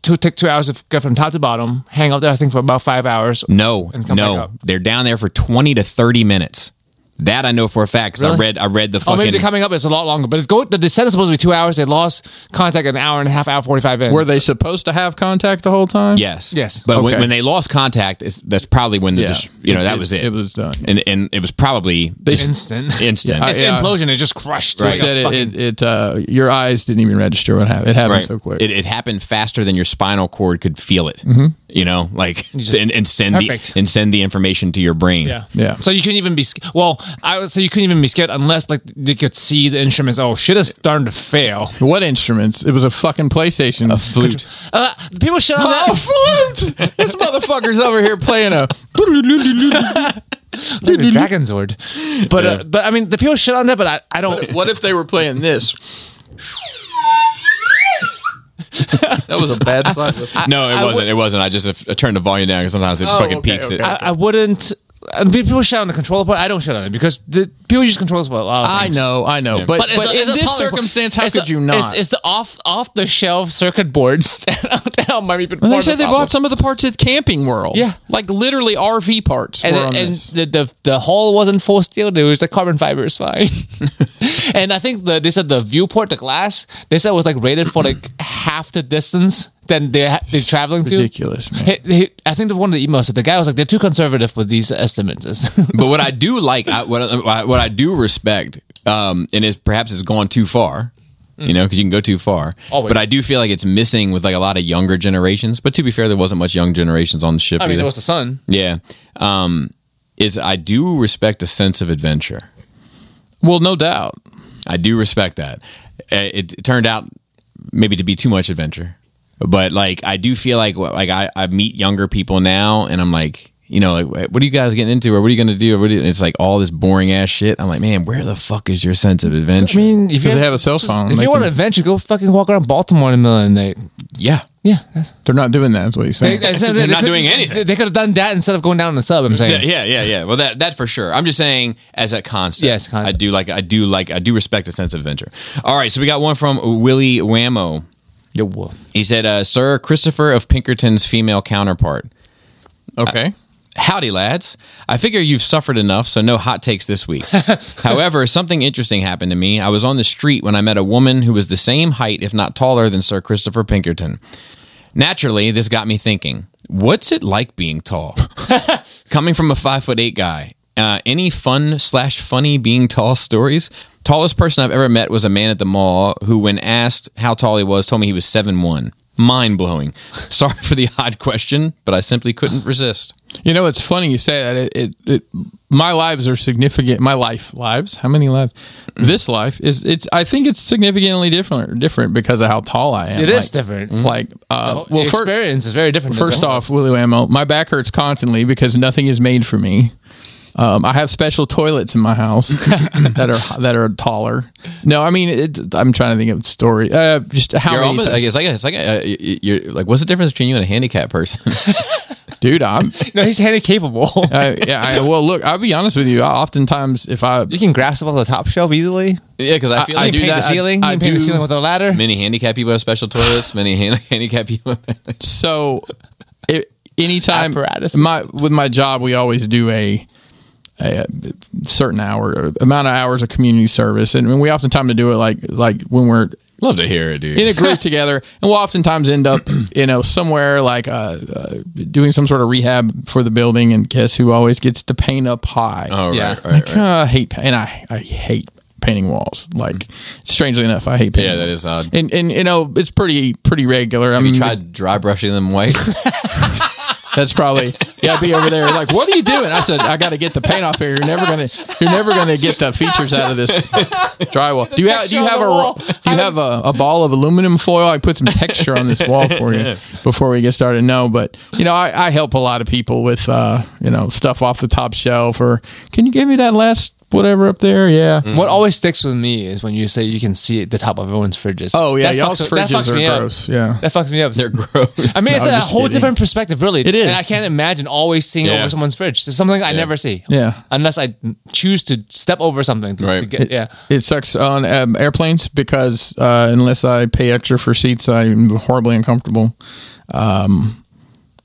[SPEAKER 3] Two take two hours to get from top to bottom. Hang out there, I think, for about five hours.
[SPEAKER 1] No,
[SPEAKER 3] and come back
[SPEAKER 1] no,
[SPEAKER 3] up.
[SPEAKER 1] they're down there for twenty to thirty minutes. That I know for a fact because I
[SPEAKER 3] Really?
[SPEAKER 1] read I read the
[SPEAKER 3] Oh, maybe
[SPEAKER 1] fucking.
[SPEAKER 3] they're coming up. It's a lot longer, but it's go. The descent is supposed to be two hours. They lost contact an hour and a half, hour forty five in.
[SPEAKER 2] Were they supposed to have contact the whole time?
[SPEAKER 1] yes,
[SPEAKER 3] Yes.
[SPEAKER 1] But when,
[SPEAKER 2] Okay.
[SPEAKER 1] when they lost contact, it's, that's probably when the
[SPEAKER 2] Yeah.
[SPEAKER 1] dis- you know that was it.
[SPEAKER 2] It was done.
[SPEAKER 1] and and it was probably just
[SPEAKER 3] instant.
[SPEAKER 1] instant.
[SPEAKER 2] Uh, Yeah, I-
[SPEAKER 3] (laughs) It's implosion. It just crushed.
[SPEAKER 2] They
[SPEAKER 1] Right.
[SPEAKER 2] said it, it, it, uh, your eyes didn't even register what happened. It happened so quick.
[SPEAKER 1] It, it happened faster than your spinal cord could feel it. You know, like and, and send
[SPEAKER 3] Mm-hmm. Perfect.
[SPEAKER 1] the and send the information to your brain.
[SPEAKER 3] Yeah.
[SPEAKER 2] Yeah.
[SPEAKER 3] So you couldn't even be sc- well. I would say you couldn't even be scared unless like they could see the instruments. Oh shit, it's starting to fail.
[SPEAKER 2] what instruments? It was a fucking PlayStation. A flute.
[SPEAKER 3] Uh, people shut up.
[SPEAKER 2] Oh, a flute! this motherfucker's over here playing a.
[SPEAKER 3] Like the Dragon Zord. But uh, but I mean, the people shit on that. But I, I don't.
[SPEAKER 2] What if they were playing this? that was a bad slide.
[SPEAKER 1] No, it
[SPEAKER 3] I
[SPEAKER 1] wasn't.
[SPEAKER 3] would-
[SPEAKER 1] it wasn't. I just I turned the volume down because sometimes it
[SPEAKER 2] Oh,
[SPEAKER 1] fucking
[SPEAKER 2] okay,
[SPEAKER 1] peaks
[SPEAKER 2] okay.
[SPEAKER 1] it.
[SPEAKER 3] I, I wouldn't. And people shut on the controller part. I don't shut on it because the people use controllers for a lot of
[SPEAKER 2] I
[SPEAKER 3] things.
[SPEAKER 2] know, I know, but,
[SPEAKER 3] But,
[SPEAKER 2] but,
[SPEAKER 3] it's a- it's
[SPEAKER 2] in
[SPEAKER 3] a
[SPEAKER 2] this
[SPEAKER 3] poly-
[SPEAKER 2] circumstance, how
[SPEAKER 3] it's
[SPEAKER 2] could
[SPEAKER 3] a-
[SPEAKER 2] you not?
[SPEAKER 3] It's, it's the off off the shelf circuit boards (laughs) that are- that are might be.
[SPEAKER 2] Well, they said they bought some of the parts at Camping World.
[SPEAKER 3] Yeah.
[SPEAKER 2] like literally RV parts
[SPEAKER 3] and,
[SPEAKER 2] were on
[SPEAKER 3] and
[SPEAKER 2] this.
[SPEAKER 3] the, the the hull wasn't full steel. There was like carbon fiber is fine. (laughs) and I think the they said the viewport, the glass, they said was like rated for like half the distance than they ha- they're traveling to.
[SPEAKER 2] Ridiculous, man.
[SPEAKER 3] He- he- I think the one of the emails said the guy was like they're too conservative with these estimates. (laughs)
[SPEAKER 1] but what I do like, I, what I, what I do respect, um, and it's perhaps it's gone too far, you know, because you can go too far.
[SPEAKER 3] Mm. Always.
[SPEAKER 1] But I do feel like it's missing with like a lot of younger generations. But to be fair, there wasn't much young generations on the ship
[SPEAKER 3] I mean,
[SPEAKER 1] either.
[SPEAKER 3] there was the sun.
[SPEAKER 1] yeah, um, is I do respect a sense of adventure.
[SPEAKER 2] well, no doubt.
[SPEAKER 1] I do respect that. Uh, It, it turned out maybe to be too much adventure, but like I do feel like like I, I meet younger people now, and I'm like. You know, like, what are you guys getting into, or what are you going to do? Or what are you, and it's like all this boring ass shit. I'm like, man, where the fuck is your sense of adventure?
[SPEAKER 3] I mean, if you
[SPEAKER 2] Because they have a cell phone.
[SPEAKER 3] if
[SPEAKER 2] They
[SPEAKER 3] you want to
[SPEAKER 2] can-
[SPEAKER 3] adventure, go fucking walk around Baltimore in the middle of the night.
[SPEAKER 1] yeah,
[SPEAKER 3] Yeah. that's-
[SPEAKER 2] they're not doing that. Is what he's saying.
[SPEAKER 1] They're not doing anything.
[SPEAKER 3] They, could have done that instead of going down in the sub. I'm saying.
[SPEAKER 1] yeah, yeah, yeah, yeah. Well, that that for sure. I'm just saying as a concept.
[SPEAKER 3] Yes, concept.
[SPEAKER 1] I do like, I do like, I do respect a sense of adventure. All right, so we got one from Willie Whammo.
[SPEAKER 3] Yo, whoa.
[SPEAKER 1] He said, uh, "Sir Christopher of Pinkerton's female counterpart."
[SPEAKER 2] okay,
[SPEAKER 1] Howdy, lads. I figure you've suffered enough, so no hot takes this week. However, something interesting happened to me. I was on the street when I met a woman who was the same height, if not taller, than Sir Christopher Pinkerton. Naturally, this got me thinking what's it like being tall? Coming from a five foot eight guy, uh, any fun slash funny being tall stories? Tallest person I've ever met was a man at the mall who, when asked how tall he was, told me he was seven one. Mind blowing. Sorry for the odd question, but I simply couldn't resist.
[SPEAKER 2] you know it's funny you say that. It, it, it my lives are significant. My life lives. How many lives?
[SPEAKER 3] Mm.
[SPEAKER 2] this life is. It's. I think it's significantly different. Different because of how tall I am. It
[SPEAKER 3] It is
[SPEAKER 2] is
[SPEAKER 3] different.
[SPEAKER 2] Like, uh,
[SPEAKER 3] well,
[SPEAKER 2] well, first,
[SPEAKER 3] experience is very different. than
[SPEAKER 2] First
[SPEAKER 3] that.
[SPEAKER 2] off, Willie Ammo, my back hurts constantly because nothing is made for me. Um, I have special toilets in my house (laughs) that are that are taller. No, I mean, it, I'm trying to think of a story. Uh, just how
[SPEAKER 1] You're
[SPEAKER 2] many
[SPEAKER 1] almost,
[SPEAKER 2] ti-
[SPEAKER 1] like, it's like, it's like, uh, y- y- you're like, what's the difference between you and a handicapped person? (laughs)
[SPEAKER 2] dude? I'm.
[SPEAKER 3] no, he's
[SPEAKER 2] (laughs)
[SPEAKER 3] handy capable.
[SPEAKER 2] I, yeah, I, well, look, I'll be honest with you. I, oftentimes, if I
[SPEAKER 3] you can grasp above the top shelf easily.
[SPEAKER 1] yeah, because I feel
[SPEAKER 2] I
[SPEAKER 1] like
[SPEAKER 3] you
[SPEAKER 2] do
[SPEAKER 3] paint the
[SPEAKER 2] that. I-
[SPEAKER 3] ceiling.
[SPEAKER 2] I
[SPEAKER 3] you can paint the
[SPEAKER 2] do-
[SPEAKER 3] ceiling with a ladder.
[SPEAKER 1] many handicapped people have special toilets. Many hand, (laughs) handicapped people.
[SPEAKER 2] so it, anytime
[SPEAKER 3] Apparatuses.
[SPEAKER 2] my with my job we always do a a certain hour amount of hours of community service and we oftentimes do it like like when we're
[SPEAKER 1] Love to hear it, dude.
[SPEAKER 2] in a group together, and we'll oftentimes end up, you know, somewhere like uh, uh, doing some sort of rehab for the building. And guess who always gets to paint up high?
[SPEAKER 1] oh, right,
[SPEAKER 3] Yeah.
[SPEAKER 1] right, right.
[SPEAKER 2] I hate pa- and I I hate painting walls. Like strangely enough, I hate painting.
[SPEAKER 1] Mm. Yeah, that
[SPEAKER 2] walls.
[SPEAKER 1] is odd.
[SPEAKER 2] And and you know it's pretty pretty regular.
[SPEAKER 1] Have
[SPEAKER 2] Um, I
[SPEAKER 1] (laughs)
[SPEAKER 2] mean,
[SPEAKER 1] you tried dry brushing them white? (laughs)
[SPEAKER 2] that's probably yeah. I'd be over there like, what are you doing? I said, I got to get the paint off here. You're never gonna you're never gonna get the features out of this drywall. Do you have do you have a ro- do you have a, a ball of aluminum foil? I put some texture on this wall for you before we get started. No, but you know I, I help a lot of people with uh you know stuff off the top shelf or can you give me that last whatever up there? Yeah.
[SPEAKER 3] What always sticks with me is when you say you can see the top of everyone's fridges.
[SPEAKER 2] Oh yeah,
[SPEAKER 3] That
[SPEAKER 2] y'all's
[SPEAKER 3] fucks- that
[SPEAKER 2] fridges
[SPEAKER 3] fucks
[SPEAKER 2] are
[SPEAKER 3] me up.
[SPEAKER 2] gross. Yeah.
[SPEAKER 3] That fucks me up.
[SPEAKER 1] They're gross.
[SPEAKER 3] I mean, it's
[SPEAKER 2] No,
[SPEAKER 3] a
[SPEAKER 2] I'm just
[SPEAKER 3] whole
[SPEAKER 2] kidding.
[SPEAKER 3] different perspective, really.
[SPEAKER 2] It is.
[SPEAKER 3] And I can't imagine always seeing
[SPEAKER 1] Yeah.
[SPEAKER 3] over someone's fridge. It's something I never see.
[SPEAKER 2] Yeah.
[SPEAKER 3] Unless I choose to step over something. To,
[SPEAKER 1] Right.
[SPEAKER 3] to get, yeah.
[SPEAKER 2] It sucks on um, airplanes because uh, unless I pay extra for seats, I'm horribly uncomfortable. Um,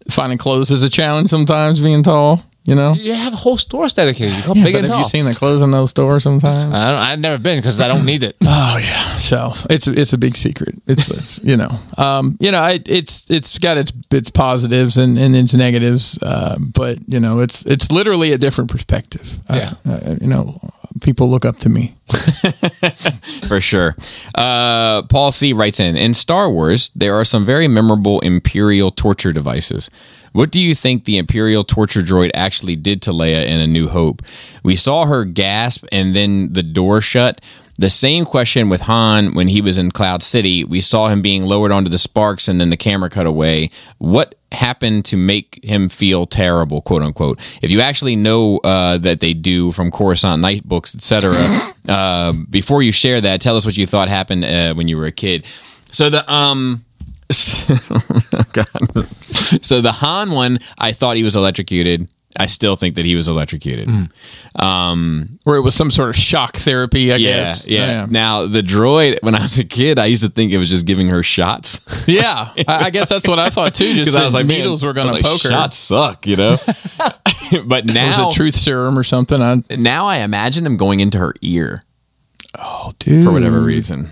[SPEAKER 2] finding clothes is a challenge sometimes. Being tall, you know.
[SPEAKER 3] You have whole stores dedicated. You go
[SPEAKER 2] Yeah,
[SPEAKER 3] big
[SPEAKER 2] but
[SPEAKER 3] and
[SPEAKER 2] have
[SPEAKER 3] tall.
[SPEAKER 2] you seen the clothes in those stores sometimes?
[SPEAKER 3] I don't, I've never been because I don't
[SPEAKER 2] (laughs)
[SPEAKER 3] need it.
[SPEAKER 2] Oh yeah, so it's it's a big secret. It's, it's you know, um, you know, I, it's it's got its its positives and, and its negatives, uh, but you know, it's it's literally a different perspective.
[SPEAKER 3] Yeah.
[SPEAKER 2] uh, uh, you know, people look up to me.
[SPEAKER 1] (laughs) for sure. Uh, Paul C writes in In Star Wars, there are some very memorable Imperial torture devices. What do you think the Imperial torture droid actually did to Leia in A New Hope? We saw her gasp and then the door shut. The same question with Han when he was in Cloud City. We saw him being lowered onto the sparks and then the camera cut away. What happened to make him feel terrible, quote unquote? If you actually know uh, that they do from Coruscant Night books, etc., uh, before you share that, tell us what you thought happened uh, when you were a kid. So the um. (laughs) God. So the Han one, I thought he was electrocuted. I still think that he was electrocuted.
[SPEAKER 2] Mm. Or it was some sort of shock therapy, I
[SPEAKER 1] Yeah,
[SPEAKER 2] guess. Oh,
[SPEAKER 1] yeah, Now the droid, when I was a kid, I used to think it was just giving her shots (laughs)
[SPEAKER 2] Yeah. I, I guess that's what I thought too.
[SPEAKER 1] because
[SPEAKER 2] Just that
[SPEAKER 1] I was like, man,
[SPEAKER 2] needles were going
[SPEAKER 1] I
[SPEAKER 2] to
[SPEAKER 1] was like,
[SPEAKER 2] poke her.
[SPEAKER 1] Shots suck, you
[SPEAKER 2] (laughs)
[SPEAKER 1] know. (laughs) but
[SPEAKER 2] It
[SPEAKER 1] now,
[SPEAKER 2] was a truth serum or something. I,
[SPEAKER 1] now I imagine them going into her ear
[SPEAKER 2] oh, dude,
[SPEAKER 1] for whatever reason.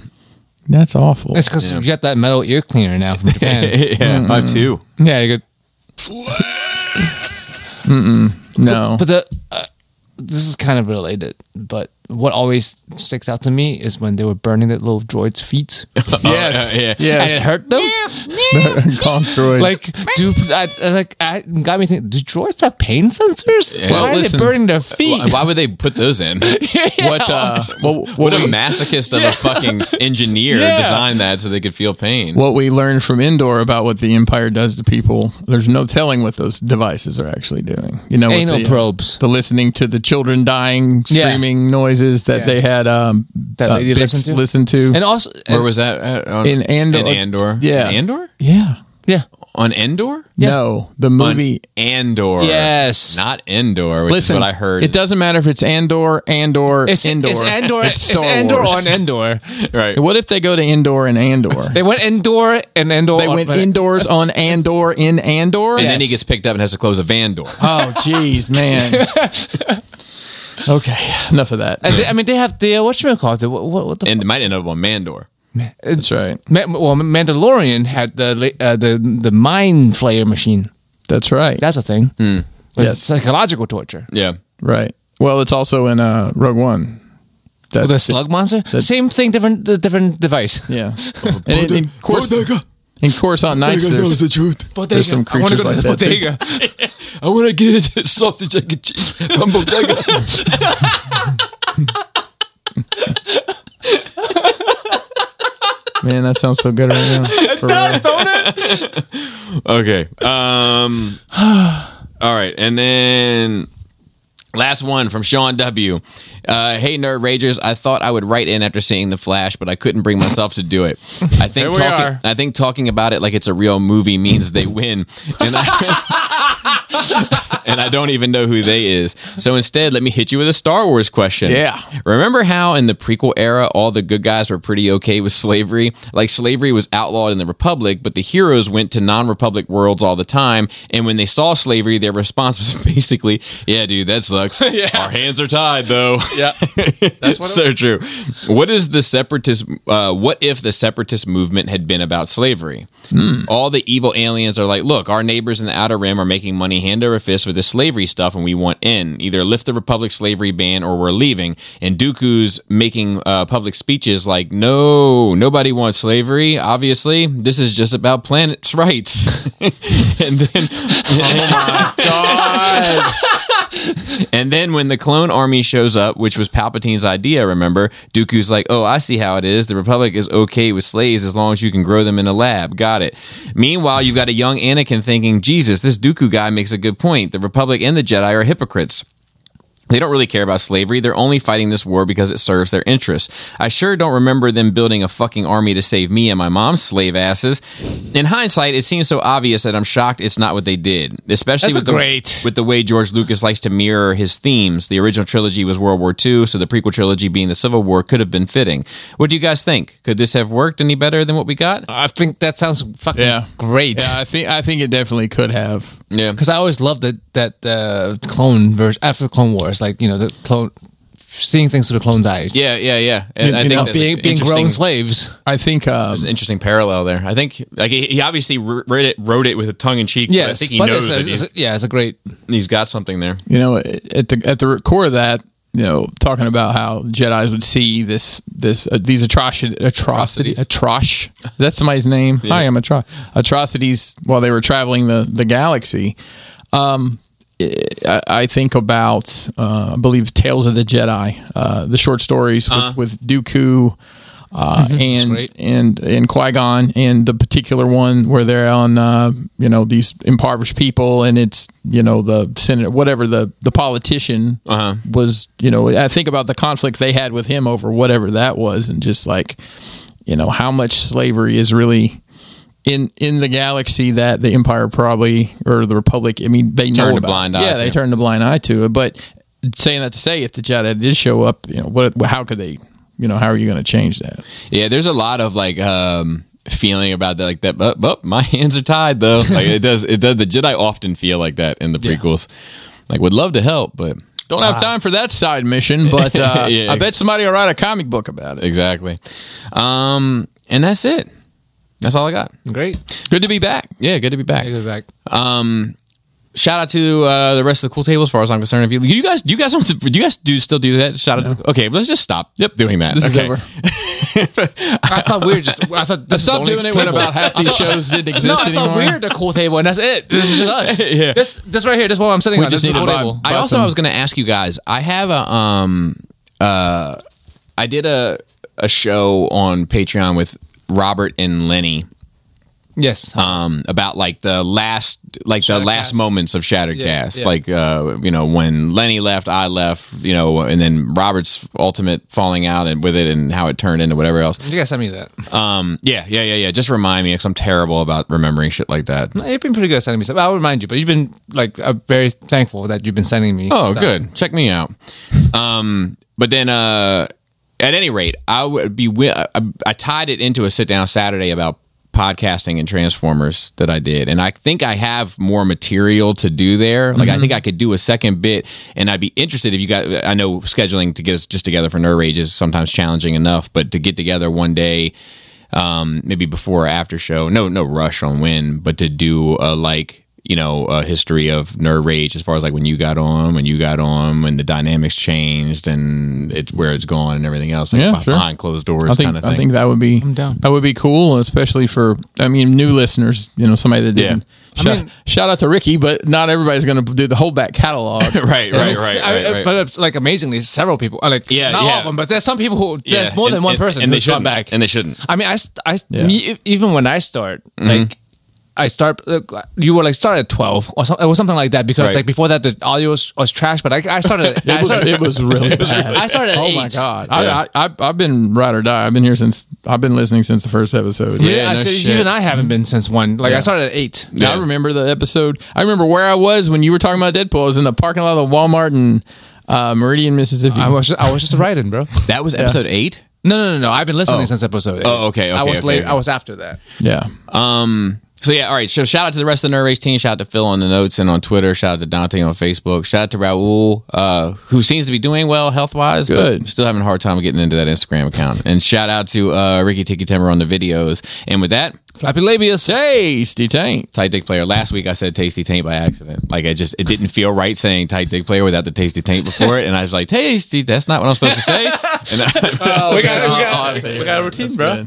[SPEAKER 2] that's awful.
[SPEAKER 3] It's because you got that metal ear cleaner now from Japan.
[SPEAKER 1] (laughs)
[SPEAKER 2] (laughs)
[SPEAKER 1] yeah,
[SPEAKER 2] Mm-hmm.
[SPEAKER 1] I have two.
[SPEAKER 3] yeah, you could.
[SPEAKER 2] no,
[SPEAKER 3] But the uh, this is kind of related. But what always sticks out to me is when they were burning that little droid's
[SPEAKER 2] (laughs)
[SPEAKER 3] feet
[SPEAKER 2] yes,
[SPEAKER 1] uh, yeah. (laughs)
[SPEAKER 3] and it
[SPEAKER 2] yes.
[SPEAKER 3] hurt them.
[SPEAKER 2] (laughs) Calm droid.
[SPEAKER 3] Like, do I, I- like I got me thinking? Do droids have pain sensors?
[SPEAKER 1] Yeah. Well,
[SPEAKER 3] Why
[SPEAKER 2] listen.
[SPEAKER 3] are they burning their feet? (laughs)
[SPEAKER 1] Why, why would they put those
[SPEAKER 2] (laughs)
[SPEAKER 1] in?
[SPEAKER 2] what? Uh,
[SPEAKER 1] (laughs)
[SPEAKER 2] what, what,
[SPEAKER 1] What a
[SPEAKER 2] we,
[SPEAKER 1] masochist of a
[SPEAKER 2] (laughs)
[SPEAKER 1] fucking engineer designed that so they could feel pain.
[SPEAKER 2] what we learned from Indoor about what the Empire does to people. There's no telling what those devices are actually doing. You know, with
[SPEAKER 3] Anal
[SPEAKER 2] the, uh,
[SPEAKER 3] probes.
[SPEAKER 2] The listening to the children dying,
[SPEAKER 3] Yeah.
[SPEAKER 2] screaming noises that they had um,
[SPEAKER 3] That lady
[SPEAKER 2] Bix
[SPEAKER 3] listened to?
[SPEAKER 2] listened to.
[SPEAKER 3] and also,
[SPEAKER 2] uh,
[SPEAKER 1] Where was that? At, on,
[SPEAKER 2] In Andor.
[SPEAKER 1] In Andor.
[SPEAKER 2] Yeah.
[SPEAKER 1] In Andor.
[SPEAKER 2] yeah.
[SPEAKER 3] yeah,
[SPEAKER 1] On Endor.
[SPEAKER 2] No, the movie
[SPEAKER 1] On Andor.
[SPEAKER 3] Yes.
[SPEAKER 1] Not Endor, which
[SPEAKER 2] Listen,
[SPEAKER 1] is what I heard.
[SPEAKER 2] It doesn't matter if it's Andor, Andor,
[SPEAKER 3] it's
[SPEAKER 2] Endor.
[SPEAKER 3] It's Endor.
[SPEAKER 2] It's
[SPEAKER 3] It's,
[SPEAKER 2] Star
[SPEAKER 3] Endor
[SPEAKER 2] Wars.
[SPEAKER 3] on Endor.
[SPEAKER 1] Right.
[SPEAKER 2] What if they go to Endor and Andor?
[SPEAKER 3] They went Endor and Endor.
[SPEAKER 2] they
[SPEAKER 3] on-
[SPEAKER 2] went indoors on Andor in Andor.
[SPEAKER 1] And then he gets picked up and has to close a van door.
[SPEAKER 2] (laughs) Oh, jeez, man.
[SPEAKER 3] (laughs)
[SPEAKER 2] okay, enough of that.
[SPEAKER 3] And they- I mean, they have the uh, what you call it? What, what, what the?
[SPEAKER 1] and it might end up on Mandor.
[SPEAKER 2] That's right.
[SPEAKER 3] Ma- well, Mandalorian had the la- uh, the the mind flayer machine.
[SPEAKER 2] That's right.
[SPEAKER 3] That's a thing. It's
[SPEAKER 2] Yes.
[SPEAKER 3] psychological torture.
[SPEAKER 1] Yeah.
[SPEAKER 2] right. Well, it's also in uh, Rogue One. That,
[SPEAKER 3] With a slug monster, same thing, different the different device. (laughs)
[SPEAKER 1] (laughs)
[SPEAKER 2] Yeah. and in, in, course, in Coruscant Nights, there's,
[SPEAKER 5] truth.
[SPEAKER 3] Bodega.
[SPEAKER 2] there's some creatures
[SPEAKER 3] I
[SPEAKER 2] like
[SPEAKER 3] want
[SPEAKER 2] that.
[SPEAKER 3] to go to the
[SPEAKER 2] too.
[SPEAKER 3] bodega.
[SPEAKER 5] (laughs) I want to get a (laughs) sausage egg and cheese (laughs) from Bodega.
[SPEAKER 2] Man, that sounds so good
[SPEAKER 3] (laughs)
[SPEAKER 2] right now. For real.
[SPEAKER 1] Okay. Um. (sighs) all right, and then last one from Sean W. Uh, hey, nerd ragers! I thought I would write in after seeing the Flash, but I couldn't bring myself to do
[SPEAKER 5] (laughs)
[SPEAKER 1] it. I think
[SPEAKER 3] we
[SPEAKER 1] talking,
[SPEAKER 3] are.
[SPEAKER 1] I think talking about it like it's a real movie means they win, and I, and I don't even know who they is. So instead, let me hit you with a Star Wars question.
[SPEAKER 2] Yeah.
[SPEAKER 1] Remember how in the prequel era, all the good guys were pretty okay with slavery? Like slavery was outlawed in the Republic, but the heroes went to non-Republic worlds all the time. And when they saw slavery, their response was (laughs) basically, (laughs) "Yeah, dude, that sucks. Our hands are tied, though." (laughs) Yeah. That's so true. What is the separatist? Uh, what if the separatist movement had been about slavery? All the evil aliens are like, look, our neighbors in the outer rim are making money hand over fist with this slavery stuff, and we want in. Either lift the republic slavery ban, or we're leaving. And Dooku's making uh, public speeches like, no, nobody wants slavery. Obviously, this is just about planet's (laughs) rights. and then, and then when the clone army shows up, which was Palpatine's idea, remember, Dooku's like, oh, I see how it is. The Republic is okay with slaves as long as you can grow them in a lab. Got it. Meanwhile, you've got a young Anakin thinking, Jesus, this Dooku guy makes a good point. The Republic and the Jedi are hypocrites. They don't really care about slavery. They're only fighting this war because it serves their interests. I sure don't remember them building a fucking army to save me and my mom's slave asses. In hindsight, it seems so obvious that I'm shocked it's not what they did. Especially
[SPEAKER 4] That's
[SPEAKER 1] with the,
[SPEAKER 4] great.
[SPEAKER 1] with the way George Lucas likes to mirror his themes. The original trilogy was World War II, so the prequel trilogy being the Civil War could have been fitting. What do you guys think? Could this have worked any better than what we got?
[SPEAKER 3] I think that sounds fucking
[SPEAKER 2] Yeah.
[SPEAKER 3] great. (laughs)
[SPEAKER 2] Yeah, I think I think it definitely could have.
[SPEAKER 1] Yeah.
[SPEAKER 3] because I always loved that that uh, clone version after the Clone Wars, like you know the clone seeing things through the clone's eyes.
[SPEAKER 1] Yeah, yeah, yeah. And I
[SPEAKER 2] you
[SPEAKER 1] think
[SPEAKER 2] know,
[SPEAKER 1] that's
[SPEAKER 3] being
[SPEAKER 1] an
[SPEAKER 3] being grown
[SPEAKER 1] interesting-
[SPEAKER 3] slaves.
[SPEAKER 2] I think um,
[SPEAKER 1] an interesting parallel there. I think like he, he obviously wr- wrote it, wrote it with a tongue in cheek.
[SPEAKER 3] Yes,
[SPEAKER 1] but I think he
[SPEAKER 3] but
[SPEAKER 1] knows
[SPEAKER 3] it's a-
[SPEAKER 1] that
[SPEAKER 3] it's
[SPEAKER 1] he's,
[SPEAKER 3] a- yeah, it's a great.
[SPEAKER 1] he's got something there.
[SPEAKER 2] you know at the at the root core of that you know talking about how jedis would see this this uh, these atrocity atrocity atrosh that's somebody's name i am atro- atrocities while they were traveling the the galaxy um I I think about, uh, I believe, Tales of the Jedi, uh, the short stories with, with Dooku uh, and,
[SPEAKER 3] great.
[SPEAKER 2] and and Qui Gon, and the particular one where they're on, uh, you know, these impoverished people, and it's you know the senator, whatever the the politician was, you know, I think about the conflict they had with him over whatever that was, and just like, you know, how much slavery is really. In, in the galaxy that the empire probably or the republic i mean they know
[SPEAKER 1] Turned a
[SPEAKER 2] about
[SPEAKER 1] blind
[SPEAKER 2] it.
[SPEAKER 1] eye
[SPEAKER 2] yeah
[SPEAKER 1] to.
[SPEAKER 2] they turned a blind eye to it but saying that to say if the jedi did show up you know what how could they you know how are you going to change that
[SPEAKER 1] Yeah, there's a lot of like um feeling about that like that but, but my hands are tied (laughs) though. Like it does it does the Jedi often feel like that in the prequels. Like would love to help, but
[SPEAKER 2] Don't have time for that side
[SPEAKER 1] (laughs)
[SPEAKER 2] mission, but uh,
[SPEAKER 1] Ah. Yeah.
[SPEAKER 2] I bet somebody will write a comic book about it.
[SPEAKER 1] exactly. Um and that's it. That's all I got.
[SPEAKER 3] Great.
[SPEAKER 2] Good to be back.
[SPEAKER 1] Yeah, good to be back.
[SPEAKER 3] Take it back.
[SPEAKER 1] Shout out to uh, the rest of the cool table, as far as I'm concerned. If you, you guys, do you guys, want to, do you guys do still do that? Shout out. to the Okay, let's just stop. Yep, doing that.
[SPEAKER 2] This is
[SPEAKER 1] Okay.
[SPEAKER 2] over.
[SPEAKER 3] I thought weird. Just I thought this is the
[SPEAKER 2] Stop
[SPEAKER 3] only
[SPEAKER 2] doing it when
[SPEAKER 3] table.
[SPEAKER 2] about
[SPEAKER 1] (laughs)
[SPEAKER 2] half these shows didn't
[SPEAKER 3] No,
[SPEAKER 2] exist
[SPEAKER 3] I thought
[SPEAKER 2] anymore.
[SPEAKER 3] weird. The cool table, and that's it. This is just us.
[SPEAKER 1] Yeah.
[SPEAKER 3] This this right here. This is what I'm sitting on.
[SPEAKER 2] just
[SPEAKER 3] This is the
[SPEAKER 2] need
[SPEAKER 3] cool
[SPEAKER 2] to
[SPEAKER 3] table.
[SPEAKER 1] I also I was going to ask you guys. I have a um uh I did a a show on Patreon with Robert and Lenny
[SPEAKER 3] Yes.
[SPEAKER 1] um about like the last like the last moments of Shattercast
[SPEAKER 3] yeah.
[SPEAKER 1] like uh you know when Lenny left I left you know and then Robert's ultimate falling out and with it and how it turned into whatever else
[SPEAKER 3] you guys sent me that.
[SPEAKER 1] yeah yeah yeah yeah just remind me cuz I'm terrible about remembering shit like that
[SPEAKER 3] You've been pretty good at sending me stuff. I'll remind you, but you've been like uh, very thankful that you've been sending me.
[SPEAKER 1] Oh,
[SPEAKER 3] stuff.
[SPEAKER 1] good. Check me out. Um, but then, uh, at any rate, I would be. wi- I, I tied it into a sit down Saturday about podcasting and Transformers that I did, and I think I have more material to do there. Like, I think I could do a second bit, and I'd be interested if you got. I know scheduling to get us just together for Nerd Rage is sometimes challenging enough, but to get together one day um, maybe before or after show. No, no rush on when, but to do a like you know a history of nerd rage as far as like when you got on, when you got on, when the dynamics changed, and it's where it's going and everything else. Like
[SPEAKER 2] Yeah,
[SPEAKER 1] beh-
[SPEAKER 2] sure.
[SPEAKER 1] behind closed doors,
[SPEAKER 2] I think
[SPEAKER 1] kind of thing.
[SPEAKER 2] I think that would be
[SPEAKER 3] down.
[SPEAKER 2] that would be cool, especially for I mean new listeners. You know, somebody that
[SPEAKER 1] Yeah.
[SPEAKER 2] didn't. Shout, shout out to Ricky, but not everybody's going to do the whole back catalog.
[SPEAKER 1] right,
[SPEAKER 3] (laughs)
[SPEAKER 1] right, right,
[SPEAKER 3] I-
[SPEAKER 1] right,
[SPEAKER 3] I-
[SPEAKER 1] right.
[SPEAKER 3] But it's like amazingly, several people. uh, Like,
[SPEAKER 1] Yeah,
[SPEAKER 3] not all
[SPEAKER 1] yeah.
[SPEAKER 3] of them, but there's some people who
[SPEAKER 1] Yeah,
[SPEAKER 3] there's more
[SPEAKER 1] and-
[SPEAKER 3] than one
[SPEAKER 1] and-
[SPEAKER 3] person
[SPEAKER 1] and they
[SPEAKER 3] who's gone
[SPEAKER 1] shouldn't
[SPEAKER 3] back.
[SPEAKER 1] and they shouldn't.
[SPEAKER 3] e, I mean, I, st- I st-
[SPEAKER 2] Yeah.
[SPEAKER 1] Mm-hmm.
[SPEAKER 3] me, even when I start, like I start. uh, You were like start at twelve or so, it was something like that because
[SPEAKER 1] Right.
[SPEAKER 3] like before that the audio was, was trash. But I,
[SPEAKER 1] (laughs)
[SPEAKER 3] I started. I
[SPEAKER 2] It was,
[SPEAKER 3] started
[SPEAKER 2] it was really bad.
[SPEAKER 3] (laughs) I started at
[SPEAKER 2] oh my
[SPEAKER 3] eight.
[SPEAKER 2] god! I, I, I I've been ride or die. I've been here since I've been listening since the first episode.
[SPEAKER 3] yeah,
[SPEAKER 1] no
[SPEAKER 3] I said,
[SPEAKER 1] shit.
[SPEAKER 3] even I haven't been since one. Like I started at eight.
[SPEAKER 2] Yeah, I remember the episode. I remember where I was when you were talking about Deadpool. I was in the parking lot of Walmart in uh, Meridian, Mississippi.
[SPEAKER 3] I was just, I was just writing, bro.
[SPEAKER 1] That was episode eight.
[SPEAKER 3] No, no, no, no. I've been listening since episode eight.
[SPEAKER 1] Oh, okay,
[SPEAKER 3] I
[SPEAKER 1] okay,
[SPEAKER 3] was
[SPEAKER 1] okay,
[SPEAKER 3] late.
[SPEAKER 1] okay.
[SPEAKER 3] I was after that.
[SPEAKER 2] yeah,
[SPEAKER 1] Um, So yeah, all right. So shout out to the rest of the Nerd Race team. Shout out to Phil on the notes and on Twitter. Shout out to Dante on Facebook. Shout out to Raul, uh, who seems to be doing well health wise, but
[SPEAKER 2] Good.
[SPEAKER 1] still having a hard time getting into that Instagram account. And shout out to uh, Ricky Tiki Timber on the videos. And with that,
[SPEAKER 3] Flappy labius.
[SPEAKER 2] tasty tank.
[SPEAKER 1] tight dick player. Last week I said tasty taint by accident. Like I just it didn't feel right saying tight dick player without the tasty taint before it. And I (laughs) was like, tasty. That's not what I'm supposed to say. And I,
[SPEAKER 2] Oh,
[SPEAKER 3] we got, we got, we got a routine, bro.